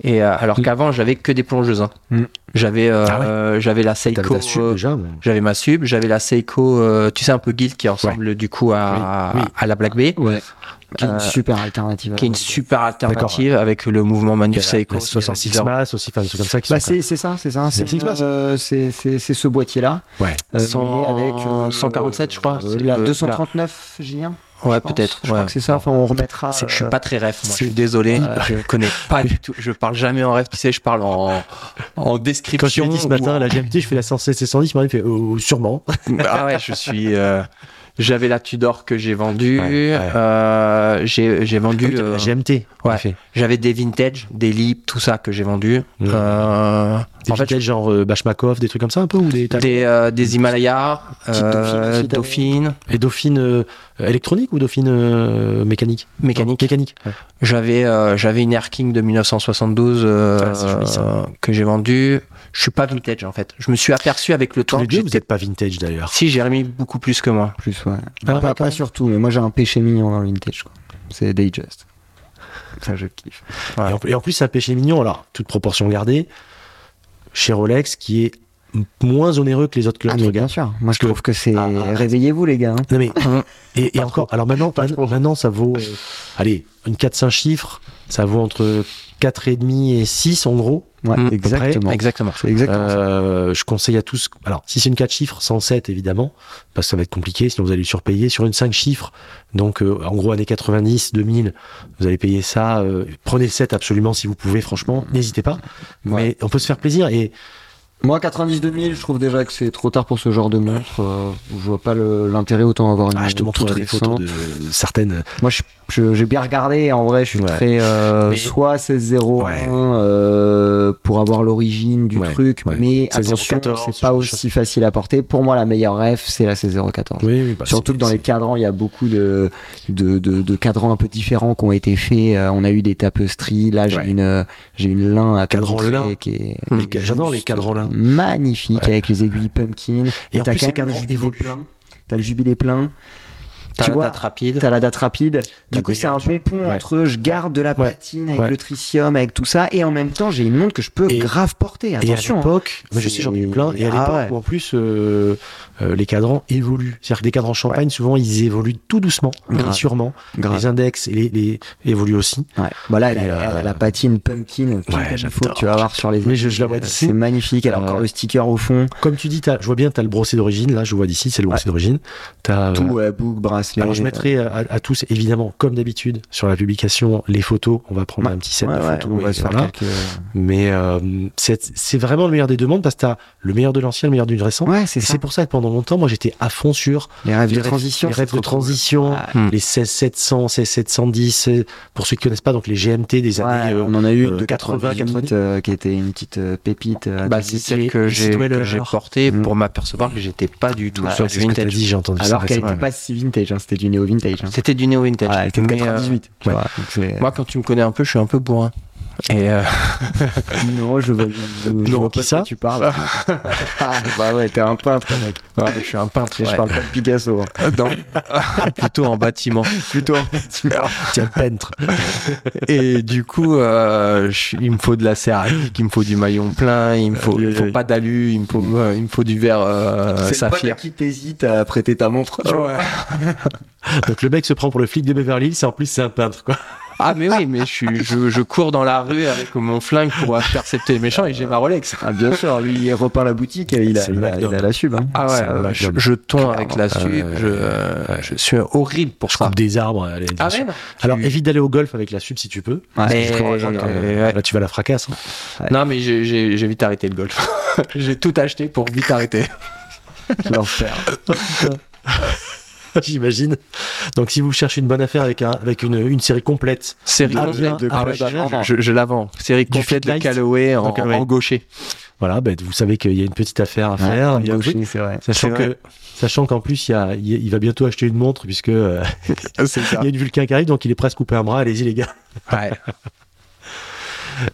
Et euh, alors Mm. qu'avant j'avais que des plongeuses. hein. Mm. J'avais euh, Ah ouais. euh, j'avais la T'avais Seiko. la suite, euh, déjà. mais- j'avais ma sub, j'avais la Seiko, euh, tu sais un peu guild qui ressemble du coup à, Oui, Ah, oui. à la Black Bay, Ouais. Qui est une Euh, super alternative. à qui est une la- super alternative avec le mouvement Manu Seiko La 66 Mas aussi, enfin, des trucs comme ça qui Bah sont c'est c'est ça, c'est ça. C'est C'est une, Xbox. euh, c'est c'est- c'est ce boîtier-là. Ouais. Euh, Cent- mais avec, euh, 147, je crois. euh, la C'est le- 239, Julien. Ouais peut-être. Je crois ouais. que c'est ça. Enfin, on remettra. C'est- Je suis euh, pas très ref, moi. c'est- Je suis désolé, je connais pas du tout. Je parle jamais en ref, tu sais, je parle en, en description. Quand je lui ai dit ce ou matin, en- la GMT, je fais la 116 et 110, il m'a fait oh, *laughs* sûrement. Ah ouais, je suis. euh, J'avais la Tudor que j'ai vendue. Ouais, ouais. euh, j'ai j'ai vendu. La euh, GMT. ouais. en fait. J'avais des vintage, des lips, tout ça que j'ai vendu. Ouais. Euh, Des en fait, vintage genre euh, Bashmakov, des trucs comme ça un peu ou des, t'as- des, euh, des Himalayas, Petite Dauphine euh, aussi, t'avais. Dauphine, Et Dauphine euh, électronique ou Dauphine euh, mécanique mécanique. Mécanique. J'avais euh, j'avais une Air King de 1972 euh, Ah, c'est joli, ça. euh, que j'ai vendue. Je suis pas vintage en fait. Je me suis aperçu avec le Tous temps les que deux, vous j'étais- n'êtes pas vintage d'ailleurs. Si j'ai remis beaucoup plus que moi. plus, Ah ouais. ouais, pas, quand pas même. surtout, mais moi j'ai un péché mignon dans le vintage, quoi. C'est Digest. Ça, je kiffe. Ouais. Et, en, et en plus, ça péché mignon, alors, toute proportion gardée, chez Rolex, qui est m- moins onéreux que les autres clubs Ah, de mais bien sûr. Moi, je Parce que- trouve que c'est. Ah, ah. Réveillez-vous, les gars. hein. Non mais, Hum. *laughs* et, et encore, alors maintenant, maintenant, maintenant, ça vaut, euh, allez, une 4-5 chiffres, ça vaut entre 4,5 et 6 en gros. Ouais, Mm. exactement. Exactement. C'est exactement. ça. Euh, je conseille à tous, alors si c'est une 4 chiffres, 107 évidemment, parce que ça va être compliqué, sinon vous allez le surpayer. Sur une 5 chiffres, donc euh, en gros années 90, 2000, vous allez payer ça. euh, prenez le 7 absolument si vous pouvez, franchement, n'hésitez pas. Ouais. Mais on peut se faire plaisir et Moi, 92 000, je trouve déjà que c'est trop tard pour ce genre de montre. Euh, je vois pas le- l'intérêt autant avoir une. Ah, je te montre montrerai des récente. photos de certaines. Moi, je- je- j'ai bien regardé. En vrai, je suis Ouais. très euh, Mais- soit 16-01 Ouais. euh, pour avoir l'origine du Ouais, truc, ouais. mais 16-014, attention, c'est ce pas genre de aussi facile à porter. Pour moi, la meilleure ref, c'est la 16-014. Oui, oui, bah, Surtout c'est- que dans les cadrans, il y a beaucoup de, de, de, de cadrans un peu différents qui ont été faits. Euh, on a eu des tapestries. Là, j'ai Ouais. une, euh, j'ai une lin à te Cadran montrer lin. qui est les ca- J'adore les cadrans là. magnifique avec les aiguilles pumpkin. Et en t'as plus, les quand même le cadrans jubilé évoluent. plein. T'as le jubilé plein. T'as Tu la vois, date rapide. T'as la date rapide. La Du coup, c'est un bon pont Ouais. entre je garde de la Ouais. platine avec Ouais. le tritium, avec tout ça, et en même temps, j'ai une montre que je peux Et- grave porter. Et à Attention. hein. l'époque, moi, je sais, j'en ai eu plein. Et à Ah l'époque, ouais. où en plus, euh, euh, les cadrans évoluent. C'est-à-dire que des cadrans champagne, souvent, ils évoluent tout doucement, Grave. sûrement. Grave. Les index et les, les évoluent aussi. Ouais. Voilà, Et, elle a- euh, elle a la patine pumpkin, tout Ouais, comme il faut, j'adore. que tu vas voir sur les. Mais je, je la vois d'ici. C'est magnifique. Elle a encore Euh, le sticker au fond. Comme tu dis, t'as- je vois bien, tu as le brossé d'origine. Là, je vois d'ici, c'est le brossé d'origine. T'as, euh, Tout, euh, boucle, bracelet. Alors je euh, mettrai à, à tous, évidemment, comme d'habitude, sur la publication, les photos. On va prendre un petit set ouais, de ouais, photos. on et va se faire voilà. quelques- Mais euh, c'est c'est vraiment le meilleur des deux mondes parce que t'as le meilleur de l'ancien, le meilleur du récent. Ouais, c'est Et ça. c'est pour ça que pendant longtemps, moi, j'étais à fond sur Les rêves de rêves- transition. les c'est rêves de trop cool. transition, Ah, Hmm. les 16700, 16710. euh, Pour ceux qui connaissent pas, donc les GMT des années. ouais, euh, on en a eu euh, de 80, 80, 90. qui était une petite euh, pépite. euh, Bah, c'est atlantique. celle les- que les j'ai Sidweller. que j'ai portée Mm. pour m'apercevoir que j'étais pas du tout Ouais, Mmh. sur Ah, c'est du ce que t'as vintage. dit, j'ai entendu ça Alors qu'elle récemment. n'était pas si vintage, hein, c'était du néo vintage. Hein. C'était du néo vintage. Ouais, elle était de Mais, euh, 98. tu ouais. vois, donc c'est- moi, quand tu me connais un peu, je suis un peu bourrin. Et euh, non, je veux. *laughs* Je, je Non, vois qui pas de ça quoi Tu *laughs* parles. Ah, bah ouais, t'es un peintre, mec. ouais, je suis un peintre. Je ouais. parle pas de Picasso. hein. Non. *laughs* plutôt en bâtiment. Plutôt. Tiens, peintre. Et du coup, euh, je- il me faut de la céramique, il me faut du maillon plein, il me faut, il me faut pas d'alu, il me faut, euh, il me faut du verre euh, C'est le pote à saphir. qui t'hésites à prêter ta montre. tu vois. Ouais. *laughs* Donc le mec se prend pour le flic de Beverly Hills, et en plus, c'est un peintre, quoi. Ah mais oui, mais je, suis- je, je cours dans la rue avec mon flingue pour intercepter les méchants et j'ai ma Rolex. Ah, bien sûr, lui, il repeint la boutique, il a, C'est le il a- McDo. il a la sub. hein. Ah C'est un ouais, je, magnum. je tonds avec la Clairement. suite, Ouais, je, je suis horrible pour ça. Coupe des arbres. allez, bien Ah sûr. ouais non. Alors Tu- évite d'aller au golf avec la sub si tu peux. Ouais, euh, Mais- je te rejoins, Ah, Ouais, quand même. ouais. Là, tu vas à la fracasse. hein. Non mais j'ai- j'ai j'ai vite arrêté le golf. *laughs* j'ai tout acheté pour vite arrêter. *laughs* L'enfer. hein, *laughs* J'imagine. Donc, si vous cherchez une bonne affaire avec, un, avec une, une série complète, Série Ah, complète bien, de ah, Callaway. bah, bah, je, je la vends. Série Du complète de Fitlight. Callaway en, Donc, Callaway. en gaucher. voilà, ben, vous savez qu'il y a une petite affaire à faire. Ouais, Il y a un gaucher, truc. c'est vrai. Sachant C'est que, sachant qu'en plus, il, y a- il y a- il va bientôt acheter une montre puisque euh, Ah, C'est ça. *laughs* il y a une vulcain qui arrive, donc il est presque coupé un bras. Allez-y, les gars. *laughs* Ouais.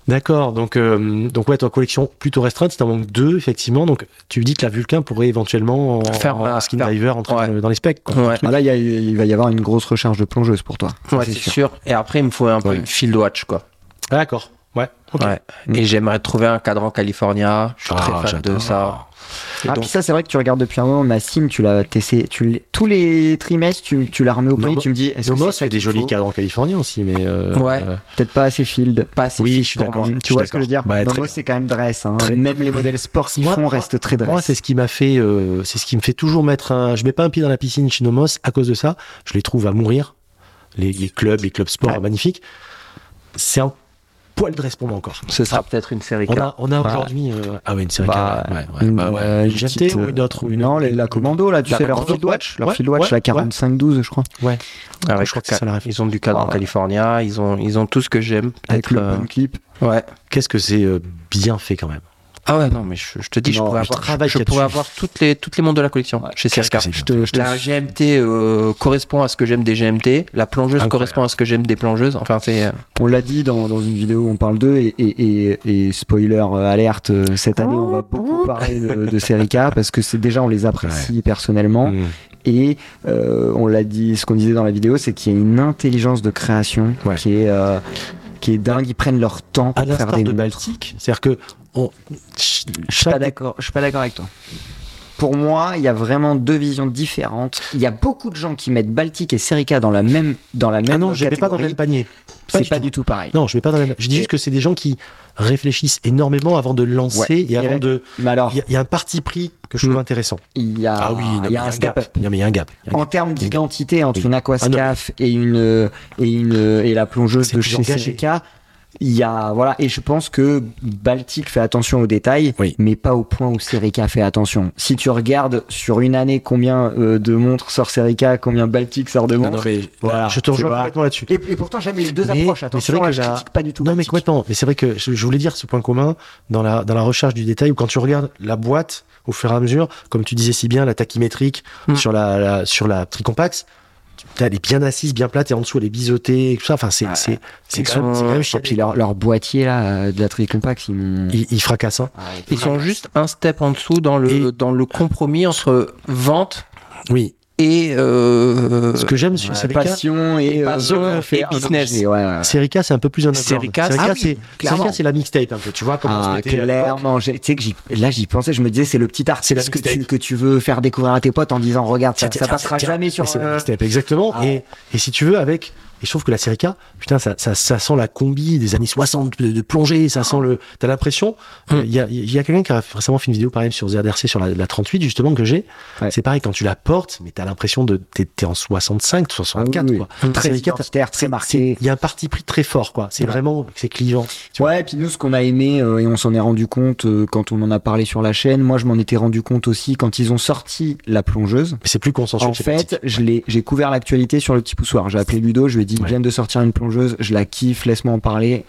D'accord. Donc, euh, donc ouais, ta collection plutôt restreinte, c'est en manque deux effectivement. Donc, tu dis que la vulcain pourrait éventuellement en, Faire en un- skin faire- diver entrer ouais. dans- dans les specs. quoi. *laughs* Ouais. Ah, là, il, y a- il va y avoir une grosse recharge de plongeuse pour toi. Ça, Ouais, c'est sûr. Et après, il me faut un peu Ouais. une field watch, quoi. Ah, D'accord. Ouais. Ok. Ouais. Et j'aimerais trouver un cadran California. Je suis Mm. Ah, très fan de j'adore. ça. Et Ah, donc- puis ça, c'est vrai que tu regardes depuis un moment ma sim, tu l'as testé, tu l'- tous les trimestres, tu, tu la remets au Nomos- pays, tu me dis, est-ce que Nomos c'est ça fait des qu'il jolis faut cadres en californien aussi, mais euh, Ouais. euh, Peut-être pas assez field. Pas assez oui, fit je suis pour d'accord. moi. Je Tu suis vois ce que d'accord. je veux dire Bah, très- Nomos, c'est quand même dress. hein. Très- Même les modèles sports qu'ils Moi- font restent très dress. Moi, c'est ce qui m'a fait, euh, c'est ce qui me fait toujours mettre un. Je mets pas un pied dans la piscine chez Nomos à cause de ça. Je les trouve à mourir. Les, les clubs, les clubs sport Ouais. magnifiques. C'est un poil de dress pour moi encore. Ce sera peut-être une série. On a, on a Bah. aujourd'hui. euh, ah ouais, une série. Bah, cadre, ouais, ouais, une, bah ouais. euh, une GMT petite, ou euh, une autre ou une Non, les- la commando, là, tu La sais, leur commando. field watch, leur Ouais, field watch, ouais, la 45-12, je crois. Ah ouais, je crois que c'est ça la réflexion. Ils ont du cadran Ouais. California. Ils ont, ils ont tout ce que j'aime. Avec Peut-être, le euh, bon clip. Ouais. Qu'est-ce que c'est euh, bien fait quand même. Ah ouais, non, mais je, je te dis, Non, je pourrais le avoir, travail je, qu'il y a pourrais dessus. avoir toutes les, toutes les montres de la collection chez Qu'est-ce CRK. que c'est Je te, je te- La GMT euh, correspond à ce que j'aime des GMT. La plongeuse Incroyable. correspond à ce que j'aime des plongeuses. Enfin, c'est. euh, On l'a dit dans, dans une vidéo où on parle d'eux, et, et, et, et spoiler euh, alerte, euh, cette année on va Oh. beaucoup parler de, de série K parce que c'est déjà on les apprécie personnellement, Mm. et euh, on l'a dit, ce qu'on disait dans la vidéo, c'est qu'il y a une intelligence de création Ouais. qui est. euh, qui est dingue, ils prennent leur temps À pour faire l'instar des de montres. Baltique, c'est-à-dire que on, ch- Je suis pas chaque d'accord. Je suis pas d'accord avec toi. Pour moi, il y a vraiment deux visions différentes. Il y a beaucoup de gens qui mettent Baltic et Serica dans la même dans la même ah non, je les mets pas dans le catégorie. même panier. C'est du pas tout. du tout pareil. Non, je mets pas dans la même- Je dis Et- juste que c'est des gens qui réfléchissent énormément avant de lancer et avant Et- de. Mais alors, Il y, a- il y a un parti pris que je trouve intéressant. il y a, Ah non, Ah. il y a un gap. step up. Non, mais il y a un gap. Il y a un gap. En termes d'identité entre Oui. Ah une Aquascaf euh, et une et une et la plongeuse C'est de plus chez engagé. Serica, Il y a, voilà, et je pense que Baltic fait attention aux détails, Oui. mais pas au point où Serica fait attention. Si tu regardes sur une année combien euh, de montres sort Serica, combien Baltic sort de Non, montres. non, mais Voilà, je te tu rejoins vois. complètement là-dessus. Et, et pourtant, jamais les deux Mais- approches. mais Attention, c'est vrai que je j'ai un- critique pas du tout. Non, mais Baltic. complètement. Mais c'est vrai que je, je voulais dire ce point commun dans la, dans la recherche du détail où quand tu regardes la boîte au fur et à mesure, comme tu disais si bien, la tachymétrique Mm. sur la, la- sur la tricompax, tu- elle est bien assise, bien plate et en dessous elle est biseautée et tout ça. Enfin, c'est, Ah, c'est, c'est, ils quand, même, sont- c'est quand même Et chiadé. puis leur, leur boîtier là, euh, de la Tricompax, ils m'ont. Il, il fracasse. hein. Ah, Ils sont juste un step en dessous dans le, Et- dans le compromis entre vente Oui. et. euh, Ce que j'aime sur Ouais, Serica, passion et, euh, passion voilà, et faire un business. objet, ouais, ouais. Serica, c'est un peu plus un underground. Serica, Serica, ah oui, c'est, clairement. Serica, c'est la mixtape un peu. Tu vois comment euh, on se Ah, mettait à l'époque. clairement, j'ai- tu sais que j'y- là j'y pensais, je me disais c'est le petit C'est la artiste que tu, mixtape. que tu veux faire découvrir à tes potes en disant regarde ça, Tiens, ça tiens, passera tiens, jamais tiens, sur mais c'est euh, la step, exactement. Ah Et, et si tu veux, avec. Et je trouve que la Serica, putain, ça, ça, ça sent la combi des années 60 de, de plongée, ça sent le. T'as l'impression. Hmm. euh, Il y a, il y a quelqu'un qui a récemment fait une vidéo, pareil, sur ZRC, sur la, la 38, justement, que j'ai. Ouais. C'est pareil, quand tu la portes, mais t'as l'impression de. T'es t'es en 65, 64, Ah oui, quoi. oui. très Serica, identitaire, très marqué. Il y a un parti pris très fort, quoi. C'est Ouais. vraiment. C'est clivant. Ouais, et puis nous ce qu'on a aimé euh, et on s'en est rendu compte euh, quand on en a parlé sur la chaîne, moi je m'en étais rendu compte aussi quand ils ont sorti la plongeuse. Mais c'est plus consensuel En que la fait, petite. je l'ai, j'ai couvert l'actualité sur le petit poussoir. J'ai appelé Ludo, je lui ai dit, Ouais. ils viennent de sortir une plongeuse, je la kiffe, laisse-moi en parler.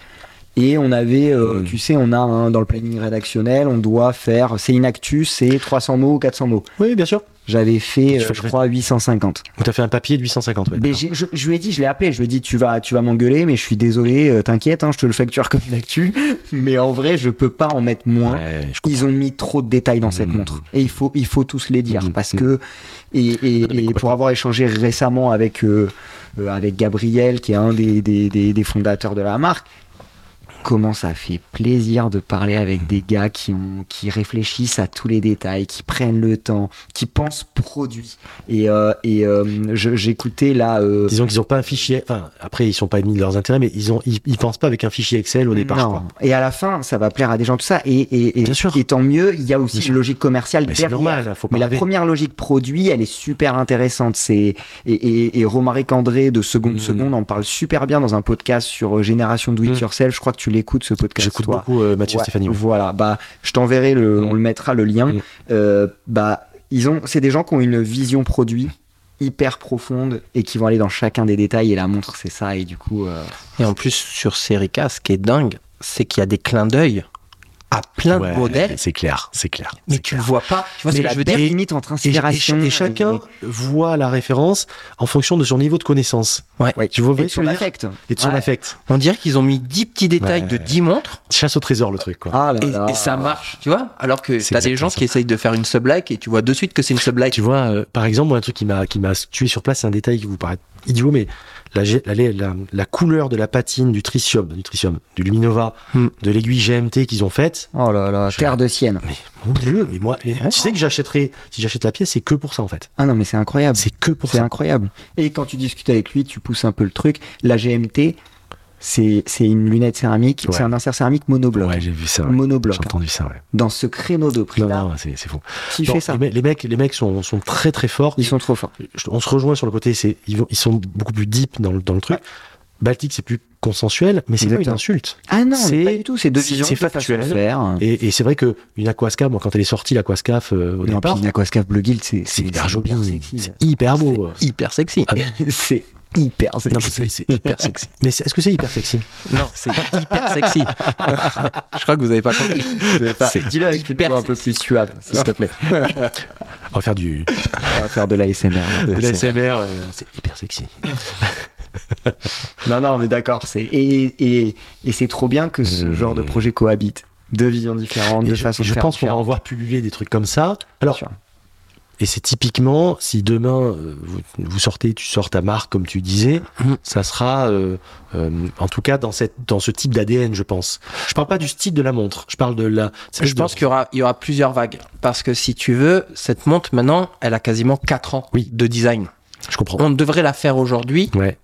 Et on avait, euh, Mm. tu sais, on a un- dans le planning rédactionnel, on doit faire, c'est une actu, c'est 300 mots ou 400 mots. Oui, bien sûr. J'avais fait, Tu euh, fais je le- crois, 850. Donc t'as fait un papier de 850, ouais. Mais j'ai- je, je lui ai dit, je l'ai appelé, je lui ai dit, tu vas, tu vas m'engueuler, mais je suis désolé, euh, t'inquiète, hein, je te le facture *laughs* comme une actu. Mais en vrai, je peux pas en mettre moins. Ouais, je Ils ont mis trop de détails dans cette Mm. montre. Et il faut, il faut tous les dire. Mm. Parce que, et, et- mais et complètement. pour avoir échangé récemment avec, euh, euh, avec Gabriel, qui est un des, des, des- des fondateurs de la marque, comment ça fait plaisir de parler Mm. avec des gars qui, ont, qui réfléchissent à tous les détails, qui prennent le temps, qui pensent produit. Et, euh, et euh, je- j'écoutais là. euh, Disons qu'ils n'ont pas un fichier. Enfin, après, ils sont pas admis de leurs intérêts, mais ils ont, ils, ils pensent pas avec un fichier Excel au départ. non. quoi. Et à la fin, ça va plaire à des gens, tout ça. Et, et, et, Bien sûr. et tant mieux, il y a aussi Bien une logique commerciale Mais c'est derrière. normal, faut pas Mais la rêver. première logique produit, elle est super intéressante. C'est et, et, et Romaric André de Seconde Mm. Seconde en parle super bien dans un podcast sur euh, Génération Do It Mm. Yourself. Je crois que tu l'écoutes ce podcast. J'écoute toi. beaucoup euh, Mathieu Ouais, Stéphanie. ouais. Voilà, bah je t'enverrai le, Mm. on le mettra le lien. Mm. Euh, bah ils ont, c'est des gens qui ont une vision produit hyper profonde et qui vont aller dans chacun des détails et la montre c'est ça et du coup euh, Et en plus, sur Serica, ce qui est dingue, c'est qu'il y a des clins d'œil à plein Ouais, de modèles, C'est clair, c'est clair. mais c'est tu ne clair. vois pas. Tu vois c'est ce que la je veux belle dire limite entre Et, et- inspiration et euh, chacun voit la référence en fonction de son niveau de connaissance ouais, Tu vois, et vous de son voyez ce que affect et de son Ouais. affect. On dirait qu'ils ont mis 10 petits détails Ouais. de 10 montres Chasse au trésor, le truc, quoi. ah là et, là. et ça marche, tu vois Alors que C'est t'as des gens exactement qui essayent de faire une sublike et tu vois de suite que c'est une sublike. Tu vois, euh, par exemple, moi, un truc qui m'a qui m'a tué sur place, c'est un détail qui vous paraît idiot, mais la, gé- la, la- la couleur de la patine du tritium, du tritium, du luminova, Hmm. de l'aiguille GMT qu'ils ont faite. oh là là terre de sienne Mon Dieu, mais moi, tu sais que j'achèterai, si j'achète la pièce, c'est que pour ça en fait. ah non mais c'est incroyable C'est que pour C'est ça. incroyable. Et quand tu discutes avec lui, tu pousses un peu le truc. La GMT, c'est c'est une lunette céramique, Ouais. c'est un insert céramique monobloc. Ouais, j'ai vu ça. ouais. monobloc. J'ai entendu ça, ouais. Dans ce créneau de prix Non, là, non, c'est c'est fou. qui Non, fait ça les, me- les mecs, les mecs sont, sont très très forts. Ils sont trop forts. Je- On se rejoint sur le côté, c'est ils, vont- ils sont beaucoup plus deep dans le, dans le truc. Baltique, c'est plus consensuel, mais c'est pas une Exactement. insulte. Ah non, C'est- mais pas du tout. C'est deux c'est- visions, c'est deux façons factuel. de faire. Et, et c'est vrai que une Aquascaf, moi, quand elle est sortie, l'Aquascaf euh, au Non, puis départ, une Aquascaf Blue Guild, c'est c'est hyper c'est joli, hyper sexy. c'est hyper beau. Hyper sexy. *laughs* Ah, *laughs* C'est hyper Non, sexy. mais c'est- c'est hyper *laughs* sexy. Mais c'est- est-ce que c'est hyper sexy Non, c'est hyper *laughs* sexy. je crois que vous avez pas compris. c'est- Dis-le avec une hyper voix un peu plus suave, s'il te plaît. On va faire du On va faire de l'ASMR. *laughs* de *laughs* l'ASMR. euh, c'est hyper sexy. Non, non, mais d'accord. c'est- Et, et, et c'est trop bien que ce Euh, genre de projet cohabite. Deux visions différentes, Et deux je, façons de je faire pense qu'on va en différentes. voir pulluler des trucs comme ça. Alors, Sûr. Et c'est typiquement, si demain euh, vous, vous sortez, tu sors ta marque comme tu disais, Mhm. ça sera, euh, euh, en tout cas dans cette, dans ce type d'ADN, je pense. Je parle pas du style de la montre, je parle de la. Je pense qu'il y aura, il y aura plusieurs vagues. Parce que si tu veux, cette montre maintenant, elle a quasiment 4 ans Oui. de design. Je comprends. On devrait la faire aujourd'hui, Ouais,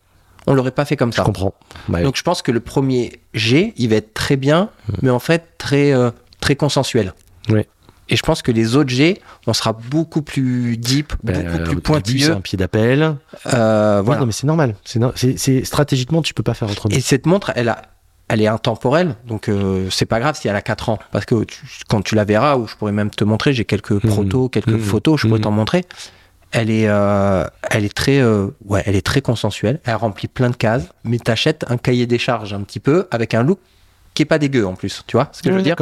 on l'aurait pas fait comme je ça. comprends. Ouais. Donc je pense que le premier G, il va être très bien, Hmm. mais en fait très, euh, très consensuel. Ouais. Et je pense que les autres G, on sera beaucoup plus deep, Ben, beaucoup euh, au plus début, C'est pointilleux. un pied d'appel. Euh, Voilà. voilà. mais c'est normal. C'est, no- c'est, c'est- stratégiquement, tu peux pas faire autrement. Et cette montre, elle a, elle est intemporelle, donc euh, c'est pas grave si elle a 4 ans, parce que tu- quand tu la verras, ou je pourrais même te montrer, j'ai quelques protos, quelques Mmh. photos, je pourrais Mmh. t'en montrer. Elle est, euh, elle est très, euh, ouais, elle est très consensuelle. Elle remplit plein de cases, mais t'achètes un cahier des charges un petit peu avec un look qui est pas dégueu en plus. Tu vois ce que je veux dire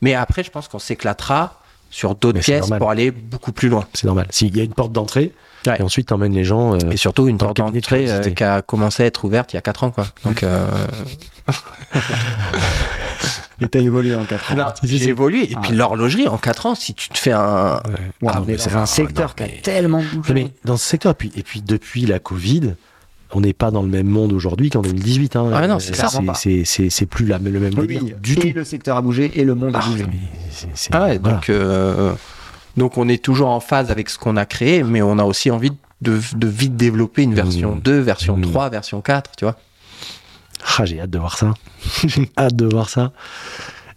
Mais après, je pense qu'on s'éclatera sur d'autres Mais c'est pièces normal. pour aller beaucoup plus loin. C'est normal. S'il y a une porte d'entrée, Ouais. et ensuite t'emmènes les gens. euh, Et surtout une Dans le porte cabinet de d'entrée euh, curiosité. qui a commencé à être ouverte il y a 4 ans, quoi. Donc euh, Et t'as évolué en 4 ans. si, si. j'ai évolué. Et puis Ah. l'horlogerie en 4 ans, si tu te fais un, Ouais, Ah, on mais est c'est- dans ah, un secteur non, qui a mais- tellement Non, bougé. mais dans ce secteur, et puis, et puis depuis la Covid, on n'est pas dans le même monde aujourd'hui qu'en 2018. hein. Ah non, Euh, c'est clairement pas. c'est- c'est- c'est plus la- le même Oui, délire oui. du et tout. le secteur a bougé et le monde a Ah, bougé. mais c'est- c'est- Ah ouais, voilà. donc, euh, donc on est toujours en phase avec ce qu'on a créé, mais on a aussi envie de, de vite développer une version Mmh. 2, version Mmh. 3, version 4, tu vois. Ah, j'ai hâte de voir ça. *laughs* j'ai hâte de voir ça.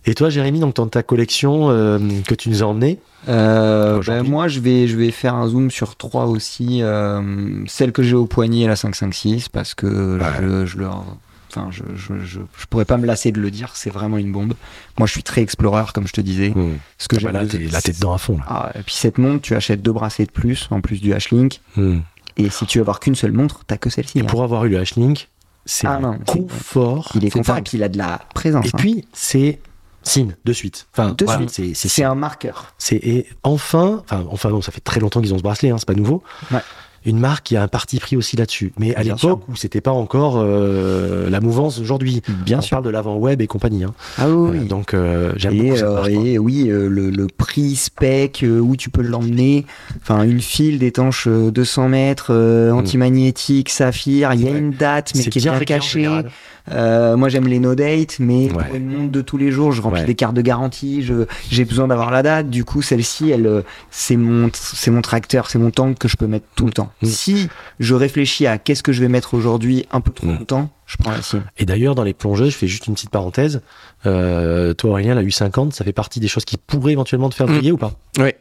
Et toi, Jérémy, donc dans ta collection euh, que tu nous as emmenée, Euh, Aujourd'hui. ben, moi, je vais, je vais faire un zoom sur trois aussi. euh, celle que j'ai au poignet, la 556, parce que je, je leur. Enfin, je, je, je, je pourrais pas me lasser de le dire, c'est vraiment une bombe. Moi, je suis très explorateur, comme je te disais. Hmm. Ce que Ah bah j'aime là, de- t'es là, t'es dedans à fond. Là. Ah, et puis cette montre, tu achètes deux bracelets de plus, en plus du H-Link. Et si tu veux avoir qu'une seule montre, t'as que celle-ci. Hmm. Et hein. pour avoir eu le H-Link, c'est Ah un non, c'est- confort. Il est C'est confort, et dingue. puis il a de la présence. Et hein. puis, c'est signe de suite. Enfin, De voilà, suite. c'est- c'est c'est un marqueur. C'est et enfin, enfin, enfin non, ça fait très longtemps qu'ils ont ce bracelet, hein, c'est pas nouveau. Ouais. Une marque qui a un parti pris aussi là-dessus. Mais à Bien l'époque où c'était pas encore euh, la mouvance d'aujourd'hui. Bien On parle de l'avant web et compagnie. hein. Ah oui, Euh, oui. donc euh, j'aime Et, beaucoup cette euh, marque, moi. et oui, euh, le, le prix spec, euh, où tu peux l'emmener, enfin une file d'étanche euh, 200 mètres, euh, antimagnétique, saphir, il y a Mm. Ouais. une date mais C'est qui est bien réglé en cachée. général. Euh, moi j'aime les no date, mais Ouais. pour une montre de tous les jours, je remplis Ouais. des cartes de garantie, je j'ai besoin d'avoir la date. Du coup, celle-ci, elle, euh, c'est mon c'est mon tracteur, c'est mon tank que je peux mettre tout le temps. Mm. Si je réfléchis à qu'est-ce que je vais mettre aujourd'hui un peu trop Mm. longtemps, je prends la sienne. Et d'ailleurs, dans les plongées, je fais juste une petite parenthèse. Euh, toi, Aurélien, la U50, ça fait partie des choses qui pourraient éventuellement te faire Mm. briller ou pas Ouais,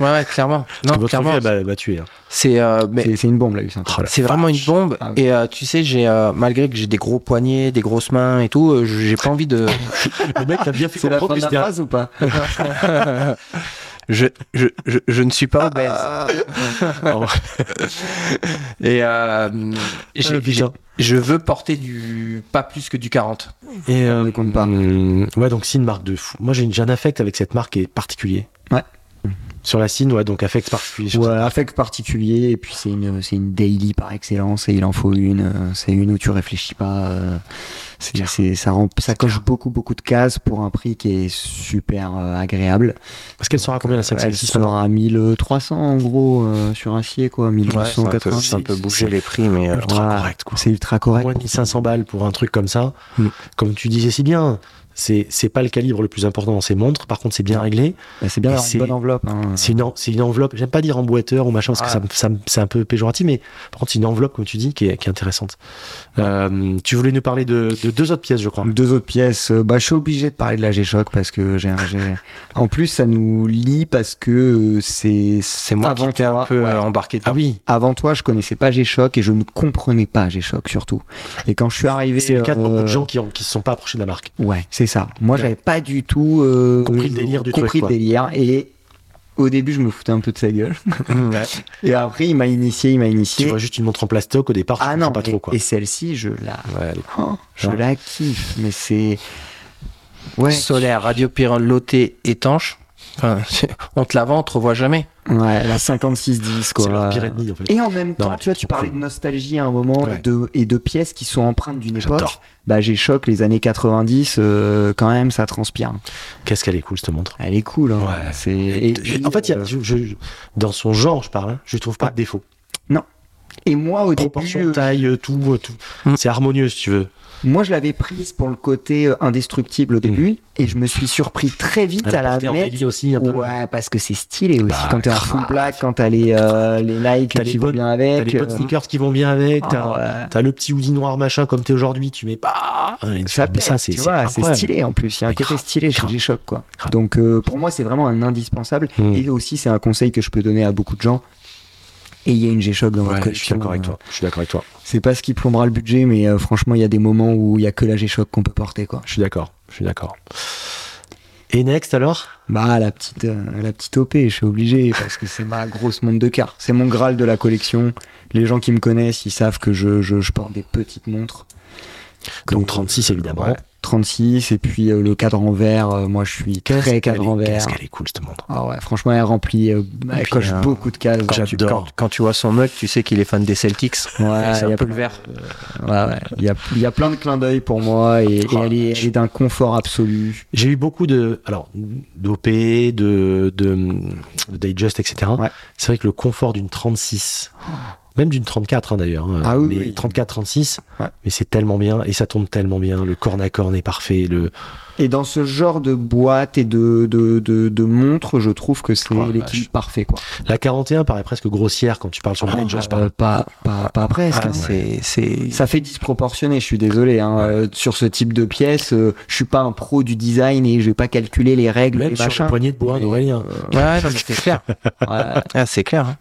ouais, clairement. Non, Parce que votre clairement, revue, elle m'a- elle m'a tué, hein. c'est euh, mais C'est c'est une bombe là, Usain. Oh là. c'est vraiment une bombe. Ah ouais. Et euh, tu sais, j'ai euh, malgré que j'ai des gros poignets, des grosses mains et tout, euh, j'ai pas envie de. Le mec, t'as bien fait C'est la comprendre fin que de c'était la un- phrase ou pas je, je, je, je ne suis pas obèse. *laughs* et euh, j'ai- Ah, putain. je veux porter du pas plus que du 40. Et euh, On ne compte pas. Hum, ouais, donc c'est une marque de fou. Moi, j'ai une- j'ai un affect avec cette marque qui est particulier. Ouais. Sur la Cine, ouais, donc affect particulier. sur Ouais, cette- affect particulier, et puis c'est une, c'est une daily par excellence, et il en faut une. euh, C'est une où tu réfléchis pas. euh, C'est, c'est- ça, rem- ça coche beaucoup, beaucoup de cases pour un prix qui est super euh, agréable. Parce qu'elle sera à combien la Elle 556 maintenant sera à 1300 en gros euh, sur acier, quoi. 1280. c'est un peu bougé les prix, mais euh, Ultra Ouais. correct, quoi. c'est ultra correct. Moins de 1500 balles pour un truc comme ça. Mm. Comme tu disais si bien, c'est c'est pas le calibre le plus important dans ces montres. Par contre, c'est bien réglé. Bah, c'est bien Et d'avoir c'est- une bonne enveloppe. hein. C'est une, en- c'est une enveloppe. J'aime pas dire emboîteur ou machin parce que Ah. ça me- ça me- c'est un peu péjoratif, mais par contre, c'est une enveloppe, comme tu dis, qui est, qui est intéressante. Euh, tu voulais nous parler de, de deux autres pièces, je crois. Deux autres pièces. euh, Bah, je suis obligé de parler de la G-Shock parce que j'ai un. j'ai- En plus, ça nous lie parce que euh, c'est. C'est moi qui Avant t'ai un toi, peu ouais. euh, embarqué dedans. Ah oui, Avant toi, je connaissais pas G-Shock et je ne comprenais pas G-Shock surtout. Et quand je suis arrivé, c'est le cas de beaucoup de euh, gens qui ne se sont pas approchés de la marque. Ouais, c'est ça. Moi, Ouais. j'avais pas du tout euh, Compris le délire du truc, compris quoi. le délire et au début, je me foutais un peu de sa gueule. *laughs* Ouais. Et après, il m'a initié, il m'a Tu initié. vois juste une montre en plastoc au départ, ah tu non, comprends pas et, trop quoi. et celle-ci, je la, Ouais, les oh, je Ouais. la kiffe. Mais c'est *laughs* ouais, Solaire, radio loté étanche. Enfin, *laughs* on te la vend, on te revoit jamais. ouais, la 5610 C'est leur quoi. pyramide en fait. Et en même temps, mais tu vois, tu c'est parlais cool. de nostalgie à un moment Ouais. et, de, et de pièces qui sont empreintes d'une époque. J'adore. Bah, j'ai choc les années 90, euh, quand même, ça transpire. Qu'est-ce qu'elle est cool cette montre. Elle est cool. Hein. Ouais. C'est. et puis, en fait, il y a- euh, je- je- dans son genre, je parle, hein, je trouve pas de défaut. et moi au début, Proportion, euh, taille, euh, tout, euh, tout. Mm. C'est harmonieux si tu veux. moi je l'avais prise pour le côté euh, Mmh. indestructible au début, et je me suis surpris très vite à la portée en mettre. délit aussi un peu. Ouais, parce que c'est stylé aussi. Bah, quand t'es en full black, quand t'as les euh, les Nike T'as les qui vont bonnes- bien T'as avec. les bonnes euh, sneakers qui vont bien avec. ah, T'as ouais. t'as le petit hoodie noir machin comme t'es aujourd'hui. Tu mets pas. Ça, pète, Ah, ça c'est tu vois, c'est incroyable. stylé en plus. Il y a un Mais côté grave, stylé chez grave, G-Shock, quoi. grave. Donc, euh, pour moi, c'est vraiment un indispensable. Mm. Et aussi, c'est un conseil que je peux donner à beaucoup de gens. et il y a une G-Shock dans votre Ouais, Je collection. euh, suis d'accord avec toi. Je suis d'accord avec toi. C'est pas ce qui plombera le budget, mais euh, franchement, il y a des moments où il y a que la G-Shock qu'on peut porter, quoi. Je suis d'accord. Je suis d'accord. Et next alors Bah, la petite, euh, la petite OP, je suis obligé, parce que c'est ma grosse montre de car. C'est mon graal de la collection. Les gens qui me connaissent, ils savent que je, je, je porte des petites montres. Donc Que- 36 évidemment. Ouais, 36, et puis euh, le cadre en verre, euh, moi je suis très cadre en verre. Qu'est-ce qu'elle est cool cette montre. Ah ouais, franchement, elle remplit, euh, Et elle puis, coche euh, beaucoup de cases. quand tu- J'adore. Quand, quand tu vois son mug, tu sais qu'il est fan des Celtics. Ouais, c'est y un a peu pas- le vert. Ouais, ouais. Il y a, il y a plein de clins d'œil pour moi et, et Ah, Oh, elle est, elle est d'un confort absolu. J'ai eu beaucoup de, alors, d'OP, de, de, de digest, etc. Ouais. C'est vrai que le confort d'une 36, même d'une 34 hein, d'ailleurs, hein, Ah oui, mais oui. 34-36, Ouais. mais c'est tellement bien et ça tombe tellement bien. Le corne à corne est parfait. Le, Et dans ce genre de boîte et de, de, de, de montre, je trouve que c'est Oh, la l'équilibre parfait. Quoi. la 41 paraît presque grossière quand tu parles sur le digest. Euh, pas, pas, pas presque. Ah, hein. c'est, c'est- Ça fait disproportionné, je suis désolé. hein. Euh, sur ce type de pièce, euh, je suis pas un pro du design et je vais pas calculer les règles Même et euh, sur machin. le poignet de bois hein, d'Aurélien. Ouais, non, mais c'est clair. Ouais. *laughs* Ah, c'est clair. hein.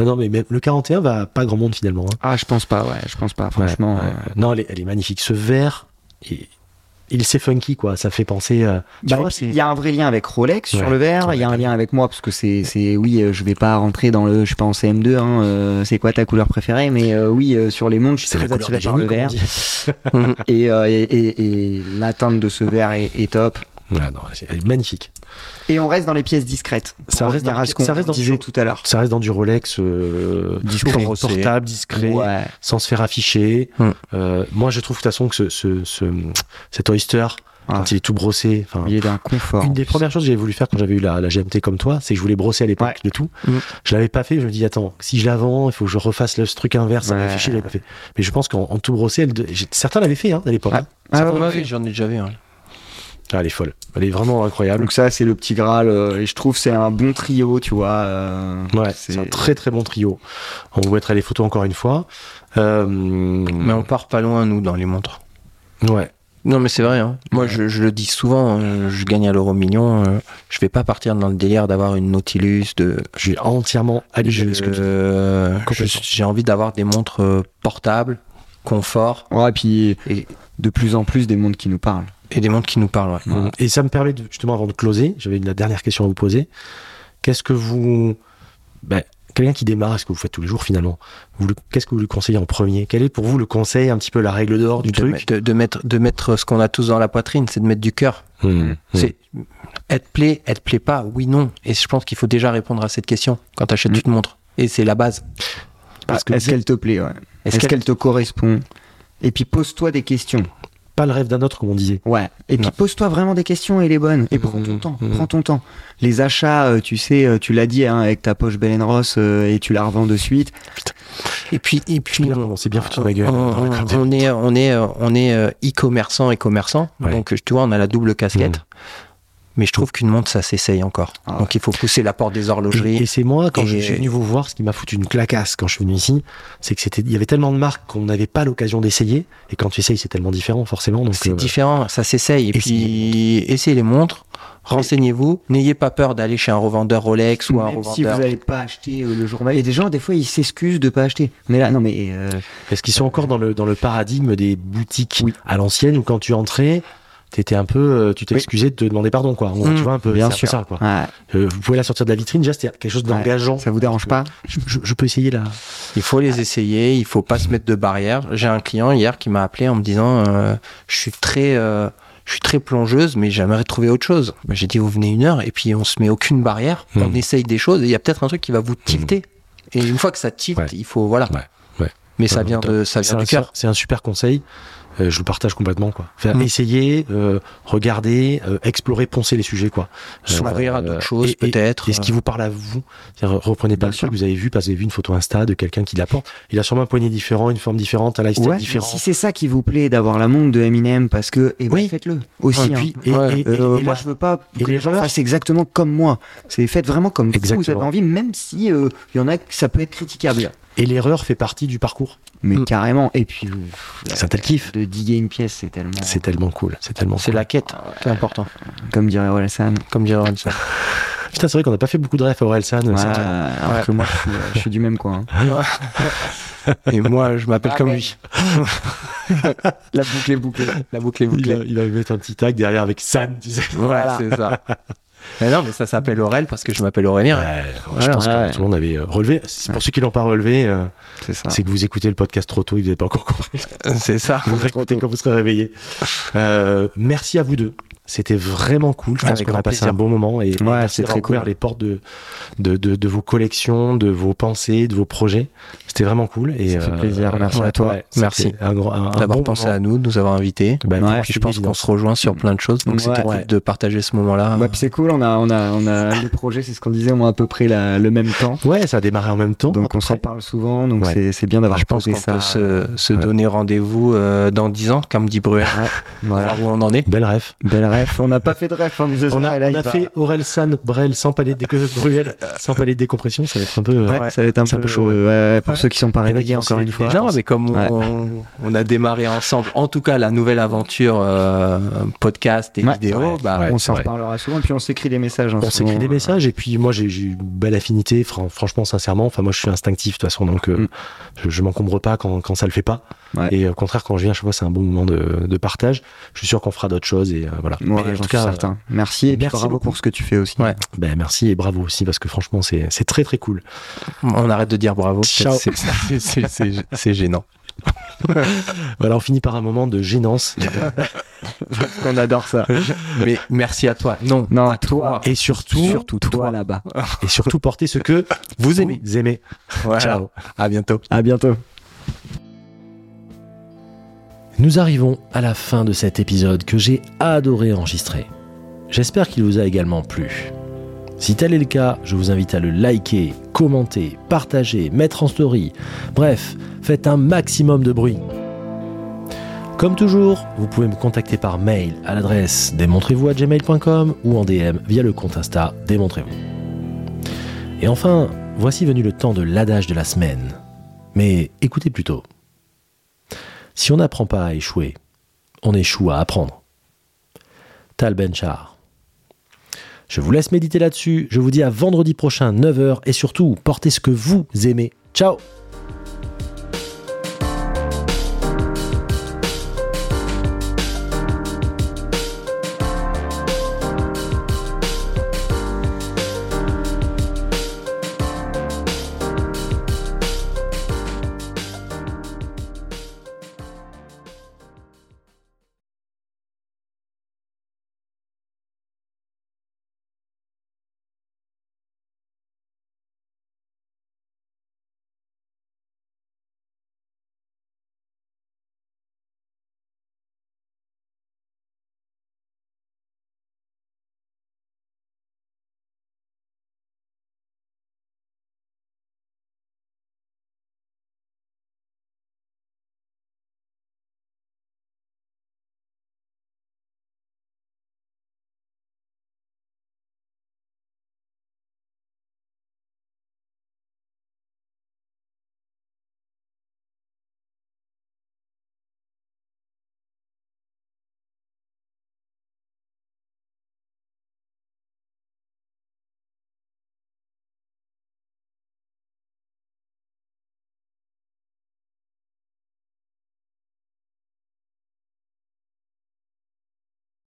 Non, non, mais même le 41 va pas grand monde finalement. hein. Ah, je pense pas, ouais, je pense pas, franchement. Ouais, ouais. euh. Non, elle est, elle est magnifique. Ce vert, il, il c'est funky quoi. Ça fait penser. euh, tu Bah, vois, il c'est- y a un vrai lien avec Rolex Ouais. sur le verre, il y a un lien avec moi parce que c'est, c'est oui, euh, je vais pas rentrer dans le, je suis pas en CM2, hein, euh, c'est quoi ta couleur préférée, mais euh, oui, euh, sur les montres, je suis c'est la très couleur attiré des par le génies, comme on verre dit. et, euh, et, et- et l'atteinte de ce verre est, est top. *laughs* Ouais, non, c'est- elle est magnifique. Et on reste dans les pièces discrètes. Ça Pour reste revenir dans- à ce qu'on ça reste dans- disait tout à l'heure. Ça reste dans du Rolex euh, Discret. pour- portable, discret, Ouais. Mm. sans se faire afficher. Hmm. Euh, moi, je trouve de toute façon que ce, ce, ce- cet Oyster, Ah. quand il est tout brossé, enfin, Il est d'un confort. Une des premières choses que j'avais voulu faire quand j'avais eu la, la GMT comme toi, c'est que je voulais brosser à l'époque Ouais. de tout. Mm. Je l'avais pas fait. Je me dis attends, si je la vends, il faut que je refasse le ce truc inverse. Ça m'a Ouais. fait chier, je l'avais pas fait. Mais je pense qu'en en tout brosser, elle de- j'ai- certains l'avaient fait hein, à l'époque. Ouais. hein. Ah, Ah, ouais, ouais, ouais. oui, j'en ai déjà vu. hein. Ah, elle est folle. Elle est vraiment incroyable. Donc ça, c'est le petit Graal. euh, et je trouve c'est un bon trio, tu vois. euh, Ouais, c'est un très très bon trio. On vous mettra les photos encore une fois. Euh, Mais on part pas loin, nous, dans les montres. Ouais. Non, mais c'est vrai. hein. Moi, je, je le dis souvent, hein, je gagne à l'euro million. euh, je vais pas partir dans le délire d'avoir une Nautilus, de. Je suis entièrement Je- allégé ce que tu dis. euh, je- Complètement. J'ai envie d'avoir des montres euh, portables, confort Ouais, et puis et, de plus en plus des mondes qui nous parlent. et des montres qui nous parlent. ouais. Mm. Et ça me permet de- justement avant de closer, j'avais une- la dernière question à vous poser. Qu'est-ce que vous, ben, quelqu'un qui démarre, ce que vous faites tous les jours finalement, vous, le- qu'est-ce que vous lui conseillez en premier Quel est pour vous le conseil, un petit peu la règle d'or du de, truc mettre- de- de mettre, de mettre ce qu'on a tous dans la poitrine, c'est de mettre du cœur. Mm. Mm. C'est être plaît, être plaît pas, oui, non. Et je pense qu'il faut déjà répondre à cette question quand tu achètes Mmh. Mm. une montre. Et c'est la base. Parce que Est-ce bien- qu'elle te plaît ouais. Est-ce Est-ce qu'elle- qu'elle te correspond Et puis pose-toi des questions. pas le rêve d'un autre comme on disait. Ouais. Et puis Non. pose-toi vraiment des questions et les bonnes. Et prends ton mmh, temps. mmh. Prends ton temps. Les achats, euh, tu sais, euh, tu l'as dit hein, avec ta poche Belen Ross euh, et tu la revends de suite. Et puis, et puis, Putain, on s'est bien foutu de ma gueule. on, dans la on- quarantaine. on est, on est, euh, on est euh, e-commerçant et commerçant. Ouais. Mmh. Donc, tu vois, on a la double casquette. Mais je trouve qu'une montre, ça s'essaye encore. Ah. Donc, il faut pousser la porte des Et, horlogeries. et c'est moi, quand je Mmh. Et- je suis venu vous voir, ce qui m'a foutu une clacasse quand je suis venu ici, c'est que c'était, il y avait tellement de marques qu'on n'avait pas l'occasion d'essayer. Et quand tu essayes, c'est tellement différent, forcément. Donc, C'est euh, différent, ça s'essaye. Et puis, essayez les montres, renseignez-vous. N'ayez pas peur d'aller chez un revendeur Rolex ou un Même si vous revendeur. n'allez pas acheter euh, le journal. Il y a des gens, des fois, ils s'excusent de pas acheter. Mais là, non, mais euh, Est-ce qu'ils sont encore dans le, dans le paradigme des boutiques à l'ancienne où quand tu entrais, t'étais un peu, euh, tu Oui. Mmh. t'excusais de te demander pardon, quoi. En gros, Mm, tu vois, un peu, bien c'est un peu sûr. ça, quoi. ouais, Euh, vous pouvez la sortir de la vitrine, déjà, c'était quelque chose d'engageant. ça vous dérange pas Je, je- je peux essayer là. Il faut les essayer, il faut pas se mettre de barrière. J'ai un client hier qui m'a appelé en me disant euh, je suis très euh, je suis très plongeuse mais j'aimerais trouver autre chose. Ben, J'ai dit vous venez une heure et puis on se met aucune barrière, Mm. on essaye des choses et il y a peut-être un truc qui va vous tilter. Et une fois que ça tilte, Hmm. Ouais. il faut voilà. Ouais, Euh, ouais. Mais ça vient de ça C'est vient un, du cœur. c'est un super conseil. Euh, je le partage complètement, quoi. Faire Mmh. Mm. essayer, euh, regarder, euh, explorer, poncer les sujets, quoi. Euh, S'ouvrir à euh, d'autres choses et- et- peut-être. euh, Et ce qui vous parle à vous, C'est-à-dire, reprenez pas Bien le sûr. truc que vous avez vu, parce que vous avez vu une photo Insta de quelqu'un qui la porte. Il a sûrement un poignet différent, une forme différente, un lifestyle Ouais. différent. Si c'est ça qui vous plaît d'avoir la montre de Eminem, parce que, et Oui. faites-le aussi. Et hein. puis, et- Ouais. et- et- Euh, et moi, la- je veux pas et que les les gens valeurs fassent exactement comme moi. C'est faites vraiment comme vous, vous avez Exactement. envie, même si euh, il y en a que ça peut être critiquable. Et l'erreur fait partie du parcours. Mais Mm. carrément. Et puis, euh, C'est un tel kiff. de diguer une pièce, c'est tellement. Ah C'est tellement cool. C'est tellement C'est cool. la quête qui est important. Comme dirait Wallace Anne. Comme dirait Ransom. Putain, c'est vrai qu'on n'a pas fait beaucoup de ref à euh, Orelsan. Ouais, ça. alors que moi, je suis, je suis du même coin. hein. Et moi, je m'appelle comme lui. La boucle est bouclée. La boucle est Il, bouclée. va- il va mettre un petit tag derrière avec San, tu sais. Voilà, c'est ça. *laughs* Mais non, mais ça s'appelle Aurel parce que je m'appelle Aurélien. Ouais, je Voilà. pense Ouais. que tout le monde avait euh, relevé. C'est Pour ceux qui l'ont pas relevé, euh, C'est *laughs* ça. c'est que vous écoutez le podcast trop tôt et que vous n'avez pas encore compris. C'est ça. *laughs* Vous racontez quand vous serez réveillé. Euh, merci à vous deux. C'était vraiment cool. Je pense Avec qu'on a grand passé plaisir. un bon moment et Ouais, c'est d'avoir très cool. ouvert les portes de, de, de, de vos collections, de vos pensées, de vos projets. C'était vraiment cool. Et, euh, Ça fait plaisir. Merci à toi. c'était Merci. Un, gros- un, un D'avoir bon pensé moment. à nous, de nous avoir invités. Bah, Ouais, pour- Puis je pense qu'on évident. se rejoint sur plein de choses. Donc Ouais. c'était cool Ouais. de partager ce moment-là. Ouais, puis c'est cool, on a, on a, on Ah. a les projets, c'est ce qu'on disait, on a à peu près la- le même temps. Ouais, ça a démarré en même temps. Donc on s'en parle souvent, donc Ouais. c'est- c'est bien d'avoir je pense posé qu'on ça. peut se, se Ouais. donner rendez-vous euh, dans 10 ans, comme dit Bruel. Voilà. Voir où on en est. Belle ref. Belle ref, on n'a pas fait de ref, hein, On a, on a fait Aurel San, Brel sans palais de, déco- Bruel, sans palais de décompression, ça va être un peu. euh, Ouais, ça va être un c'est peu, chaud. euh, ouais, pour Ouais. ceux qui sont Il y en pas a qui réveillés ont encore une essayé fois. déjà. Non, mais comme Ouais. on, on a démarré ensemble, en tout cas la nouvelle aventure euh, podcast et Ouais. vidéo, Ouais. bah, Ouais. on s'en c'est vrai. reparlera souvent, puis on s'écrit des messages. hein, On s'écrit souvent. des messages et puis moi j'ai j'ai une belle affinité, fran- franchement sincèrement. Enfin moi je suis instinctif de toute façon donc euh, Mm. je, je m'encombre pas quand, quand ça le fait pas. Ouais. Et au contraire quand je viens à chaque fois c'est un bon moment de, de partage. Je suis sûr qu'on fera d'autres choses et euh, voilà. Ouais, Mais en j'en tout suis cas euh, certain. Merci et puis merci bravo beaucoup. pour ce que tu fais aussi. *laughs* Ouais. ben, merci et bravo aussi parce que franchement c'est c'est très très cool. on arrête de dire bravo. Ciao. C'est- c'est- c'est- C'est c'est gênant. Voilà on finit par un moment de *laughs* gênance On adore *laughs* ça. Mais merci à toi. Non, Non, à toi. toi. et surtout Surtout toi là-bas. et surtout porter ce que Vous aimez. vous aimez. Voilà. Ciao. À bientôt. À bientôt. Nous arrivons à la fin de cet épisode que j'ai adoré enregistrer. J'espère qu'il vous a également plu. Si tel est le cas, je vous invite à le liker, commenter, partager, mettre en story. Bref, faites un maximum de bruit. Comme toujours, vous pouvez me contacter par mail à l'adresse démontrez-vous à gmail.com ou en DM via le compte Insta démontrez-vous. Et enfin, voici venu le temps de l'adage de la semaine. Mais écoutez plutôt. Si on n'apprend pas à échouer, on échoue à apprendre. Tal Benchar. Je vous laisse méditer là-dessus. Je vous dis à vendredi prochain, 9h, et surtout, portez ce que vous aimez. Ciao